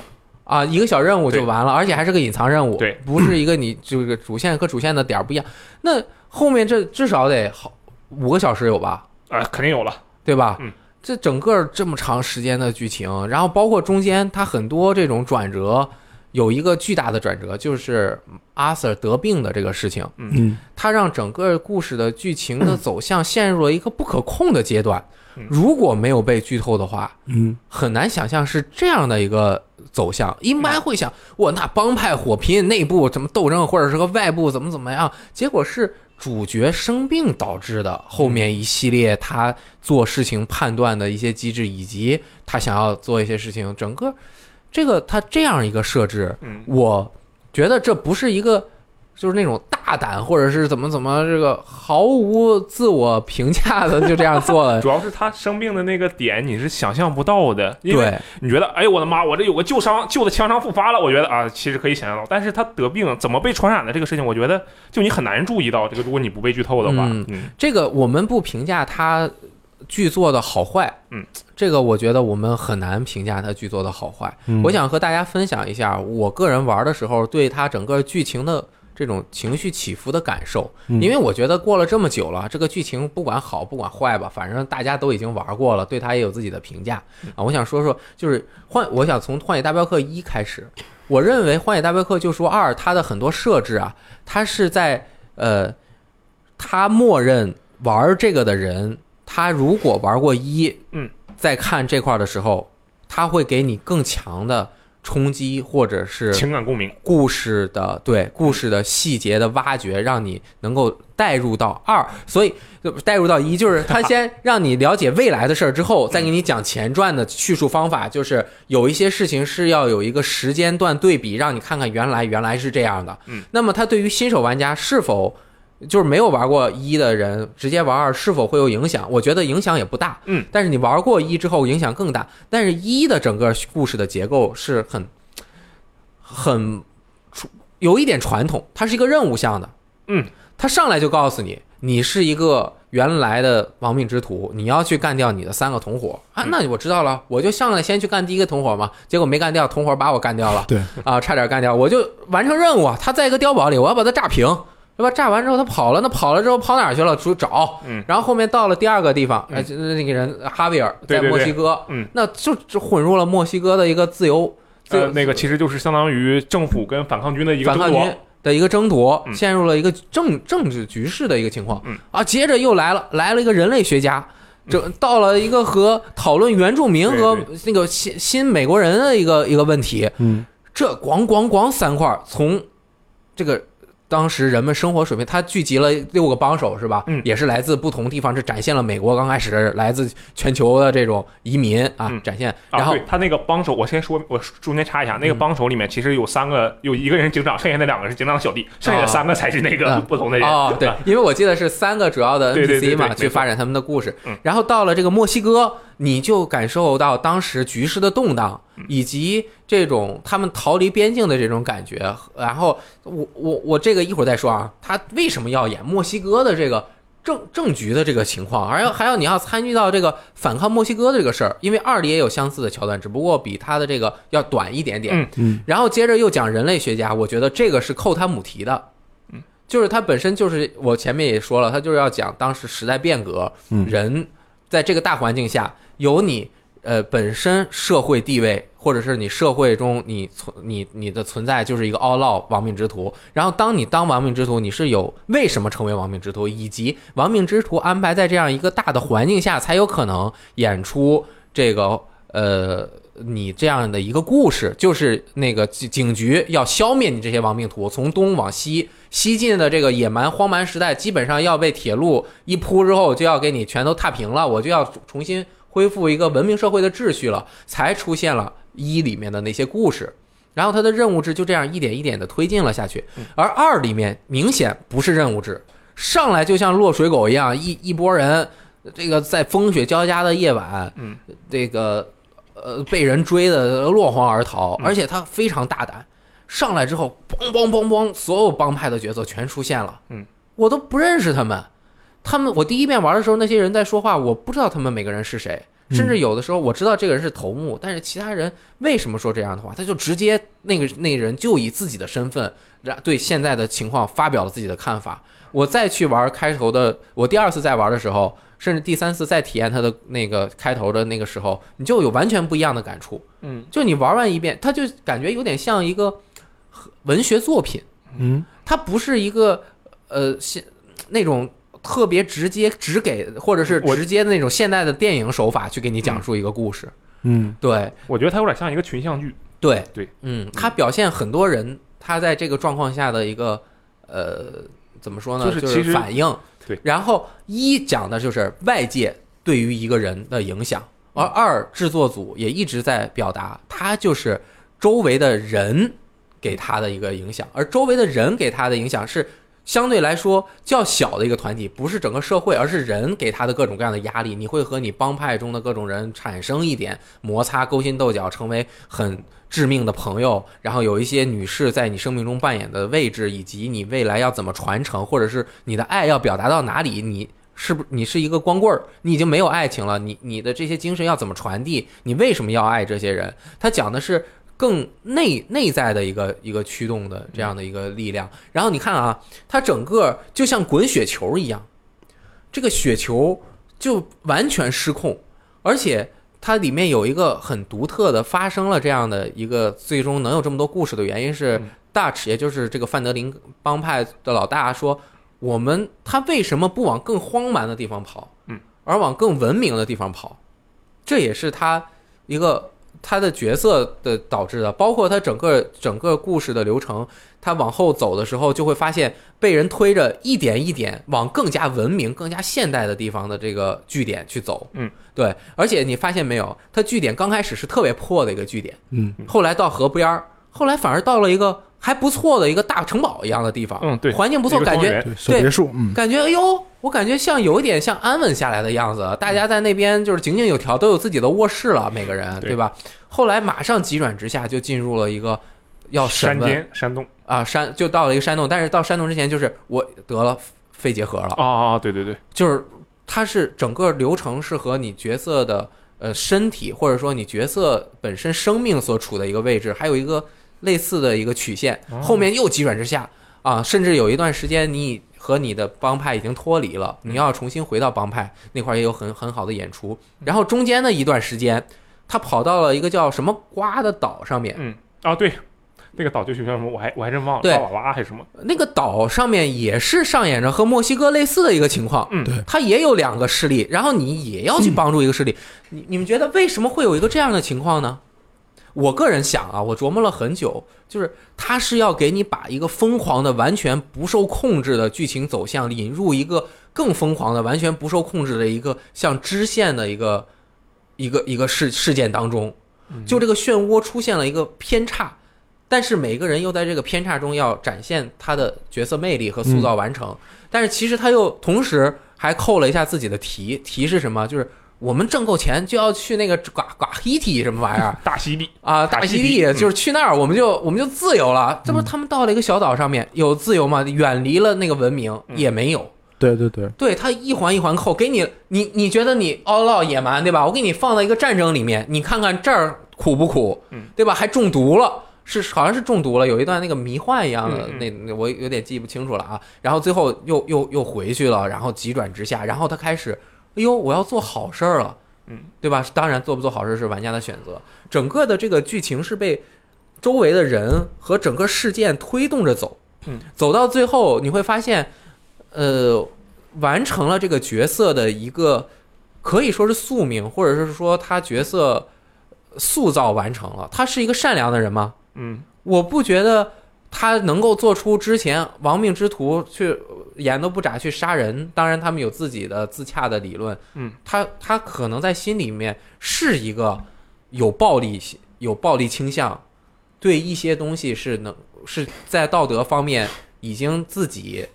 啊，一个小任务就
对
完了，而且还是个隐藏任务，
对，
不是一个你这个主线和主线的点儿不一样。那后面这至少得好五个小时有吧，
啊，肯定有了，
对吧？
嗯
这整个这么长时间的剧情，然后包括中间它很多这种转折，有一个巨大的转折就是阿 Sir 得病的这个事情，
嗯，
它让整个故事的剧情的走向陷入了一个不可控的阶段
嗯。
如果没有被剧透的话，
嗯，
很难想象是这样的一个走向。一般
嗯
会想，哇，那帮派火拼，内部怎么斗争，或者是个外部怎么怎么样，结果是主角生病导致的。后面一系列他做事情判断的一些机制，以及他想要做一些事情，整个这个他这样一个设置，
嗯
我觉得这不是一个。就是那种大胆，或者是怎么怎么这个毫无自我评价的就这样做了
主，要是他生病的那个点你是想象不到的， 因为
对，
你觉得，哎，我的妈，我这有个旧伤，旧的枪伤复发了，我觉得啊，其实可以想象到，但是他得病怎么被传染的这个事情，我觉得就你很难注意到这个，如果你不被剧透的话，
嗯
嗯
这个我们不评价它剧作的好坏，
嗯，
这个我觉得我们很难评价它剧作的好坏。
嗯
我想和大家分享一下我个人玩的时候对它整个剧情的这种情绪起伏的感受，
嗯
因为我觉得过了这么久了，这个剧情不管好不管坏吧，反正大家都已经玩过了，对它也有自己的评价
嗯
啊。我想说说，就是换，我想从《荒野大镖客一》开始，我认为《荒野大镖客：救赎二》它的很多设置啊，它是在呃，它默认玩这个的人，他如果玩过一，
嗯，
在看这块儿的时候，他会给你更强的冲击，或者是
情感共鸣，
故事的对故事的细节的挖掘，让你能够带入到二，所以呃带入到一就是他先让你了解未来的事儿之后，再给你讲前传的叙述方法，就是有一些事情是要有一个时间段对比，让你看看原来原来是这样的。
嗯，
那么他对于新手玩家是否就是没有玩过一的人直接玩二是否会有影响？我觉得影响也不大。
嗯，
但是你玩过一之后影响更大。但是一的整个故事的结构是很很有一点传统，它是一个任务向的。
嗯，
它上来就告诉你，你是一个原来的亡命之徒，你要去干掉你的三个同伙
嗯
啊。那我知道了，我就上来先去干第一个同伙嘛，结果没干掉，同伙把我干掉了。
对
啊，差点干掉，我就完成任务啊。他在一个碉堡里，我要把他炸平，对吧？炸完之后他跑了，那跑了之后跑哪儿去了？出去找。
嗯
然后后面到了第二个地方，
嗯
哎，就那个人哈维尔
对
在
对
墨
对
西哥，
嗯，
那就就混入了墨西哥的一个自由，自由
呃，那个其实就是相当于政府跟反抗军的一个
反
争
抗
夺
军，的一个争夺，
嗯
陷入了一个政政治局势的一个情况。
嗯
啊，接着又来了，来了一个人类学家，这到了一个和讨论原住民
对
和那个新新美国人的一个一个问题。
嗯
这咣咣咣三块儿从这个当时人们生活水平，他聚集了六个帮手是吧？
嗯
也是来自不同地方，这展现了美国刚开始来自全球的这种移民啊，
嗯
展现。
啊
然后、
对他那个帮手，我先说，我中间插一下，那个
嗯
帮手里面其实有三个，有一个人是警长，剩下那两个是警长的小弟，剩下的三个才是那个
嗯
不同的人。
哦，啊对
吧，
因为我记得是三个主要的
对对对
NPC 嘛，
对
去发展他们的故事
嗯。
然后到了这个墨西哥，你就感受到当时局势的动荡，
嗯
以及这种他们逃离边境的这种感觉。然后我我我这个一会儿再说啊，他为什么要演墨西哥的这个？政政局的这个情况，还
嗯
要还要你要参与到这个反抗墨西哥的这个事儿，因为二里也有相似的桥段，只不过比他的这个要短一点点。
嗯
嗯，
然后接着又讲人类学家，我觉得这个是扣他母题的，
嗯
就是他本身就是我前面也说了，他就是要讲当时时代变革，
嗯
人在这个大环境下，有你呃本身社会地位，或者是你社会中你存你你的存在就是一个 all out 亡命之徒。然后当你当亡命之徒，你是有为什么成为亡命之徒，以及亡命之徒安排在这样一个大的环境下才有可能演出这个呃。你这样的一个故事，就是那个警警局要消灭你这些亡命徒，从东往西，西晋的这个野蛮荒蛮时代，基本上要被铁路一铺之后，就要给你全都踏平了，我就要重新恢复一个文明社会的秩序了，才出现了一里面的那些故事。然后它的任务制就这样一点一点的推进了下去，而二里面明显不是任务制，上来就像落水狗一样，一一拨人，这个在风雪交加的夜晚，
嗯，
这个呃被人追的落荒而逃，而且他非常大胆，上来之后，梆梆梆梆，所有帮派的角色全出现了。
嗯，
我都不认识他们。他们我第一遍玩的时候，那些人在说话，我不知道他们每个人是谁，甚至有的时候我知道这个人是头目，但是其他人为什么说这样的话？他就直接那个那人就以自己的身份，然对现在的情况发表了自己的看法。我再去玩开头的，我第二次再玩的时候，甚至第三次再体验它的那个开头的那个时候，你就有完全不一样的感触。
嗯，
就你玩完一遍，它就感觉有点像一个呃文学作品，
嗯，
它不是一个呃现那种特别直接只给或者是
我
直接的那种现代的电影手法去给你讲述一个故事。
嗯，
对
我觉得他有点像一个群像剧。
对
对，
嗯，它表现很多人他在这个状况下的一个呃怎么说呢，
就是
就
其实
反应。
对
然后一讲的就是外界对于一个人的影响，
嗯
而二制作组也一直在表达，他就是周围的人给他的一个影响，而周围的人给他的影响是相对来说较小的一个团体，不是整个社会，而是人给他的各种各样的压力。你会和你帮派中的各种人产生一点摩擦、勾心斗角，成为很致命的朋友。然后有一些女士在你生命中扮演的位置，以及你未来要怎么传承，或者是你的爱要表达到哪里，你。是不？你是一个光棍儿，你已经没有爱情了。你你的这些精神要怎么传递？你为什么要爱这些人？他讲的是更内内在的一个一个驱动的这样的一个力量。然后你看啊，它整个就像滚雪球一样，这个雪球就完全失控，而且它里面有一个很独特的发生了这样的一个最终能有这么多故事的原因是
嗯
，Dutch 也就是这个范德林帮派的老大说，我们他为什么不往更荒蛮的地方跑，
嗯，
而往更文明的地方跑，这也是他一个。他的角色的导致的，包括他整个整个故事的流程，他往后走的时候，就会发现被人推着一点一点往更加文明、更加现代的地方的这个据点去走。
嗯，
对。而且你发现没有，它据点刚开始是特别破的一个据点，
嗯，
后来到河边儿，后来反而到了一个还不错的一个大城堡一样的地方。
嗯对
环境不错，
一个
感
庄
觉
园
对，小别墅，嗯，
感觉哎呦，我感觉像有一点像安稳下来的样子，大家在那边就是井井有条，都有自己的卧室了，每个人
对
对吧？后来马上急转直下，就进入了一个要审
山
问。
间山洞
啊，山就到了一个山洞，但是到山洞之前就是我得了肺结核了，
啊啊，啊对对对，
就是它是整个流程是和你角色的呃身体或者说你角色本身生命所处的一个位置，还有一个类似的一个曲线，
哦
后面又急转直下啊，甚至有一段时间你和你的帮派已经脱离了，你要重新回到帮派那块儿也有很很好的演出，然后中间的一段时间，他跑到了一个叫什么瓜的岛上面，
嗯啊对，那个岛就叫什么？我还我还真忘了，
对
巴瓦拉还是什么？
那个岛上面也是上演着和墨西哥类似的一个情况，
嗯
对
它也有两个势力，然后你也要去帮助一个势力，你你们觉得为什么会有一个这样的情况呢？我个人想啊，我琢磨了很久，就是他是要给你把一个疯狂的、完全不受控制的剧情走向引入一个更疯狂的、完全不受控制的一个像支线的一个一个一个事事件当中，
嗯
就这个漩涡出现了一个偏差，但是每个人又在这个偏差中要展现他的角色魅力和塑
嗯
造完成，但是其实他又同时还扣了一下自己的题，题是什么？就是我们挣够钱就要去那个嘎嘎 hiti 什么玩意儿。
大犀利，
啊，
大
大
溪
溪
地
地
嗯
就是去那儿，我们就我们就自由了。这不是他们到了一个小岛上面，有自由吗？远离了那个文明
嗯
也没有。
对对对，
对他一环一环扣，给你你你觉得你 all out 野蛮对吧？我给你放到一个战争里面，你看看这儿苦不苦
嗯，
对吧？还中毒了。是，好像是中毒了，有一段那个迷幻一样的，
嗯嗯
那那我有点记不清楚了啊。然后最后又又又回去了，然后急转直下，然后他开始，哎呦，我要做好事儿了，
嗯，
对吧？当然做不做好事是玩家的选择，整个的这个剧情是被周围的人和整个事件推动着走，
嗯，
走到最后你会发现，呃，完成了这个角色的一个可以说是宿命，或者是说他角色塑造完成了。他是一个善良的人吗？
嗯
我不觉得他能够做出之前亡命之徒去呃眼都不眨去杀人。当然，他们有自己的自洽的理论。
嗯，
他他可能在心里面是一个有暴力有暴力倾向，对一些东西是能是在道德方面已经自己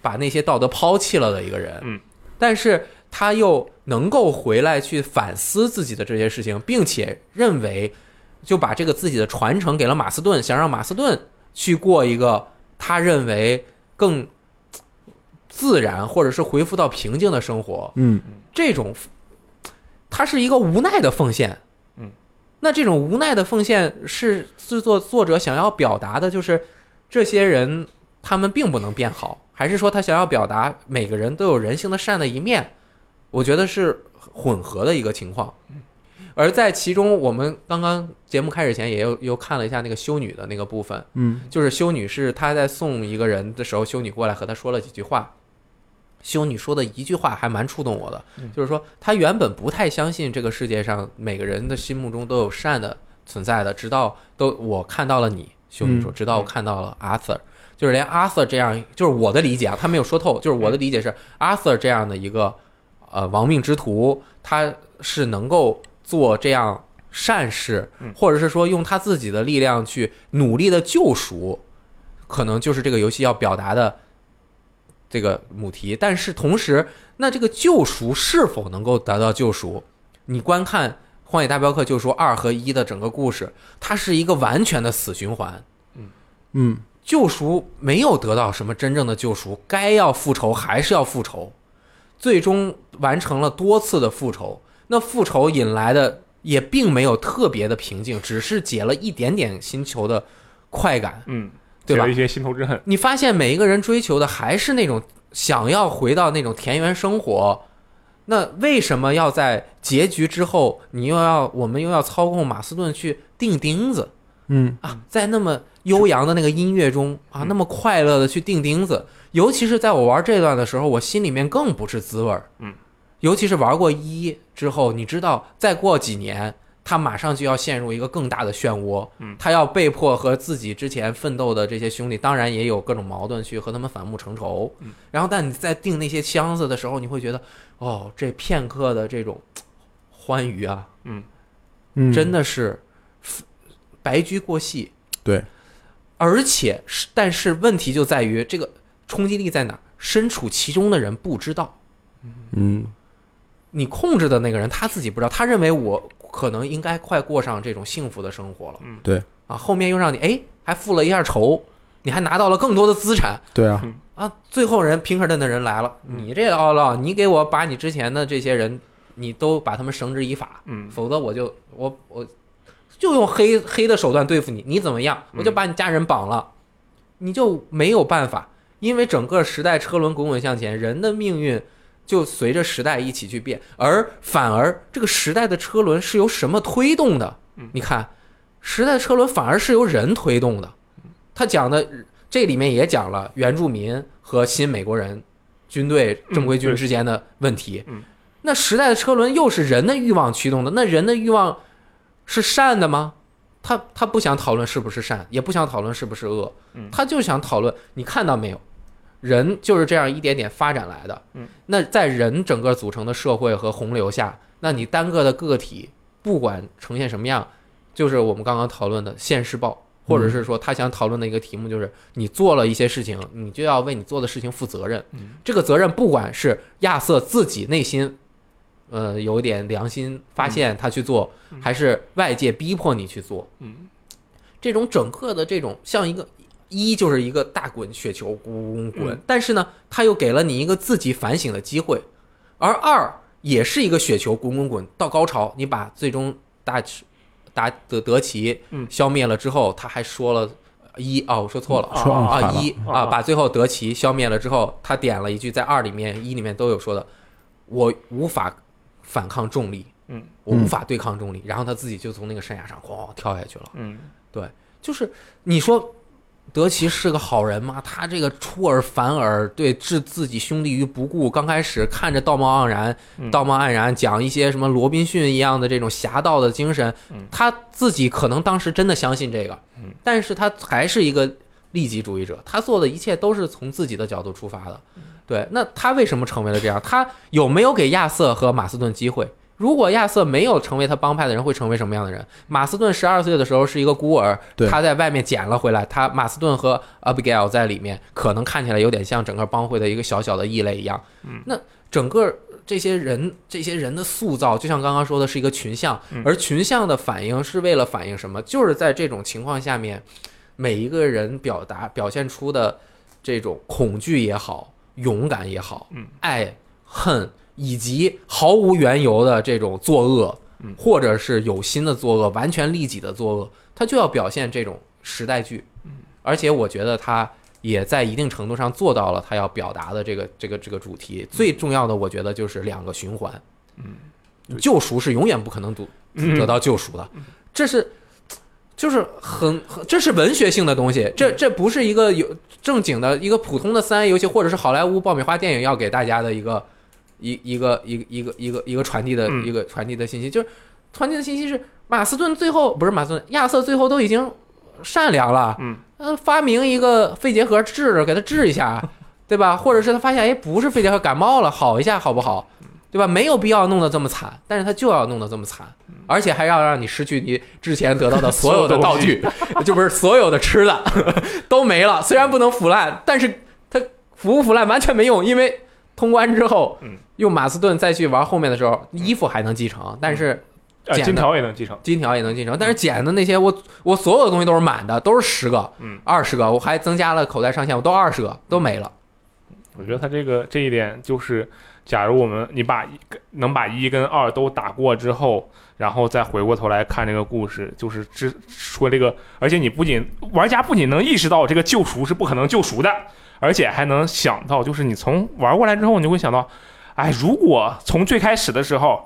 把那些道德抛弃了的一个人。
嗯，
但是他又能够回来去反思自己的这些事情，并且认为就把这个自己的传承给了马斯顿，想让马斯顿去过一个他认为更嘖自然或者是恢复到平静的生活。
嗯，
这种，它是一个无奈的奉献。
嗯，
那这种无奈的奉献是制作作者想要表达的，就是这些人他们并不能变好，还是说他想要表达每个人都有人性的善的一面？我觉得是混合的一个情况。而在其中，我们刚刚节目开始前也又又看了一下那个修女的那个部分，
嗯，
就是修女是她在送一个人的时候，修女过来和她说了几句话。修女说的一句话还蛮触动我的，
嗯
就是说她原本不太相信这个世界上每个人的心目中都有善的存在的，直到都我看到了你，修女说，
嗯
直到我看到了 Arthur，就是连 Arthur 这样，就是我的理解啊，他没有说透，就是我
嗯
的理解是 Arthur 这样的一个呃亡命之徒，他是能够做这样善事
嗯，
或者是说用他自己的力量去努力的救赎，可能就是这个游戏要表达的这个母题。但是同时，那这个救赎是否能够达到救赎？你观看《荒野大镖客：救赎二》和一的整个故事，它是一个完全的死循环。
嗯，
救赎没有得到什么真正的救赎，该要复仇还是要复仇，最终完成了多次的复仇。那复仇引来的也并没有特别的平静，只是解了一点点心球的快感。
嗯，
对吧
解了一些心头之恨，
你发现每一个人追求的还是那种想要回到那种田园生活。那为什么要在结局之后，你又要我们又要操控马斯顿去钉钉子？
嗯，
啊，在那么悠扬的那个音乐中啊，
嗯
那么快乐的去钉钉子，尤其是在我玩这段的时候，我心里面更不是滋味儿。
嗯，
尤其是玩过一之后，你知道，再过几年，他马上就要陷入一个更大的漩涡。
嗯
他要被迫和自己之前奋斗的这些兄弟，当然也有各种矛盾，去和他们反目成仇。
嗯，
然后但你在钉那些箱子的时候，你会觉得，哦，这片刻的这种嘖欢愉啊，
嗯
嗯
真的是白驹过隙。
对，
而且是，但是问题就在于这个冲击力在哪儿？身处其中的人不知道，
嗯
你控制的那个人他自己不知道，他认为我可能应该快过上这种幸福的生活了
嗯，
对
啊，后面又让你哎还付了一下仇，你还拿到了更多的资产
对啊，
啊，最后人平克顿的人来了，你这奥老，你给我把你之前的这些人，你都把他们绳之以法，
嗯
否则我就我我就用黑黑的手段对付你，你怎么样，我就把你家人绑了，你就没有办法，因为整个时代车轮滚滚向前，人的命运就随着时代一起去变，而反而这个时代的车轮是由什么推动的
嗯？
你看，时代车轮反而是由人推动的，他讲的这里面也讲了原住民和新美国人。军队正规
嗯
军
对
之间的问题，
嗯
那时代的车轮又是人的欲望驱动的，那人的欲望是善的吗？他他不想讨论是不是善，也不想讨论是不是恶
嗯，
他就想讨论你看到没有，人就是这样一点点发展来的
嗯。
那在人整个组成的社会和洪流下，那你单个的个体不管呈现什么样，就是我们刚刚讨论的现世报。或者是说，他想讨论的一个题目就是，你做了一些事情，你就要为你做的事情负责任。
嗯
这个责任不管是亚瑟自己内心，呃，有一点良心发现他去做，
嗯
还是外界逼迫你去做，
嗯
这种整个的这种像一个一就是一个大滚雪球滚滚滚，
嗯
但是呢，他又给了你一个自己反省的机会，而二也是一个雪球滚滚滚到高潮，你把最终大达德德奇
嗯
消灭了之后，他还说了一哦，我说错了，
啊
说
啊
啊
反了
一
啊
啊，把最后德奇消灭了之后，他点了一句，在二里面、一里面都有说的，我无法反抗重力，
嗯
我无法对抗重力，然后他自己就从那个山崖上哐跳下去了。
嗯
就是你说德奇是个好人吗？他这个出尔反尔，对置自己兄弟于不顾。刚开始看着道貌岸然，
嗯
道貌岸然讲一些什么罗宾逊一样的这种侠盗的精神
嗯，
他自己可能当时真的相信这个
嗯，
但是他还是一个利己主义者，他做的一切都是从自己的角度出发的。对，那他为什么成为了这样？他有没有给亚瑟和马斯顿机会？如果亚瑟没有成为他帮派的人，会成为什么样的人？马斯顿十二岁的时候是一个孤儿
对，
他在外面捡了回来。他马斯顿和 Abigail 在里面，可能看起来有点像整个帮会的一个小小的异类一样。
嗯
那整个这些人，这些人的塑造，就像刚刚说的，是一个群像
嗯，
而群像的反应是为了反映什么？就是在这种情况下面，每一个人表达表现出的这种恐惧也好，勇敢也好，
嗯
爱恨以及毫无缘由的这种作恶，
嗯
或者是有心的作恶，完全利己的作恶，他就要表现这种时代剧。
嗯
而且我觉得他也在一定程度上做到了他要表达的这个这个这个主题。最重要的，我觉得就是两个循环。嗯，救赎是永远不可能得
嗯
得到救赎的，这是。就是很很，这是文学性的东西，
嗯
这这不是一个有正经的一个普通的三 A 游戏，或者是好莱坞爆米花电影要给大家的一个一一个一个一个一个一个传递的
嗯
一个传递的信息，就是传递的信息是马斯顿最后不是马斯顿，亚瑟最后都已经善良了，
嗯
呃，发明一个肺结核治，给他治一 下，对吧？或者是他发现哎不是肺结核，感冒了，好一下好不好？对吧？没有必要弄得这么惨，但是他就要弄得这么惨，而且还要让你失去你之前得到的所有的道具， 就不是所有的吃的 都没了。虽然不能腐烂，但是它腐不腐烂完全没用，因为通关之后
嗯，
用马斯顿再去玩后面的时候，衣服还能继承，但是
呃，
简单
金条也能继承。
金条也能进城，但是捡的那些我我所有的东西都是满的，都是十个，
嗯，
二十个，我还增加了口袋上限，我都二十个，都没了。
我觉得他这个这一点就是，假如我们你把一能把一跟二都打过之后，然后再回过头来看这个故事，就是之说这个，而且你不仅玩家不仅能意识到这个救赎是不可能救赎的，而且还能想到，就是你从玩过来之后，你就会想到，哎，如果从最开始的时候。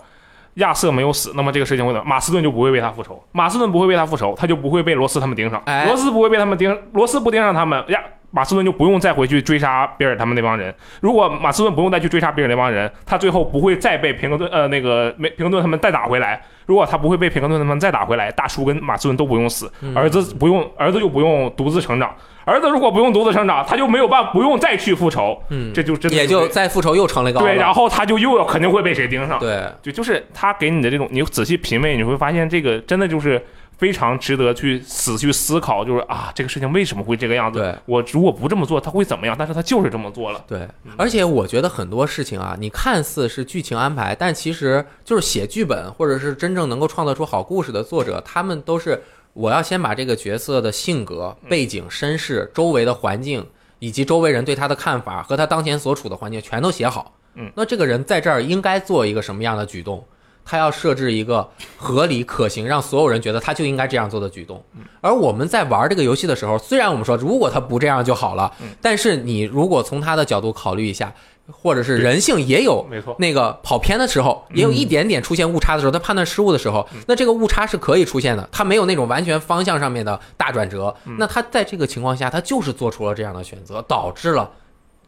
亚瑟没有死，那么这个事情会怎么？马斯顿就不会为他复仇，马斯顿不会为他复仇，他就不会被罗斯他们盯上，
哎
罗斯不会被他们盯，罗斯不盯上他们，呀，马斯顿就不用再回去追杀比尔他们那帮人，如果马斯顿不用再去追杀比尔那帮人，他最后不会再被平克顿呃那个没平克顿他们再打回来。如果他不会被平克顿他们再打回来，大叔跟马斯顿都不用死，
嗯
儿子不用儿子就不用独自成长。儿子如果不用独自成长，他就没有办不用再去复仇，
嗯，
这就真的
也就在复仇又成了一个
对，然
后
后他就又要肯定会被谁盯上。
对，
就就是他给你的这种，你仔细品味，你会发现这个真的就是非常值得去死去思考，就是啊，这个事情为什么会这个样子
对？
我如果不这么做，他会怎么样？但是他就是这么做了。
对，而且我觉得很多事情啊，你看似是剧情安排，但其实就是写剧本或者是真正能够创造出好故事的作者，他们都是我要先把这个角色的性格、
嗯
背景、身世、周围的环境以及周围人对他的看法和他当前所处的环境全都写好。
嗯，
那这个人在这儿应该做一个什么样的举动？他要设置一个合理可行，让所有人觉得他就应该这样做的举动。而我们在玩这个游戏的时候，虽然我们说如果他不这样就好了，但是你如果从他的角度考虑一下，或者是人性也有
没错
哦那个跑偏的时候，也有一点点出现误差的时候，他判断失误的时候，
嗯
那这个误差是可以出现的，他没有那种完全方向
嗯
上面的大转折，那他在这个情况下，他就是做出了这样的选择，导致了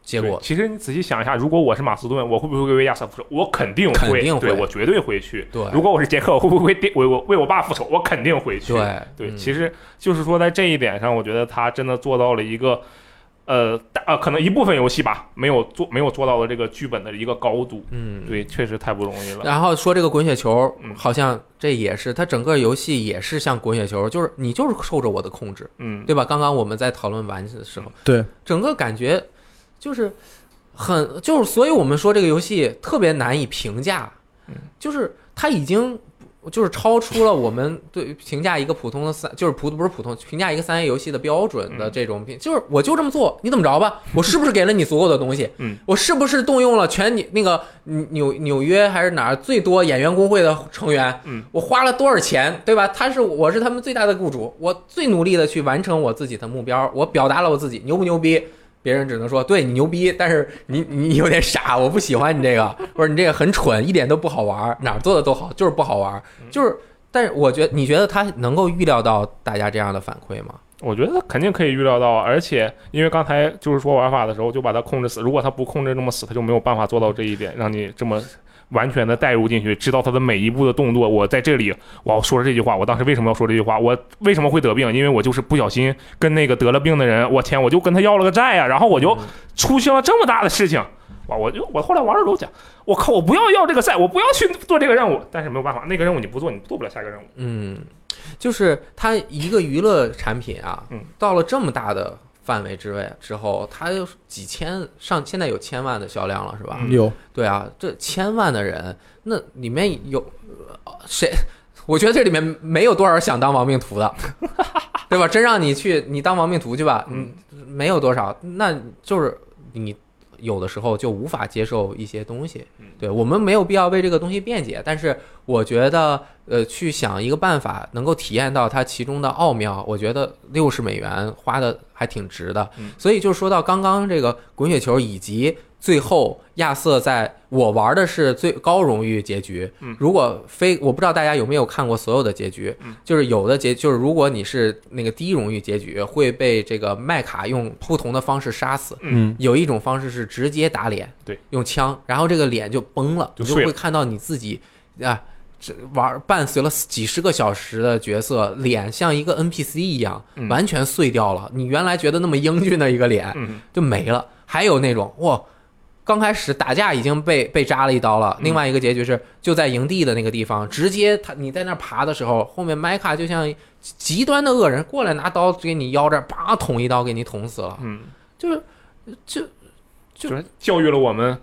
结果
对其实你仔细想一下，如果我是马斯顿，我会不会为亚瑟复仇？我肯定会，
肯定会
对我绝对会去。
对
如果我是杰克，我会不会为我我为我爸复仇？我肯定会去。
对
对，
嗯
其实就是说在这一点上，我觉得他真的做到了一个。呃，大呃，可能一部分游戏吧，没有做没有做到的这个剧本的一个高度，
嗯，
对，确实太不容易了。
然后说这个滚雪球
嗯，
好像这也是它整个游戏也是像滚雪球，就是你就是受着我的控制，
嗯，
对吧？刚刚我们在讨论完的时候，
对，
整个感觉就是很就是，所以我们说这个游戏特别难以评价
嗯，
就是它已经就是超出了我们对于评价一个普通的三，就是普不是普通评价一个三 A 游戏的标准的
嗯
这种评，就是我就这么做，你怎么着 吧？我是不是给了你足够的东西？
嗯，
我是不是动用了全你那个嗯纽纽约还是哪儿最多演员工会的成员？
嗯，
我花了多少钱，对吧？他是我是他们最大的雇主，我最努力的去完成我自己的目标，我表达了我自己牛不牛逼？别人只能说对你牛逼，但是你你有点傻，我不喜欢你这个， 或者你这个很蠢，一点都不好玩儿，哪儿做的都好，就是不好玩儿，
嗯
就是。但是我觉得，你觉得他能够预料到大家这样的反馈吗？
我觉得肯定可以预料到，啊而且因为刚才就是说玩法的时候就把它控制死，如果它不控制那么死，它就没有办法做到这一点，让你这么完全的带入进去，知道它的每一步的动作。我在这里，我说了这句话，我当时为什么要说这句话？我为什么会得病？因为我就是不小心跟那个得了病的人，我天，我就跟他要了个债啊呀、然后我就出现了这么大的事情。哇！我就我后来玩的时候讲，我靠，我不要要这个债，我不要去做这个任务。但是没有办法，那个任务你不做，你做不了下一个任务。
嗯，就是它一个娱乐产品啊，
嗯
到了这么大的范围之外之后，它有几千上，现在有千万的销量了，是吧？
嗯
有
对啊，这千万的人，那里面有呃谁？ 我觉得这里面没有多少想当亡命徒的，对吧？真让你去，你当亡命徒去吧，嗯，没有多少，那就是你有的时候就无法接受一些东西
嗯。
对我们没有必要为这个东西辩解，但是我觉得，呃，去想一个办法能够体验到它其中的奥妙，我觉得六十美元花的还挺值的。
嗯
所以就说到刚刚这个滚雪球，以及最后亚瑟在我玩的是最高荣誉结局。
嗯
如果非我不知道大家有没有看过所有的结局，
嗯
就是有的结就是如果你是那个低荣誉结局，会被这个麦卡用不同的方式杀死。
嗯，
有一种方式是直接打脸，
对，
用枪，然后这个脸就崩了，
就
你就
碎了
会看到你自己啊，这玩伴随了几十个小时的角色，脸像一个 NPC 一样，
嗯
完全碎掉了。你原来觉得那么英俊的一个脸，
嗯
就没了。还有那种哇，刚开始打架已经被被扎了一刀了。
嗯
另外一个结局是，就在营地的那个地方，直接他你在那儿爬的时候，后面麦卡就像极端的恶人过来拿刀给你腰这儿啪捅一刀，给你捅死了。
嗯。
就是就就
就是教育了我们，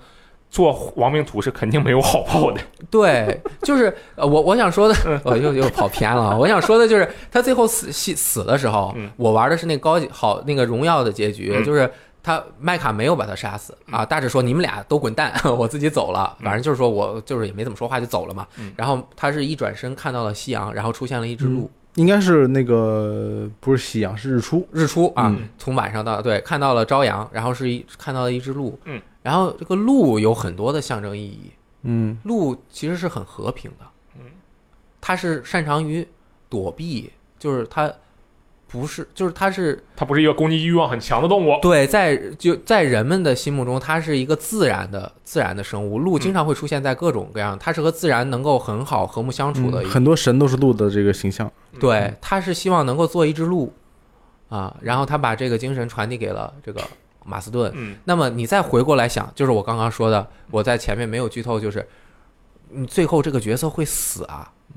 做亡命徒是肯定没有好报的。
对，就是呃我我想说
嗯
的，我又又跑偏了。啊我想说的就是，他最后死死死的时候
嗯，
我玩的是那高级好那个荣耀的结局
嗯，
就是他麦卡没有把他杀死啊，大致说你们俩都滚蛋， 我自己走了。反正就是说我就是也没怎么说话就走了嘛
嗯。
然后他是一转身看到了夕阳，然后出现了一只鹿，
应该是那个不是夕阳，是日出。
日出啊
嗯，
从晚上到对看到了朝阳，然后是一看到了一只鹿
嗯，
然后这个鹿有很多的象征意义，
嗯，
鹿其实是很和平的，
嗯，
它是擅长于躲避，就是它不是，就是它是
它不是一个攻击欲望很强的动物。
对，在就在人们的心目中，它是一个自然的自然的生物。鹿经常会出现在各种各样，它是和自然能够很好和睦相处的一个。
很多神都是鹿的这个形象。
嗯
对，它是希望能够做一只鹿啊，然后它把这个精神传递给了这个马斯顿。
嗯，
那么你再回过来想，就是我刚刚说的，我在前面没有剧透，就是你最后这个角色会死啊。
嗯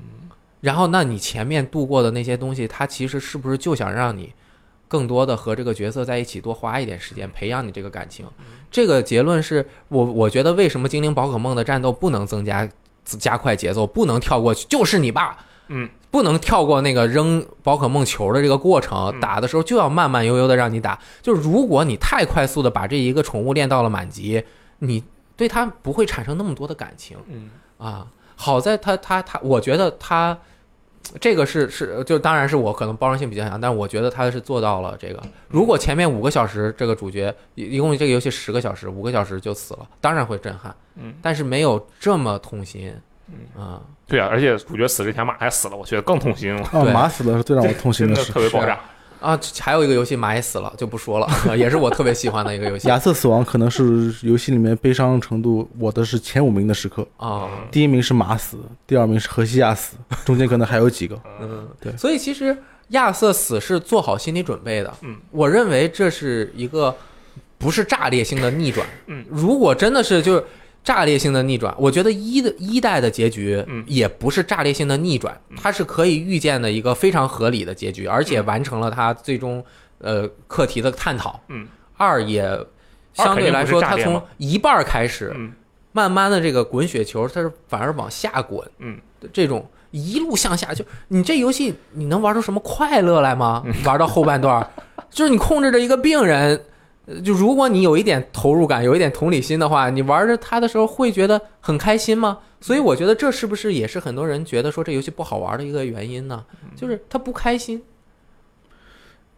然后，那你前面度过的那些东西，它其实是不是就想让你更多的和这个角色在一起多花一点时间，培养你这个感情？
嗯
这个结论是我我觉得为什么精灵宝可梦的战斗不能增加加快节奏，不能跳过去，就是你爸，
嗯，
不能跳过那个扔宝可梦球的这个过程
嗯，
打的时候就要慢慢悠悠的让你打。就是如果你太快速的把这一个宠物练到了满级，你对它不会产生那么多的感情
嗯
啊。好在它它它，我觉得它这个是是就当然是我可能包容性比较强，但我觉得它是做到了这个。如果前面五个小时这个主角一一共这个游戏十个小时，五个小时就死了，当然会震撼，
嗯，
但是没有这么痛心啊。
对啊，而且主角死之前马还死了，我觉得更痛心了，
啊，
对
马死了是最让我痛心
真的
事。
特别爆炸。
啊、啊，还有一个游戏蚂蚁死了就不说了， 也是我特别喜欢的一个游戏
亚瑟死亡可能是游戏里面悲伤程度我的是前五名的时刻，
啊。
嗯
第一名是马死，第二名是荷西亚死，中间可能还有几个。
嗯，
对
所以其实亚瑟死是做好心理准备的。
嗯，
我认为这是一个不是炸裂性的逆转。
嗯，
如果真的是就是炸裂性的逆转，我觉得一的一代的结局
嗯
也不是炸裂性的逆转，它是可以预见的一个非常合理的结局，而且完成了它最终呃课题的探讨。
嗯，
二也相对来说，
二
它
肯定不是炸裂嘛
从一半儿开始，
嗯
慢慢的这个滚雪球，它是反而往下滚，
嗯，
这种一路向下，就你这游戏你能玩出什么快乐来吗？玩到后半段儿，就是你控制着一个病人，呃就如果你有一点投入感，有一点同理心的话，你玩着他的时候会觉得很开心吗？所以我觉得这是不是也是很多人觉得说这游戏不好玩的一个原因呢？就是他不开心，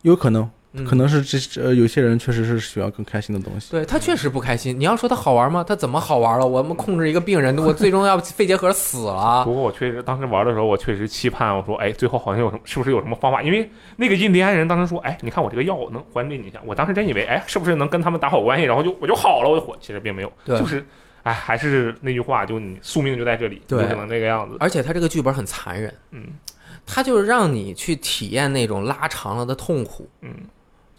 有可能，
嗯
可能是这呃，有些人确实是喜欢更开心的东西。
对他确实不开心。你要说他好玩吗？他怎么好玩了？我们控制一个病人，我最终要肺结核死了。
啊
不过我确实当时玩的时候，我确实期盼，我说，哎，最后好像有什么，是不是有什么方法？因为那个印第安人当时说，哎，你看我这个药能缓解你一下。我当时真以为，哎，是不是能跟他们打好关系，然后就我就好了，我就火。其实并没有，
对
就是，哎，还是那句话，就你宿命就在这里，
对
你只能那个样
啊
子。
而且他这个剧本很残忍，
嗯
他就是让你去体验那种拉长了的痛苦。
嗯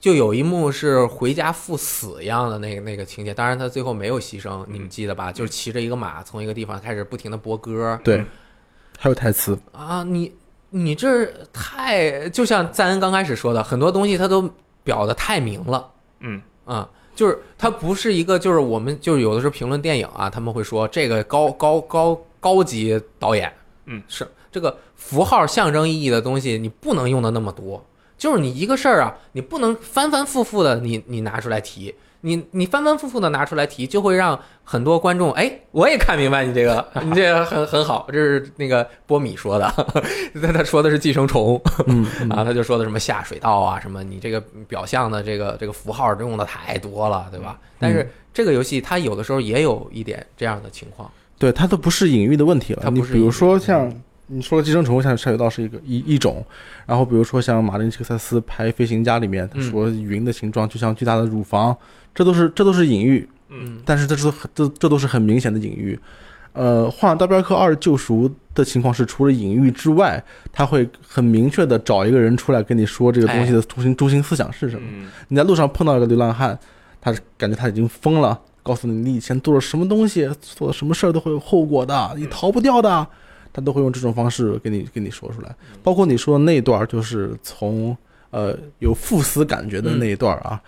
就有一幕是回家赴死一样的那个那个情节，当然他最后没有牺牲，你们记得吧？就是骑着一个马从一个地方开始不停的播歌
对
嗯，
还有台 词，
啊，你你这儿太就像赞恩刚开始说的，很多东西他都表的太明了。
嗯
啊、就是它不是一个，就是我们就是有的时候评论电影啊，他们会说这个高高高高级导演，
嗯，
是这个符号象征意义的东西，你不能用的那么多。就是你一个事儿啊，你不能反反复复的你你拿出来提，你你反反复复的拿出来提，就会让很多观众哎，我也看明白你这个，你这个很很好，这是那个波米说的， 他他说的是寄生虫，
嗯，
啊，他就说的什么下水道啊，什么你这个表象的这个这个符号用的太多了，对吧？但是这个游戏它有的时候也有一点这样的情况，
对，它都不是隐喻的问题了。
它
你
不是
比
隐
如
喻
说像你说的寄生虫，像下水道是一个一一种，然后比如说像马林切克塞斯拍《飞行家》里面，他
嗯
说云的形状就像巨大的乳房，这都是这都是隐喻，
嗯
但是这是很这这都是很明显的隐喻。呃，《幻想大镖客二：救赎》的情况是，除了隐喻之外，他会很明确的找一个人出来跟你说这个
哎
东西的中心、中心思想是什么。
嗯
你在路上碰到一个流浪汉，他感觉他已经疯了，告诉你你以前做了什么东西，做了什么事儿都会有后果的，
嗯
你逃不掉的，他都会用这种方式跟你跟你说出来。
嗯
包括你说的那一段儿，就是从呃有赴死感觉的
嗯
那一段儿啊，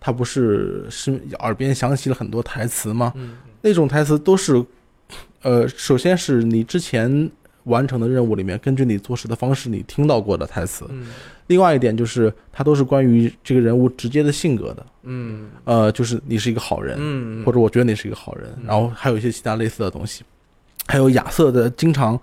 他不是是耳边响起了很多台词吗？
嗯
那种台词都是，呃，首先是你之前完成的任务里面，根据你做事的方式你听到过的台词。
嗯
另外一点就是，它都是关于这个人物直接的性格的，
嗯
呃，就是你是一个好人，
嗯，
或者我觉得你是一个好人，然后还有一些其他类似的东西，还有亚瑟的经常，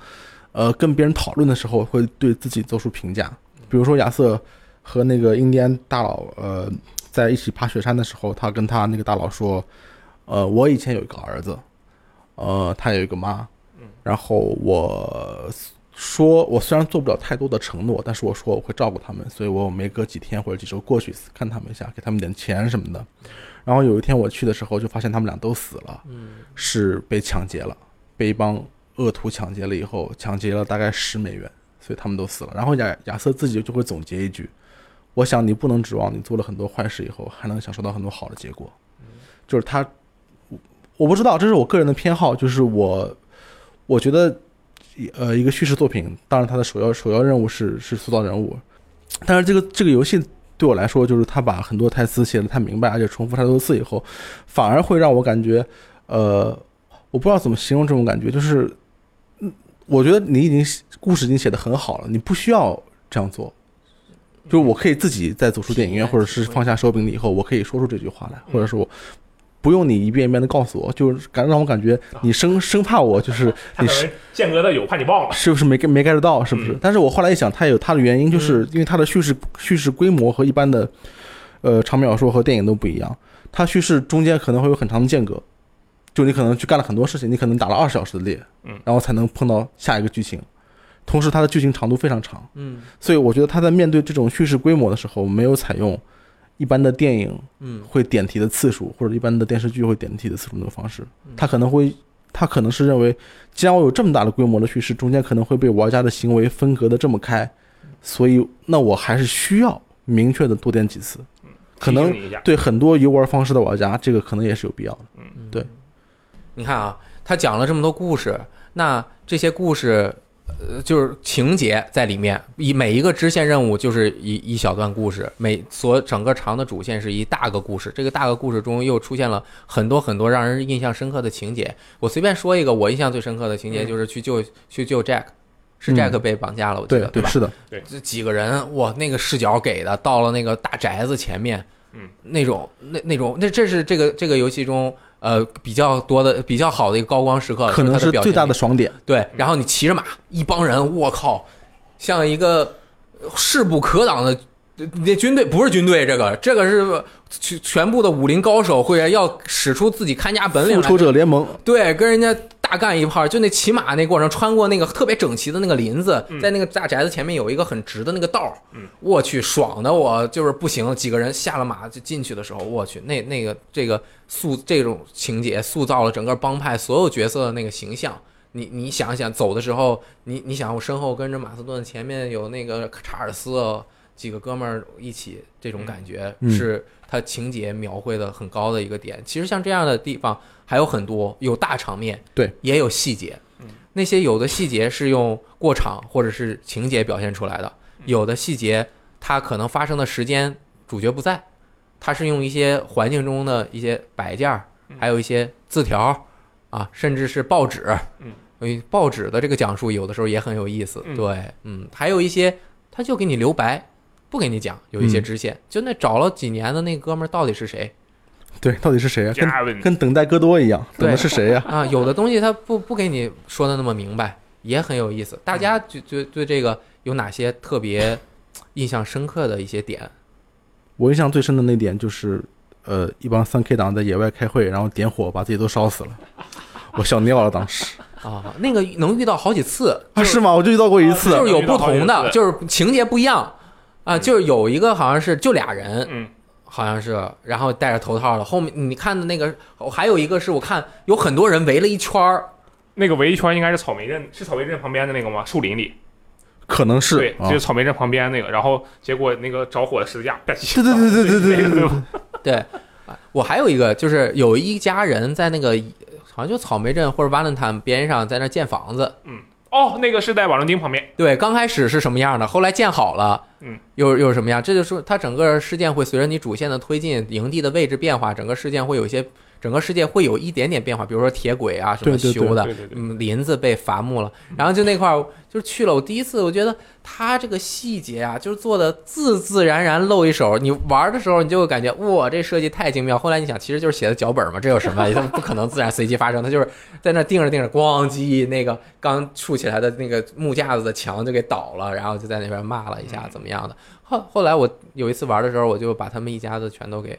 呃，跟别人讨论的时候会对自己做出评价，比如说亚瑟和那个印第安大佬呃在一起爬雪山的时候，他跟他那个大佬说，呃，我以前有一个儿子，呃，他有一个妈，
嗯
然后我说我虽然做不了太多的承诺，但是我说我会照顾他们，所以我每隔几天或者几周过去看他们一下，给他们点钱什么的。然后有一天我去的时候，就发现他们俩都死了，是被抢劫了，被一帮恶徒抢劫了以后，抢劫了大概十美元，所以他们都死了。然后亚亚瑟自己就会总结一句：“我想你不能指望你做了很多坏事以后还能享受到很多好的结果。”就是他，我我不知道，这是我个人的偏好，就是我我觉得，呃，一个叙事作品，当然它的首要首要任务是是塑造人物，但是这个这个游戏对我来说，就是他把很多台词写的太明白，而且重复太多次以后，反而会让我感觉，呃，我不知道怎么形容这种感觉，就是，嗯，我觉得你已经故事已经写的很好了，你不需要这样做。就是我可以自己在走出电影院，或者是放下手柄了以后，我可以说出这句话来，或者是我不用你一遍一遍的告诉我，就是感让我感觉你生生怕我就是
他
你
可
是
能间隔的有，怕你忘了。
是不是没 get 没 get 到？是不是？
嗯
但是我后来一想，它有它的原因，就是
嗯
因为它的叙事叙事规模和一般的呃长篇小说和电影都不一样，它叙事中间可能会有很长的间隔，就你可能去干了很多事情，你可能打了二十小时的猎，
嗯
然后才能碰到下一个剧情。同时它的剧情长度非常长，
嗯
所以我觉得他在面对这种叙事规模的时候，没有采用一般的电影
嗯
会点题的次数，或者一般的电视剧会点题的次数那种方式
嗯，
他可能会，他可能是认为，既然我有这么大的规模的叙事，中间可能会被玩家的行为分隔的这么开，所以那我还是需要明确的多点几次，可能
提醒你一下，
对很多游玩方式的玩家，这个可能也是有必要的。
嗯
对。
你看啊，他讲了这么多故事，那这些故事。呃，就是情节在里面，以每一个支线任务就是一一小段故事，每所整个长的主线是一大个故事。这个大个故事中又出现了很多很多让人印象深刻的情节。我随便说一个，我印象最深刻的情节
嗯
就是去救、去救 Jack，是
嗯
Jack 被绑架了，我记
对
得
对
吧？
是的，
这几个人，哇，那个视角给的，到了那个大宅子前面，
嗯，
那种那那种，那这是这个这个游戏中呃比较多的比较好的一个高光时刻，
可能
哦就是它表
最
现
大的
力
爽点。
对。然后你骑着马，一帮人，我靠，像一个势不可挡的。那军队不是军队，这个这个是全全部的武林高手会要使出自己看家本领
复
来
仇者联盟
对，跟人家大干一炮，就那骑马那过程，穿过那个特别整齐的那个林子，在那个大宅子前面有一个很直的那个道儿，我去，爽的我就是不行。几个人下了马就进去的时候，我去，那那个这个塑这种情节塑造了整个帮派所有角色的那个形象。你你想想，走的时候，你你想我身后跟着马斯顿，前面有那个查尔斯哦几个哥们儿一起，这种感觉、
嗯
是他情节描绘的很高的一个点。其实像这样的地方还有很多，有大场面，
对，
也有细节。
嗯
那些有的细节是用过场或者是情节表现出来的，
嗯
有的细节它可能发生的时间主角不在，它是用一些环境中的一些摆件儿，
嗯
还有一些字条儿啊，甚至是报纸。
嗯，
嗯，报纸的这个讲述有的时候也很有意思。
嗯
对，嗯，还有一些他就给你留白，不给你讲，有一些
嗯
支线，就那找了几年的那哥们儿到底是谁？
对，到底是谁呀、跟
加文
跟等待戈多一样，等的是谁呀、
啊，有的东西他不不给你说的那么明白，也很有意思。大
嗯
家就就对这个有哪些特别印象深刻的一些点？
我印象最深的那点就是，呃，一帮三 K 党在野外开会，然后点火把自己都烧死了，我笑尿了当时
啊，那个能遇到好几次，
啊， 是吗？我就遇到过一次
啊，
就是有不同
遇到好
的，
几次
就是情节不一样啊，就是有一个好像是就俩人，
嗯，
好像是，然后戴着头套了。后面你看的那个，哦还有一个是我看有很多人围了一圈儿，
那个围一圈应该是草莓镇，是草莓镇旁边的那个吗？树林里，
可能是
对，
啊
就是，草莓镇旁边那个。然后结果那个着火的十字架，对
对对对对对对对对
对，
对，啊我还有一个就是有一家人在那个好像就草莓镇或者 Valentine 边上在那建房子，
哦，那个是在瓦伦丁旁边，
对，刚开始是什么样的，后来建好了，
嗯，
又又是什么样？这就是它整个事件会随着你主线的推进，营地的位置变化，整个事件会有一些，整个世界会有一点点变化，比如说铁轨啊什么
对对对
修的，
对对对
嗯，林子被伐木了，然后就那块儿就是去了。我第一次我觉得它这个细节啊，就是做的自自然然露一手，你玩的时候你就会感觉哇，这设计太精妙。后来你想，其实就是写的脚本嘛，这有什 么？它不可能自然随机发生，它就是在那定着定着，咣叽，那个刚竖起来的那个木架子的墙就给倒了，然后就在那边骂了一下，怎么样的。后后来我有一次玩的时候，我就把他们一家子全都给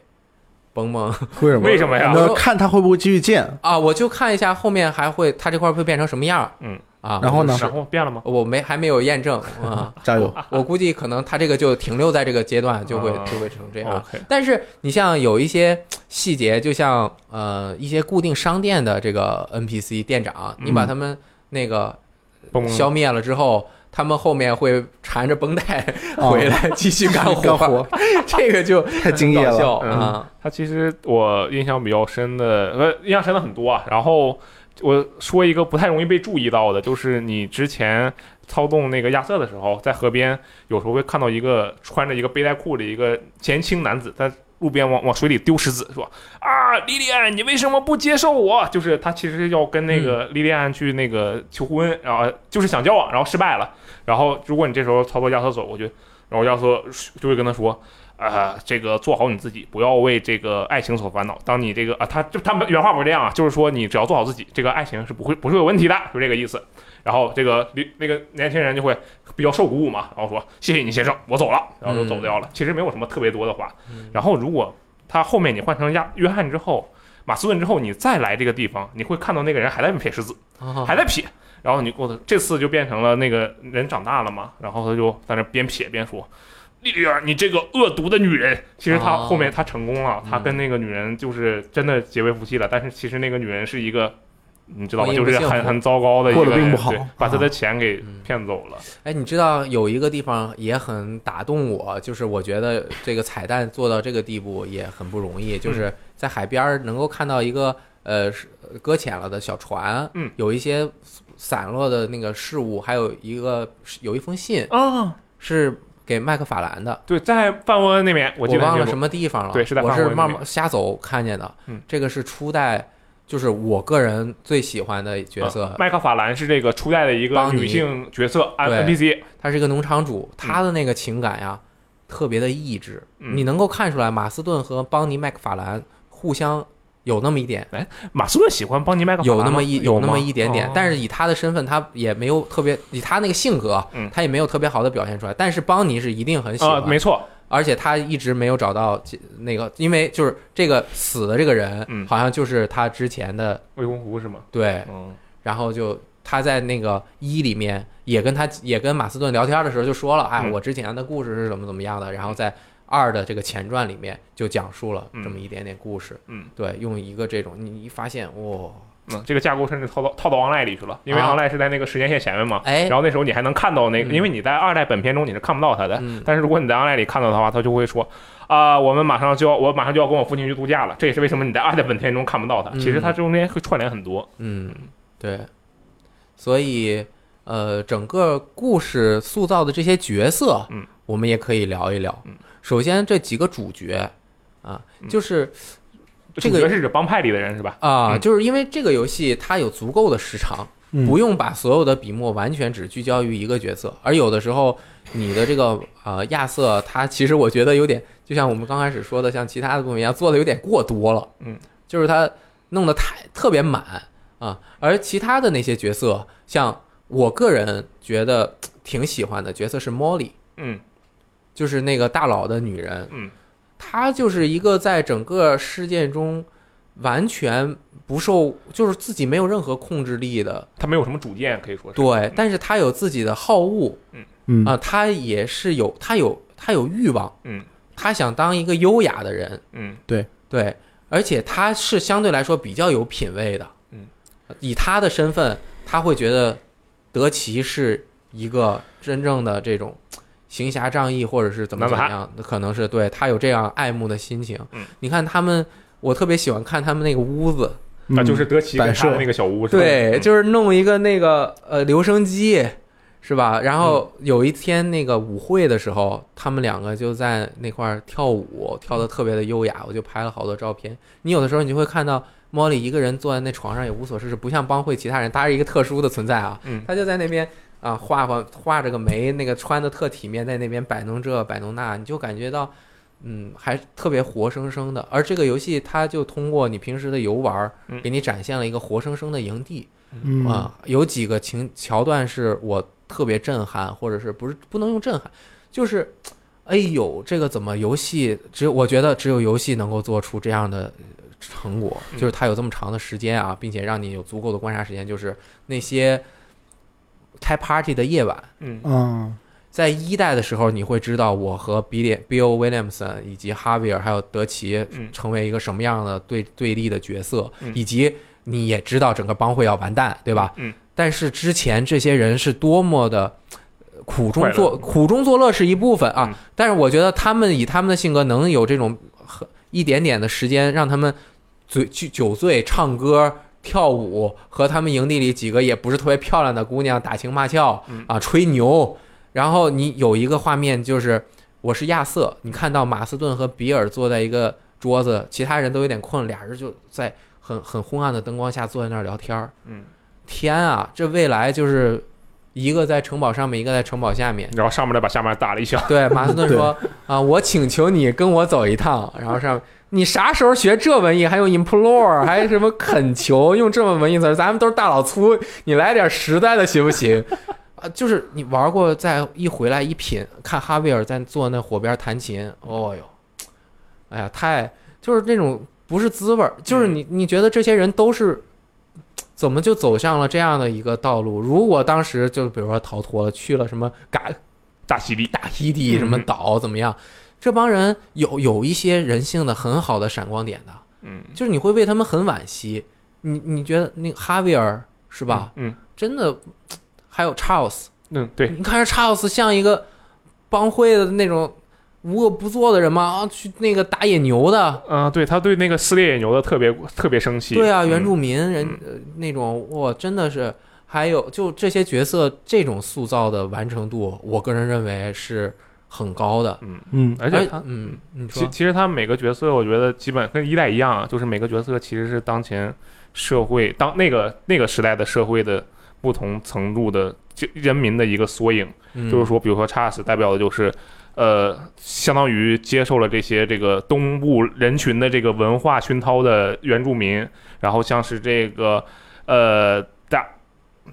崩崩
啊为什么？
为什么呀
那看他会不会继续建？
啊，我就看一下后面还会他这块会变成什么样。
嗯
啊，
然后呢，
然后变了吗？
我没还没有验证啊
加油！
我估计可能他这个就停留在这个阶段，就会
啊
就会成这样。
OK
但是你像有一些细节，就像呃一些固定商店的这个 NPC 店长，你把他们那个
嘣
消灭了之后，他们后面会缠着绷带
啊
回来继续干活
干活，
这个就
太敬业
搞
了。
笑
嗯
啊！
他其实我印象比较深的，呃，印象深的很多啊。然后我说一个不太容易被注意到的，就是你之前操纵那个亚瑟的时候，在河边有时候会看到一个穿着一个背带裤的一个前倾男子在。路边往往水里丢石子，说啊，莉莉安，你为什么不接受我？就是他其实要跟那个莉莉安去那个求婚，然后就是想交往，然后失败了。然后如果你这时候操作亚瑟走过去，然后亚瑟就会跟他说，啊，这个做好你自己，不要为这个爱情所烦恼。当你这个啊，他就他们原话不是这样啊，就是说你只要做好自己，这个爱情是不会不是有问题的，就这个意思。然后这个那个年轻人就会比较受鼓舞嘛，然后说谢谢你先生，我走了，然后就走掉了。其实没有什么特别多的话。然后如果他后面你换成亚约翰之后，马斯顿之后，你再来这个地方，你会看到那个人还在那撇石子，
啊
还在撇。然后你我的这次就变成了那个人长大了嘛，然后他就在那边撇边说。莉莉儿，你这个恶毒的女人！其实他
哦
后面他成功了，他
嗯
跟那个女人就是真的结为夫妻了。但是其实那个女人是一个，你知道吧，
婚姻
就
不
是
幸
很
福
很糟糕的一个
过得
人，
并不好
对把他
啊
的钱给
嗯
骗走了。
哎，你知道有一个地方也很打动我，就是我觉得这个彩蛋做到这个地步也很不容易，
嗯
就是在海边儿能够看到一个呃是搁浅了的小船，
嗯，
有一些散落的那个事物，还有一个有一封信
啊，
是给麦克法兰的，
对，在范沃恩那边，我
我
记得
忘
很
了
清
什
楚
么地方了，
对是在
我
法国
是
那
慢
边
慢瞎走看见的，
嗯
这个是初代，就是我个人最喜欢的角色，
啊麦克法兰是这个初代的一个
邦尼
女性角色
对
N P C，
他是一个农场主，他的那个情感呀，特别的抑制。
嗯
你能够看出来，马斯顿和邦尼麦克法兰互相有那么一点，
马斯顿喜欢邦尼麦克法兰
有
吗，
那么一
有
那么
吗
一点点。
哦
但是以他的身份，他也没有特别，以他那个性格，
嗯
他也没有特别好的表现出来。但是邦尼是一定很喜
啊，
欢，
没错，
而且他一直没有找到那个，因为就是这个死的这个人，
嗯
好像就是他之前的
魏公湖是吗？
对，
嗯，
然后就他在那个一里面也跟他也跟马斯顿聊天的时候就说了，哎，
嗯
我之前的故事是怎么怎么样的，然后在二的这个前传里面就讲述了这么一点点故事，
嗯嗯
对，用一个这种你一发现哇，
嗯，这个架构甚至套到套到 online 里去了，因为
啊
online 是在那个时间线前面嘛。
哎
然，后那时候你还能看到那个，
嗯
因为你在二代本片中你是看不到他的，
嗯
但是如果你在 online 里看到的话，他就会说，啊、我们马上就要我马上就要跟我父亲去度假了，这也是为什么你在二代本片中看不到他。其实
嗯
它中间会串联很多，
嗯，对，所以呃，整个故事塑造的这些角色，
嗯，
我们也可以聊一聊。
嗯
首先这几个主角啊，
嗯
就是这个
主角是指帮派里的人是吧？
啊，
嗯
就是因为这个游戏它有足够的时长，
嗯
不用把所有的笔墨完全只聚焦于一个角色，而有的时候你的这个呃亚瑟，他其实我觉得有点，就像我们刚开始说的，像其他的部门一样，做的有点过多了，
嗯，
就是他弄得太特别满啊，而其他的那些角色，像我个人觉得嘖挺喜欢的角色是 Molly，
嗯
就是那个大佬的女人，
嗯
她就是一个在整个事件中完全不受，就是自己没有任何控制力的，
他没有什么主见，可以说是。
对。但是她有自己的好恶
嗯
啊，她也是有，她有，她有欲望，
嗯
她想当一个优雅的人，
嗯
对。而且她是相对来说比较有品位的，
嗯，
以她的身份，她会觉得德奇是一个真正的这种。行侠仗义，或者是怎么怎么样，可能是对他有这样爱慕的心情。
嗯，
你看他们，我特别喜欢看他们那个屋子，
那就是德奇给
摆
他的
设
那个小屋是吧？
对，
嗯
就是弄一个那个呃留声机，是吧？然后
嗯
有一天那个舞会的时候，他们两个就在那块儿跳舞，跳的特别的优雅，我就拍了好多照片。你有的时候你就会看到莫莉一个人坐在那床上也无所事事，不像帮会其他人，他是一个特殊的存在啊，
嗯
他就在那边。啊，画画画着个眉，那个穿的特体面，在那边摆弄这摆弄那，你就感觉到，嗯，还特别活生生的。而这个游戏，它就通过你平时的游玩儿
嗯，
给你展现了一个活生生的营地。
嗯
啊，有几个情桥段是我特别震撼，或者是不是不能用震撼，就是，哎呦，这个怎么游戏只有我觉得只有游戏能够做出这样的呃成果，
嗯
就是它有这么长的时间啊，并且让你有足够的观察时间，就是那些开 party 的夜晚。
嗯
啊，
在一代的时候，你会知道我和 Bill Bill Williamson 以及哈维尔还有德奇
嗯
成为一个什么样的对对立的角色，
嗯
以及你也知道整个帮会要完蛋，对吧？
嗯。
但是之前这些人是多么的呃苦中
快
作
乐
苦中作乐是一部分啊，
嗯
但是我觉得他们以他们的性格能有这种很一点点的时间让他们醉酒酒醉唱歌。跳舞和他们营地里几个也不是特别漂亮的姑娘打情骂俏、
嗯
啊，吹牛，然后你有一个画面就是，我是亚瑟，你看到马斯顿和比尔坐在一个桌子，其他人都有点困，俩人就在很很昏暗的灯光下坐在那儿聊天儿。
嗯，
天啊，这未来就是一个在城堡上面，一个在城堡下面。
然后上面的把下面打了一枪，
对，马斯顿说啊，我请求你跟我走一趟。然后上面你啥时候学这文艺？还有 implore，还有什么恳求，用这么文艺词儿，咱们都是大老粗，你来点实在的行不行？ 啊，就是你玩过，再一回来一品，看哈维尔在坐那火边弹琴，哦哟，哎呀，太就是那种不是滋味儿，就是你你觉得这些人都是怎么就走向了这样的一个道路？如果当时就比如说逃脱了，去了什么嘎
大犀利，
大溪
嗯
地什么岛怎么样，这帮人有有一些人性的很好的闪光点的，
嗯，
就是你会为他们很惋惜。你你觉得那个哈维尔是吧？
嗯？
真的，还有查尔斯，
嗯嗯，对，
你看这查尔斯像一个帮会的那种无恶不作的人吗？啊，去那个打野牛的，
嗯、对他对那个撕裂野牛的特别特别生气。
对啊，原
嗯
住民人、呃、那种，哇，真的是。还有就这些角色这种塑造的完成度，我个人认为是很高的。
嗯，
嗯，
而且他
嗯，你
其
说
其实他每个角色，我觉得基本跟一代一样啊，就是每个角色其实是当前社会当那个那个时代的社会的不同程度的就人民的一个缩影。
嗯
就是说，比如说查尔斯代表的就是，呃，相当于接受了这些这个东部人群的这个文化熏陶的原住民，然后像是这个，呃，达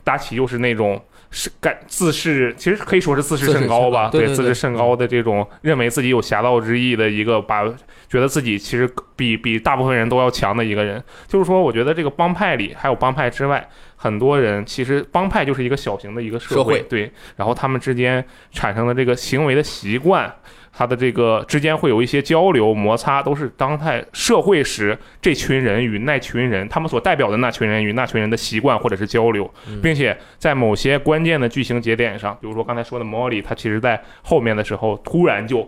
达奇又是那种是感自视，其实可以说是自视
自视
甚高
甚高
吧，
对对
自
对嗯
视甚高的这种认为自己有侠盗之意的一个，把觉得自己其实比比大部分人都要强的一个人。就是说，我觉得这个帮派里还有帮派之外，很多人其实帮派就是一个小型的一个社
社会
对，然后他们之间产生的这个行为的习惯，他的这个之间会有一些交流摩擦，都是当代社会时这群人与那群人，他们所代表的那群人与那群人的习惯或者是交流，
嗯
并且在某些关键的剧情节点上，比如说刚才说的莫莉，他其实在后面的时候突然就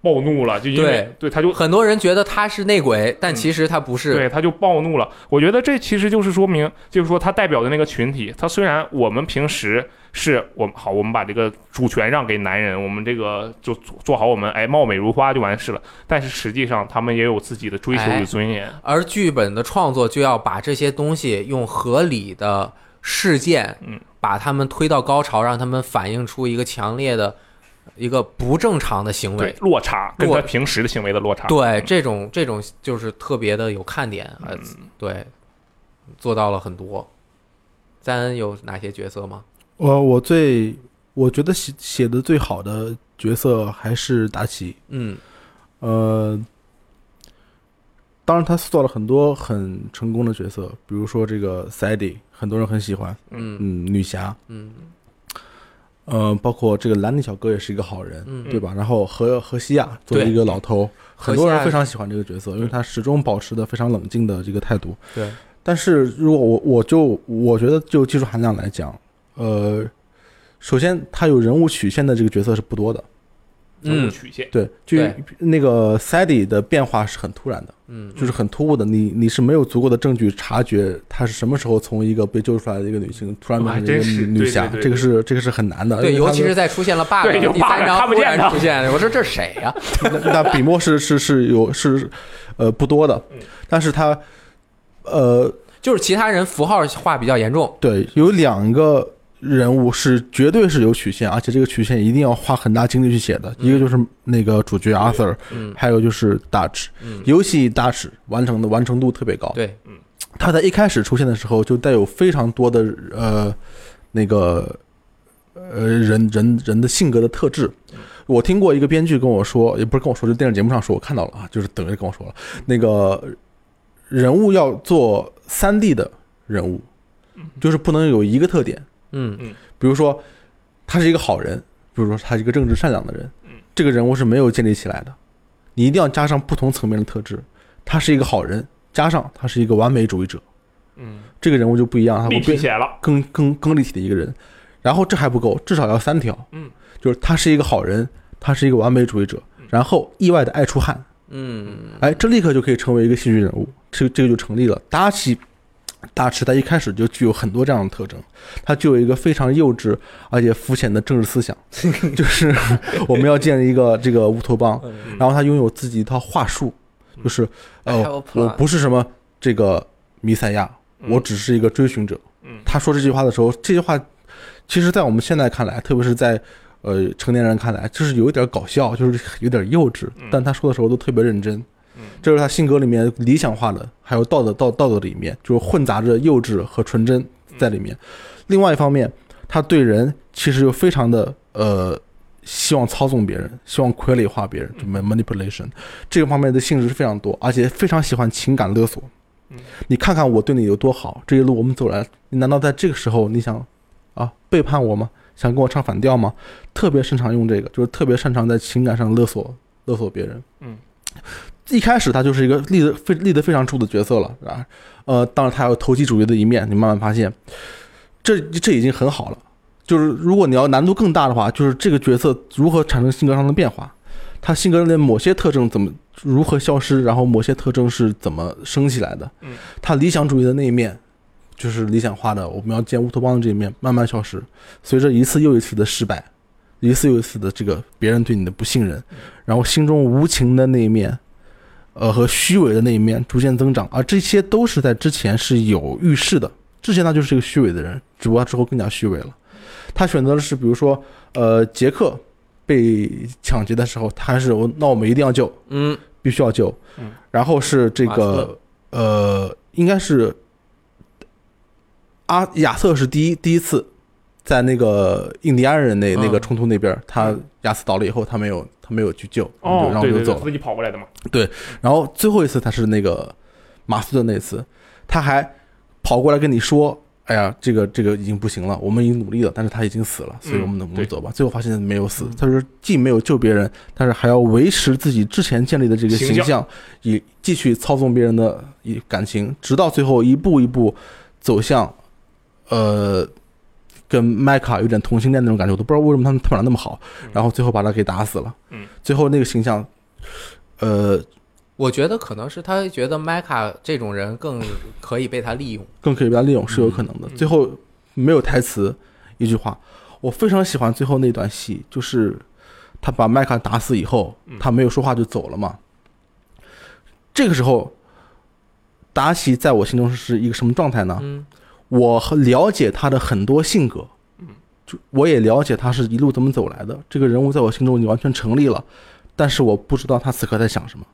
暴怒了，就因为对他就
很多人觉得他是内鬼，但其实他不是。
嗯对，他就暴怒了。我觉得这其实就是说明，就是说他代表的那个群体，他虽然我们平时是我们好，我们把这个主权让给男人，我们这个就做做好我们哎貌美如花就完事了，但是实际上他们也有自己的追求
哎
与尊严。
而剧本的创作就要把这些东西用合理的事件，
嗯，
把他们推到高潮，让他们反映出一个强烈的、一个不正常的行
对
为。
落差跟
落
他平时的行为的落差，
对，这种这种就是特别的有看点，呃，
嗯
对，做到了很多。咱有哪些角色吗？
我呃我最我觉得写写的最好的角色还是达奇，
嗯，
呃，当然他塑造了很多很成功的角色，比如说这个 Sadie，很多人很喜欢，
嗯
嗯，女侠，
嗯，
呃，包括这个兰尼小哥也是一个好人，
嗯
对吧？然后荷荷西亚作为
对
一个老头，很多
荷西
人
亚
非常喜欢这个角色，因为他始终保持的非常冷静的这个态度。
对，
但是如果我我就我觉得就技术含量来讲，呃，首先他有人物曲线的这个角色是不多的，
人物
嗯
曲线，
对，就
对
那个 Sadie 的变化是很突然的，
嗯，
就是很突兀的，你你是没有足够的证据察觉她是什么时候从一个被救出来的一个女性突然
哇
变成一
真
个
是
女
对
女侠
对，对
这个是这个是很难的，
对，
因
尤
为她
其是在出现了 bug，
对有
第
bug，
三
看
章
不
忽
见
然
他
出现，我说这谁呀？
那那笔墨是是是有是呃不多的，但是他呃
就是其他人符号化比较严重，
对有两个人物是绝对是有曲线，而且这个曲线一定要花很大精力去写的，一个就是那个主角 Arthur，
嗯
还有就是 Dutch，
嗯，
尤其 Dutch 完成的完成度特别高，
对，
他在一开始出现的时候就带有非常多的呃那个呃人人人的性格的特质。我听过一个编剧跟我说，也不是跟我说，就电视节目上说，我看到了啊，就是等于跟我说了，那个人物要做三 D 的人物，就是不能有一个特点，
嗯
比如说他是一个好人，比如说他是一个正直善良的人，这个人物是没有建立起来的。你一定要加上不同层面的特质，他是一个好人，加上他是一个完美主义者，
嗯，
这个人物就不一样，他会
立体
变
起来了，
更更更立体的一个人。然后这还不够，至少要三条，
嗯，
就是他是一个好人，他是一个完美主义者，然后意外的爱出汗，
嗯
哎，这立刻就可以成为一个戏剧人物，这这个就成立了。达奇，达奇在一开始就具有很多这样的特征，他具有一个非常幼稚而且肤浅的政治 思想，就是我们要建立一个这个乌托邦，然后他拥有自己一套话术，就是
嗯 I
呃
have a，
我
plan
不是什么这个弥赛亚，
嗯
我只是一个追寻者。
嗯
他说这句话的时候，这句话其实，在我们现在看来，特别是在呃成年人看来，就是有一点搞笑，就是有点幼稚
嗯，
但他说的时候都特别认真
嗯。
这是他性格里面理想化的，还有道德道道德里面，就是混杂着幼稚和纯真
嗯
在里面。另外一方面，他对人其实又非常的呃，希望操纵别人，希望傀儡
嗯
化别人，就 manipulation 这个方面的性质是非常多，而且非常喜欢情感勒索。
嗯
你看看我对你有多好，这一路我们走来，你难道在这个时候你想啊背叛我吗？想跟我唱反调吗？特别擅长用这个，就是特别擅长在情感上勒索勒索别人。
嗯，
一开始他就是一个立得非立得非常住的角色了啊，呃，当然他有投机主义的一面，你慢慢发现，这这已经很好了。就是如果你要难度更大的话，就是这个角色如何产生性格上的变化，他性格的某些特征怎么如何消失，然后某些特征是怎么升起来的
嗯。
他理想主义的那一面，就是理想化的我们要建乌托邦的这一面慢慢消失，随着一次又一次的失败，一次又一次的这个别人对你的不信任，然后心中无情的那一面。呃，和虚伪的那一面逐渐增长，而这些都是在之前是有预示的。之前他就是一个虚伪的人，只不过他之后更加虚伪了。他选择的是，比如说，呃，杰克被抢劫的时候，他还是我，那我们一定要救，
嗯，
必须要救。
嗯
然后是这
马特
个呃，应该是阿亚瑟是第一第一次在那个印第安人那、那
嗯
个冲突那边，他亚瑟倒了以后，他没有他没有去救，
哦
就，然后
对
就
对
走
对，
了。
自己跑过来的嘛，
然后最后一次他是那个马斯顿那次，他还跑过来跟你说：“哎呀，这个这个已经不行了，我们已经努力了，但是他已经死了，所以我们能
嗯
不
对
能走吧？”最后发现没有死
嗯，
他说既没有救别人，但是还要维持自己之前建立的这个
形
形
象
象，以继续操纵别人的以感情，直到最后一步一步走向，呃。跟麦卡有点同性恋那种感觉，我都不知道为什么他们他们俩那么好
嗯，
然后最后把他给打死了。
嗯，
最后那个形象，呃，
我觉得可能是他觉得麦卡这种人更可以被他利用。
更可以被他利用是有可能的。
嗯
最后没有台词，一句话，我非常喜欢最后那段戏，就是他把麦卡打死以后
嗯，
他没有说话就走了嘛。这个时候，达西在我心中是一个什么状态呢？
嗯
我很了解他的很多性格，
嗯
就我也了解他是一路怎么走来的。这个人物在我心中已经完全成立了，但是我不知道他此刻在想什么，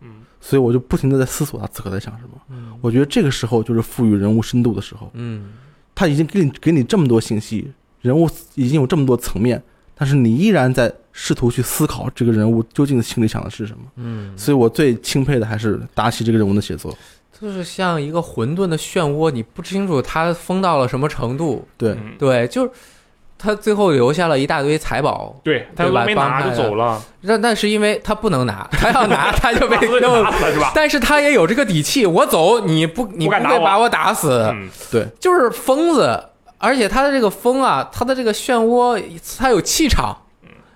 嗯
所以我就不停的在思索他此刻在想什么。
嗯
我觉得这个时候就是赋予人物深度的时候。
嗯
他已经给你给你这么多信息，人物已经有这么多层面，但是你依然在试图去思考这个人物究竟心里想的是什么。
嗯，
所以我最钦佩的还是达西这个人物的写作。
就是像一个混沌的漩涡，你不清楚他疯到了什么程度。
对，
嗯
对，就是他最后留下了一大堆财宝，
对，他
对吧
都没拿
帮他
就走了，
那那是因为他不能拿， 他要拿他就被
马斯 顿就
弄
打。死了是吧？
但是他也有这个底气，我走，你不你不
不敢打
会
我
把我打死，
嗯，
就是疯子，而且他的这个疯啊，他的这个漩涡，他有气场。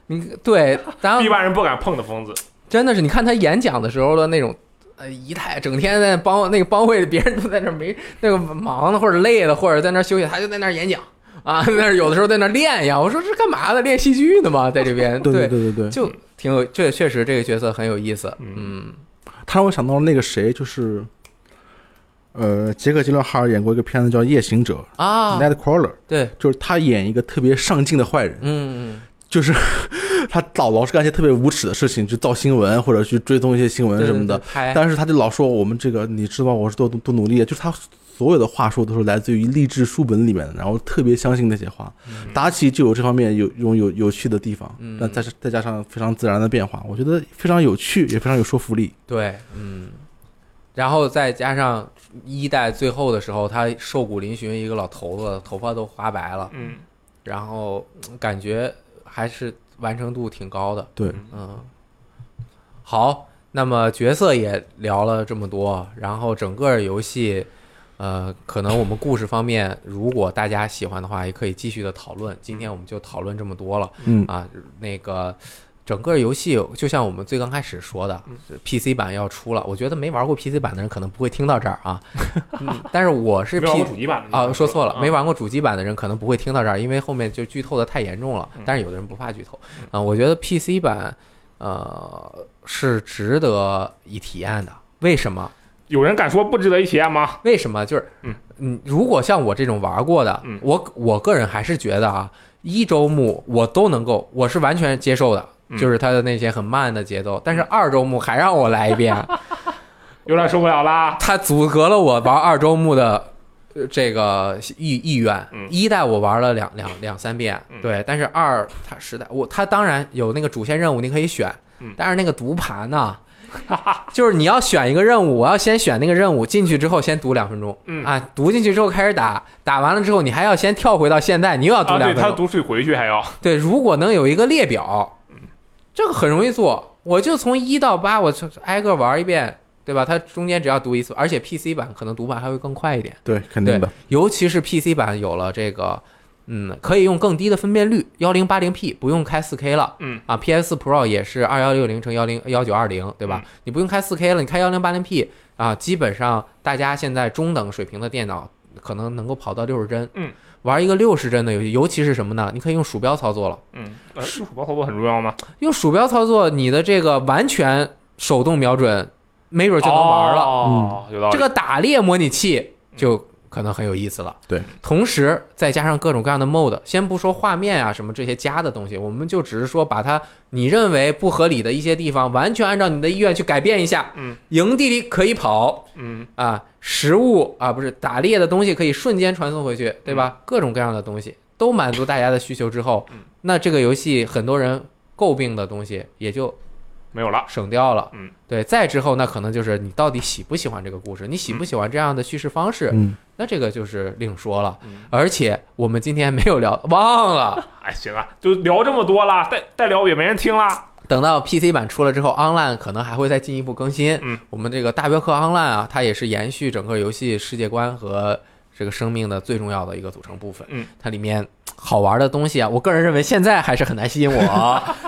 你对，然后
一般人不敢碰的疯子，
真的是，你看他演讲的时候的那种。呃，仪态整天在帮那个帮会，别人都在那儿没那个忙的或者累的，或者在那儿休息，他就在那儿演讲 啊， 在那儿有的时候在那儿练呀。我说这干嘛呢？练戏剧呢吗？在这边，
对对对对对，
就挺有，这确实这个角色很有意思。嗯
他让我想到了那个谁，就是，呃，杰克·吉伦哈尔演过一个片子叫《夜行者》
啊，
（Nightcrawler），
对，
就是他演一个特别上进的坏人。
嗯，
就是他老老是干一些特别无耻的事情，去造新闻或者去追踪一些新闻什么
嗯
的
对对。对拍
但是他就老说我们这个，你知道我是多多努力，就是他所有的话术都是来自于励志书本里面的，然后特别相信那些话。达奇就有这方面有有有有趣的地方，那再再加上非常自然的变化，我觉得非常有趣，也非常有说服力。
对，嗯，然后再加上一代最后的时候，他瘦骨嶙峋，一个老头子，头发都花白了，
嗯，
然后嗯感觉还是完成度挺高的。
对，
嗯，好，那么角色也聊了这么多，然后整个游戏，呃，可能我们故事方面，如果大家喜欢的话，也可以继续的讨论。今天我们就讨论这么多了
嗯，
啊，那个。整个游戏就像我们最刚开始说的，PC
嗯
版要出了。我觉得没玩过 PC 版的人可能不会听到这儿 啊，嗯，但是我是
没玩
P
过主机版的
啊，说错了，没
玩。
玩过主机版的人可能不会听到这儿，因为后面就剧透的太严重了
嗯。
但是有的人不怕剧透啊、我觉得 PC 版呃是值得一体验的。为什么？
有人敢说不值得一啊体验吗？
为什么？就是
嗯
嗯，如果像我这种玩过的，
嗯
我我个人还是觉得啊，一周目我都能够，我是完全接受的，
嗯
就是它的那些很慢的节奏。但是二周目还让我来一遍，
有点受不了啦。
它阻隔了我玩二周目的呃这个意意愿
嗯。
一代我玩了两两两三遍
嗯，
对，但是二它实在我它当然有那个主线任务你可以选
嗯，
但是那个读盘呢、就是你要选一个任务，我要先选那个任务，进去之后先读两分钟，
嗯
啊，读进去之后开始打，打完了之后你还要先跳回到现在，你又要读
啊，
两
对
分钟。
他读水回去还要，
对，如果能有一个列表，这个很容易做。我就从一到八，我就挨个玩一遍，对吧？它中间只要读一次，而且 PC 版可能读版还会更快一点。
对，肯定
对
的，，
尤其是 PC 版有了这个，嗯，可以用更低的分辨率，幺零八零 P 不用开四 K 了。
嗯
啊，PS Pro 也是二幺六零乘幺零幺九二零，对
嗯
吧？你不用开四 K 了，你开幺零八零 P 啊，基本上大家现在中等水平的电脑可能能够跑到六十帧。
嗯，
玩一个六十帧的游戏，尤其是什么呢？你可以用鼠标操作了。
嗯，呃，用鼠标操作很重要吗？
用鼠标操作，你的这个完全手动瞄准，没准就能玩了。嗯
哦，有道理。
这个打猎模拟器就可能很有意思了。
对，
同时再加上各种各样的 mod，先不说画面啊什么这些加的东西，我们就只是说把它你认为不合理的一些地方，完全按照你的意愿去改变一下。
嗯，
营地里可以跑
嗯
啊，食物啊不是打猎的东西可以瞬间传送回去，对吧？各种各样的东西都满足大家的需求之后，那这个游戏很多人诟病的东西也就
没有了。
省掉了。
嗯，
对，再之后那可能就是你到底喜不喜欢这个故事，你喜不喜欢这样的叙事方式，
嗯，
那这个就是另说了。
嗯
而且我们今天没有聊，忘了
哎，行啊，就聊这么多了，再再聊也没人听啦。
等到 PC 版出了之后，Online 可能还会再进一步更新。
嗯，
我们这个大镖客 Online 啊，它也是延续整个游戏世界观和这个生命的最重要的一个组成部分。
嗯，
它里面。好玩的东西啊，我个人认为现在还是很难吸 引我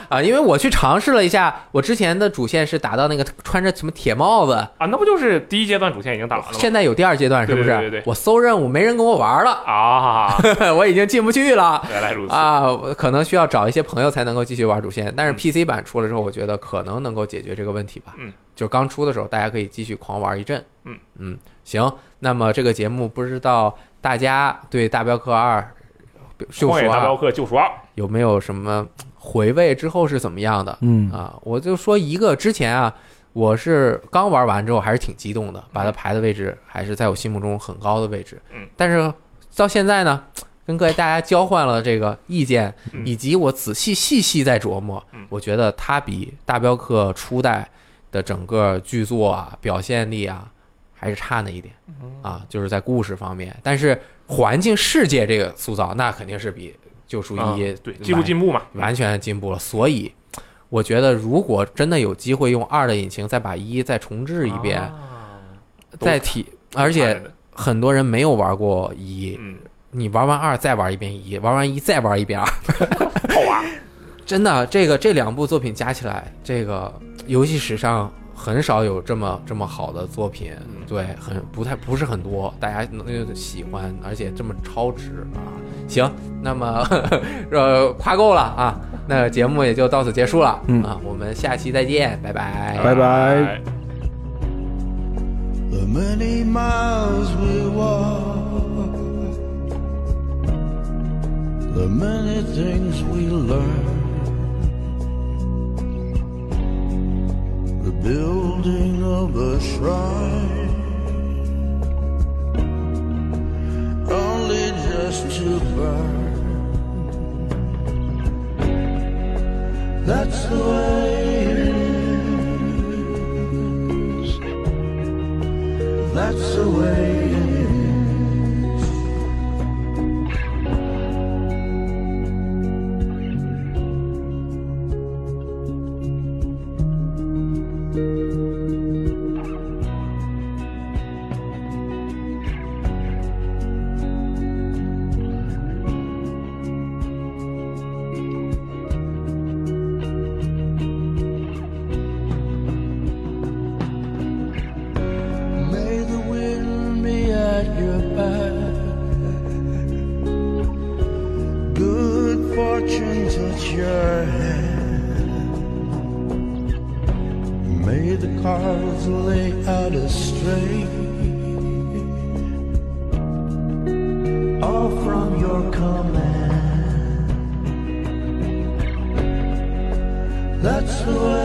啊，因为我去尝试了一下，我之前的主线是打到那个穿着什么铁帽子，
啊，那不就是第一阶段主线已经打完了吗？
现在有第二阶段是不是？
对对对对
我搜任务没人跟我玩了，
啊，
我已经进不去了
原来如 此。
啊！我可能需要找一些朋友才能够继续玩主线。但是
嗯
PC 版出了之后，我觉得可能能够解决这个问题吧。
嗯，
就刚出的时候，大家可以继续狂玩一阵。
嗯
嗯，行。那么这个节目不知道大家对《大镖客二》就
荒野
说
大镖
啊
客救赎二，
有没有什么回味之后是怎么样的？
嗯
啊，我就说一个之前啊，我是刚玩完之后还是挺激动的，把它排的位置还是在我心目中很高的位置。
嗯，
但是到现在呢，跟各位大家交换了这个意见，
嗯
以及我仔细细细在琢磨，
嗯
我觉得它比大镖客初代的整个剧作啊、表现力啊，还是差那一点
嗯
啊，就是在故事方面，但是环境世界这个塑造，那肯定是比救赎
啊
一、
对技术进步嘛，
完全进步了。所以，我觉得如果真的有机会用二的引擎再把一再重置一遍，
啊
再提，而且很多人没有玩过一，
嗯，
你玩完二再玩一遍一，玩完一再玩一遍二，
好玩。
真的，这个这两部作品加起来，这个游戏史上。很少有这么这么好的作品，对，很不太不是很多，大家能呃喜欢，而且这么超值啊！行，那么 呃夸够了啊，那节目也就到此结束了，
嗯
啊，我们下期再见，拜拜，
拜拜。
哎
The many miles we walk, the many things we learn, the building of a shrine, only just to burn. That's the way it is. That's the way it is. May the wind be at your back. Good fortune touch your hand. May the cards lay out astray. All from your command. That's the way.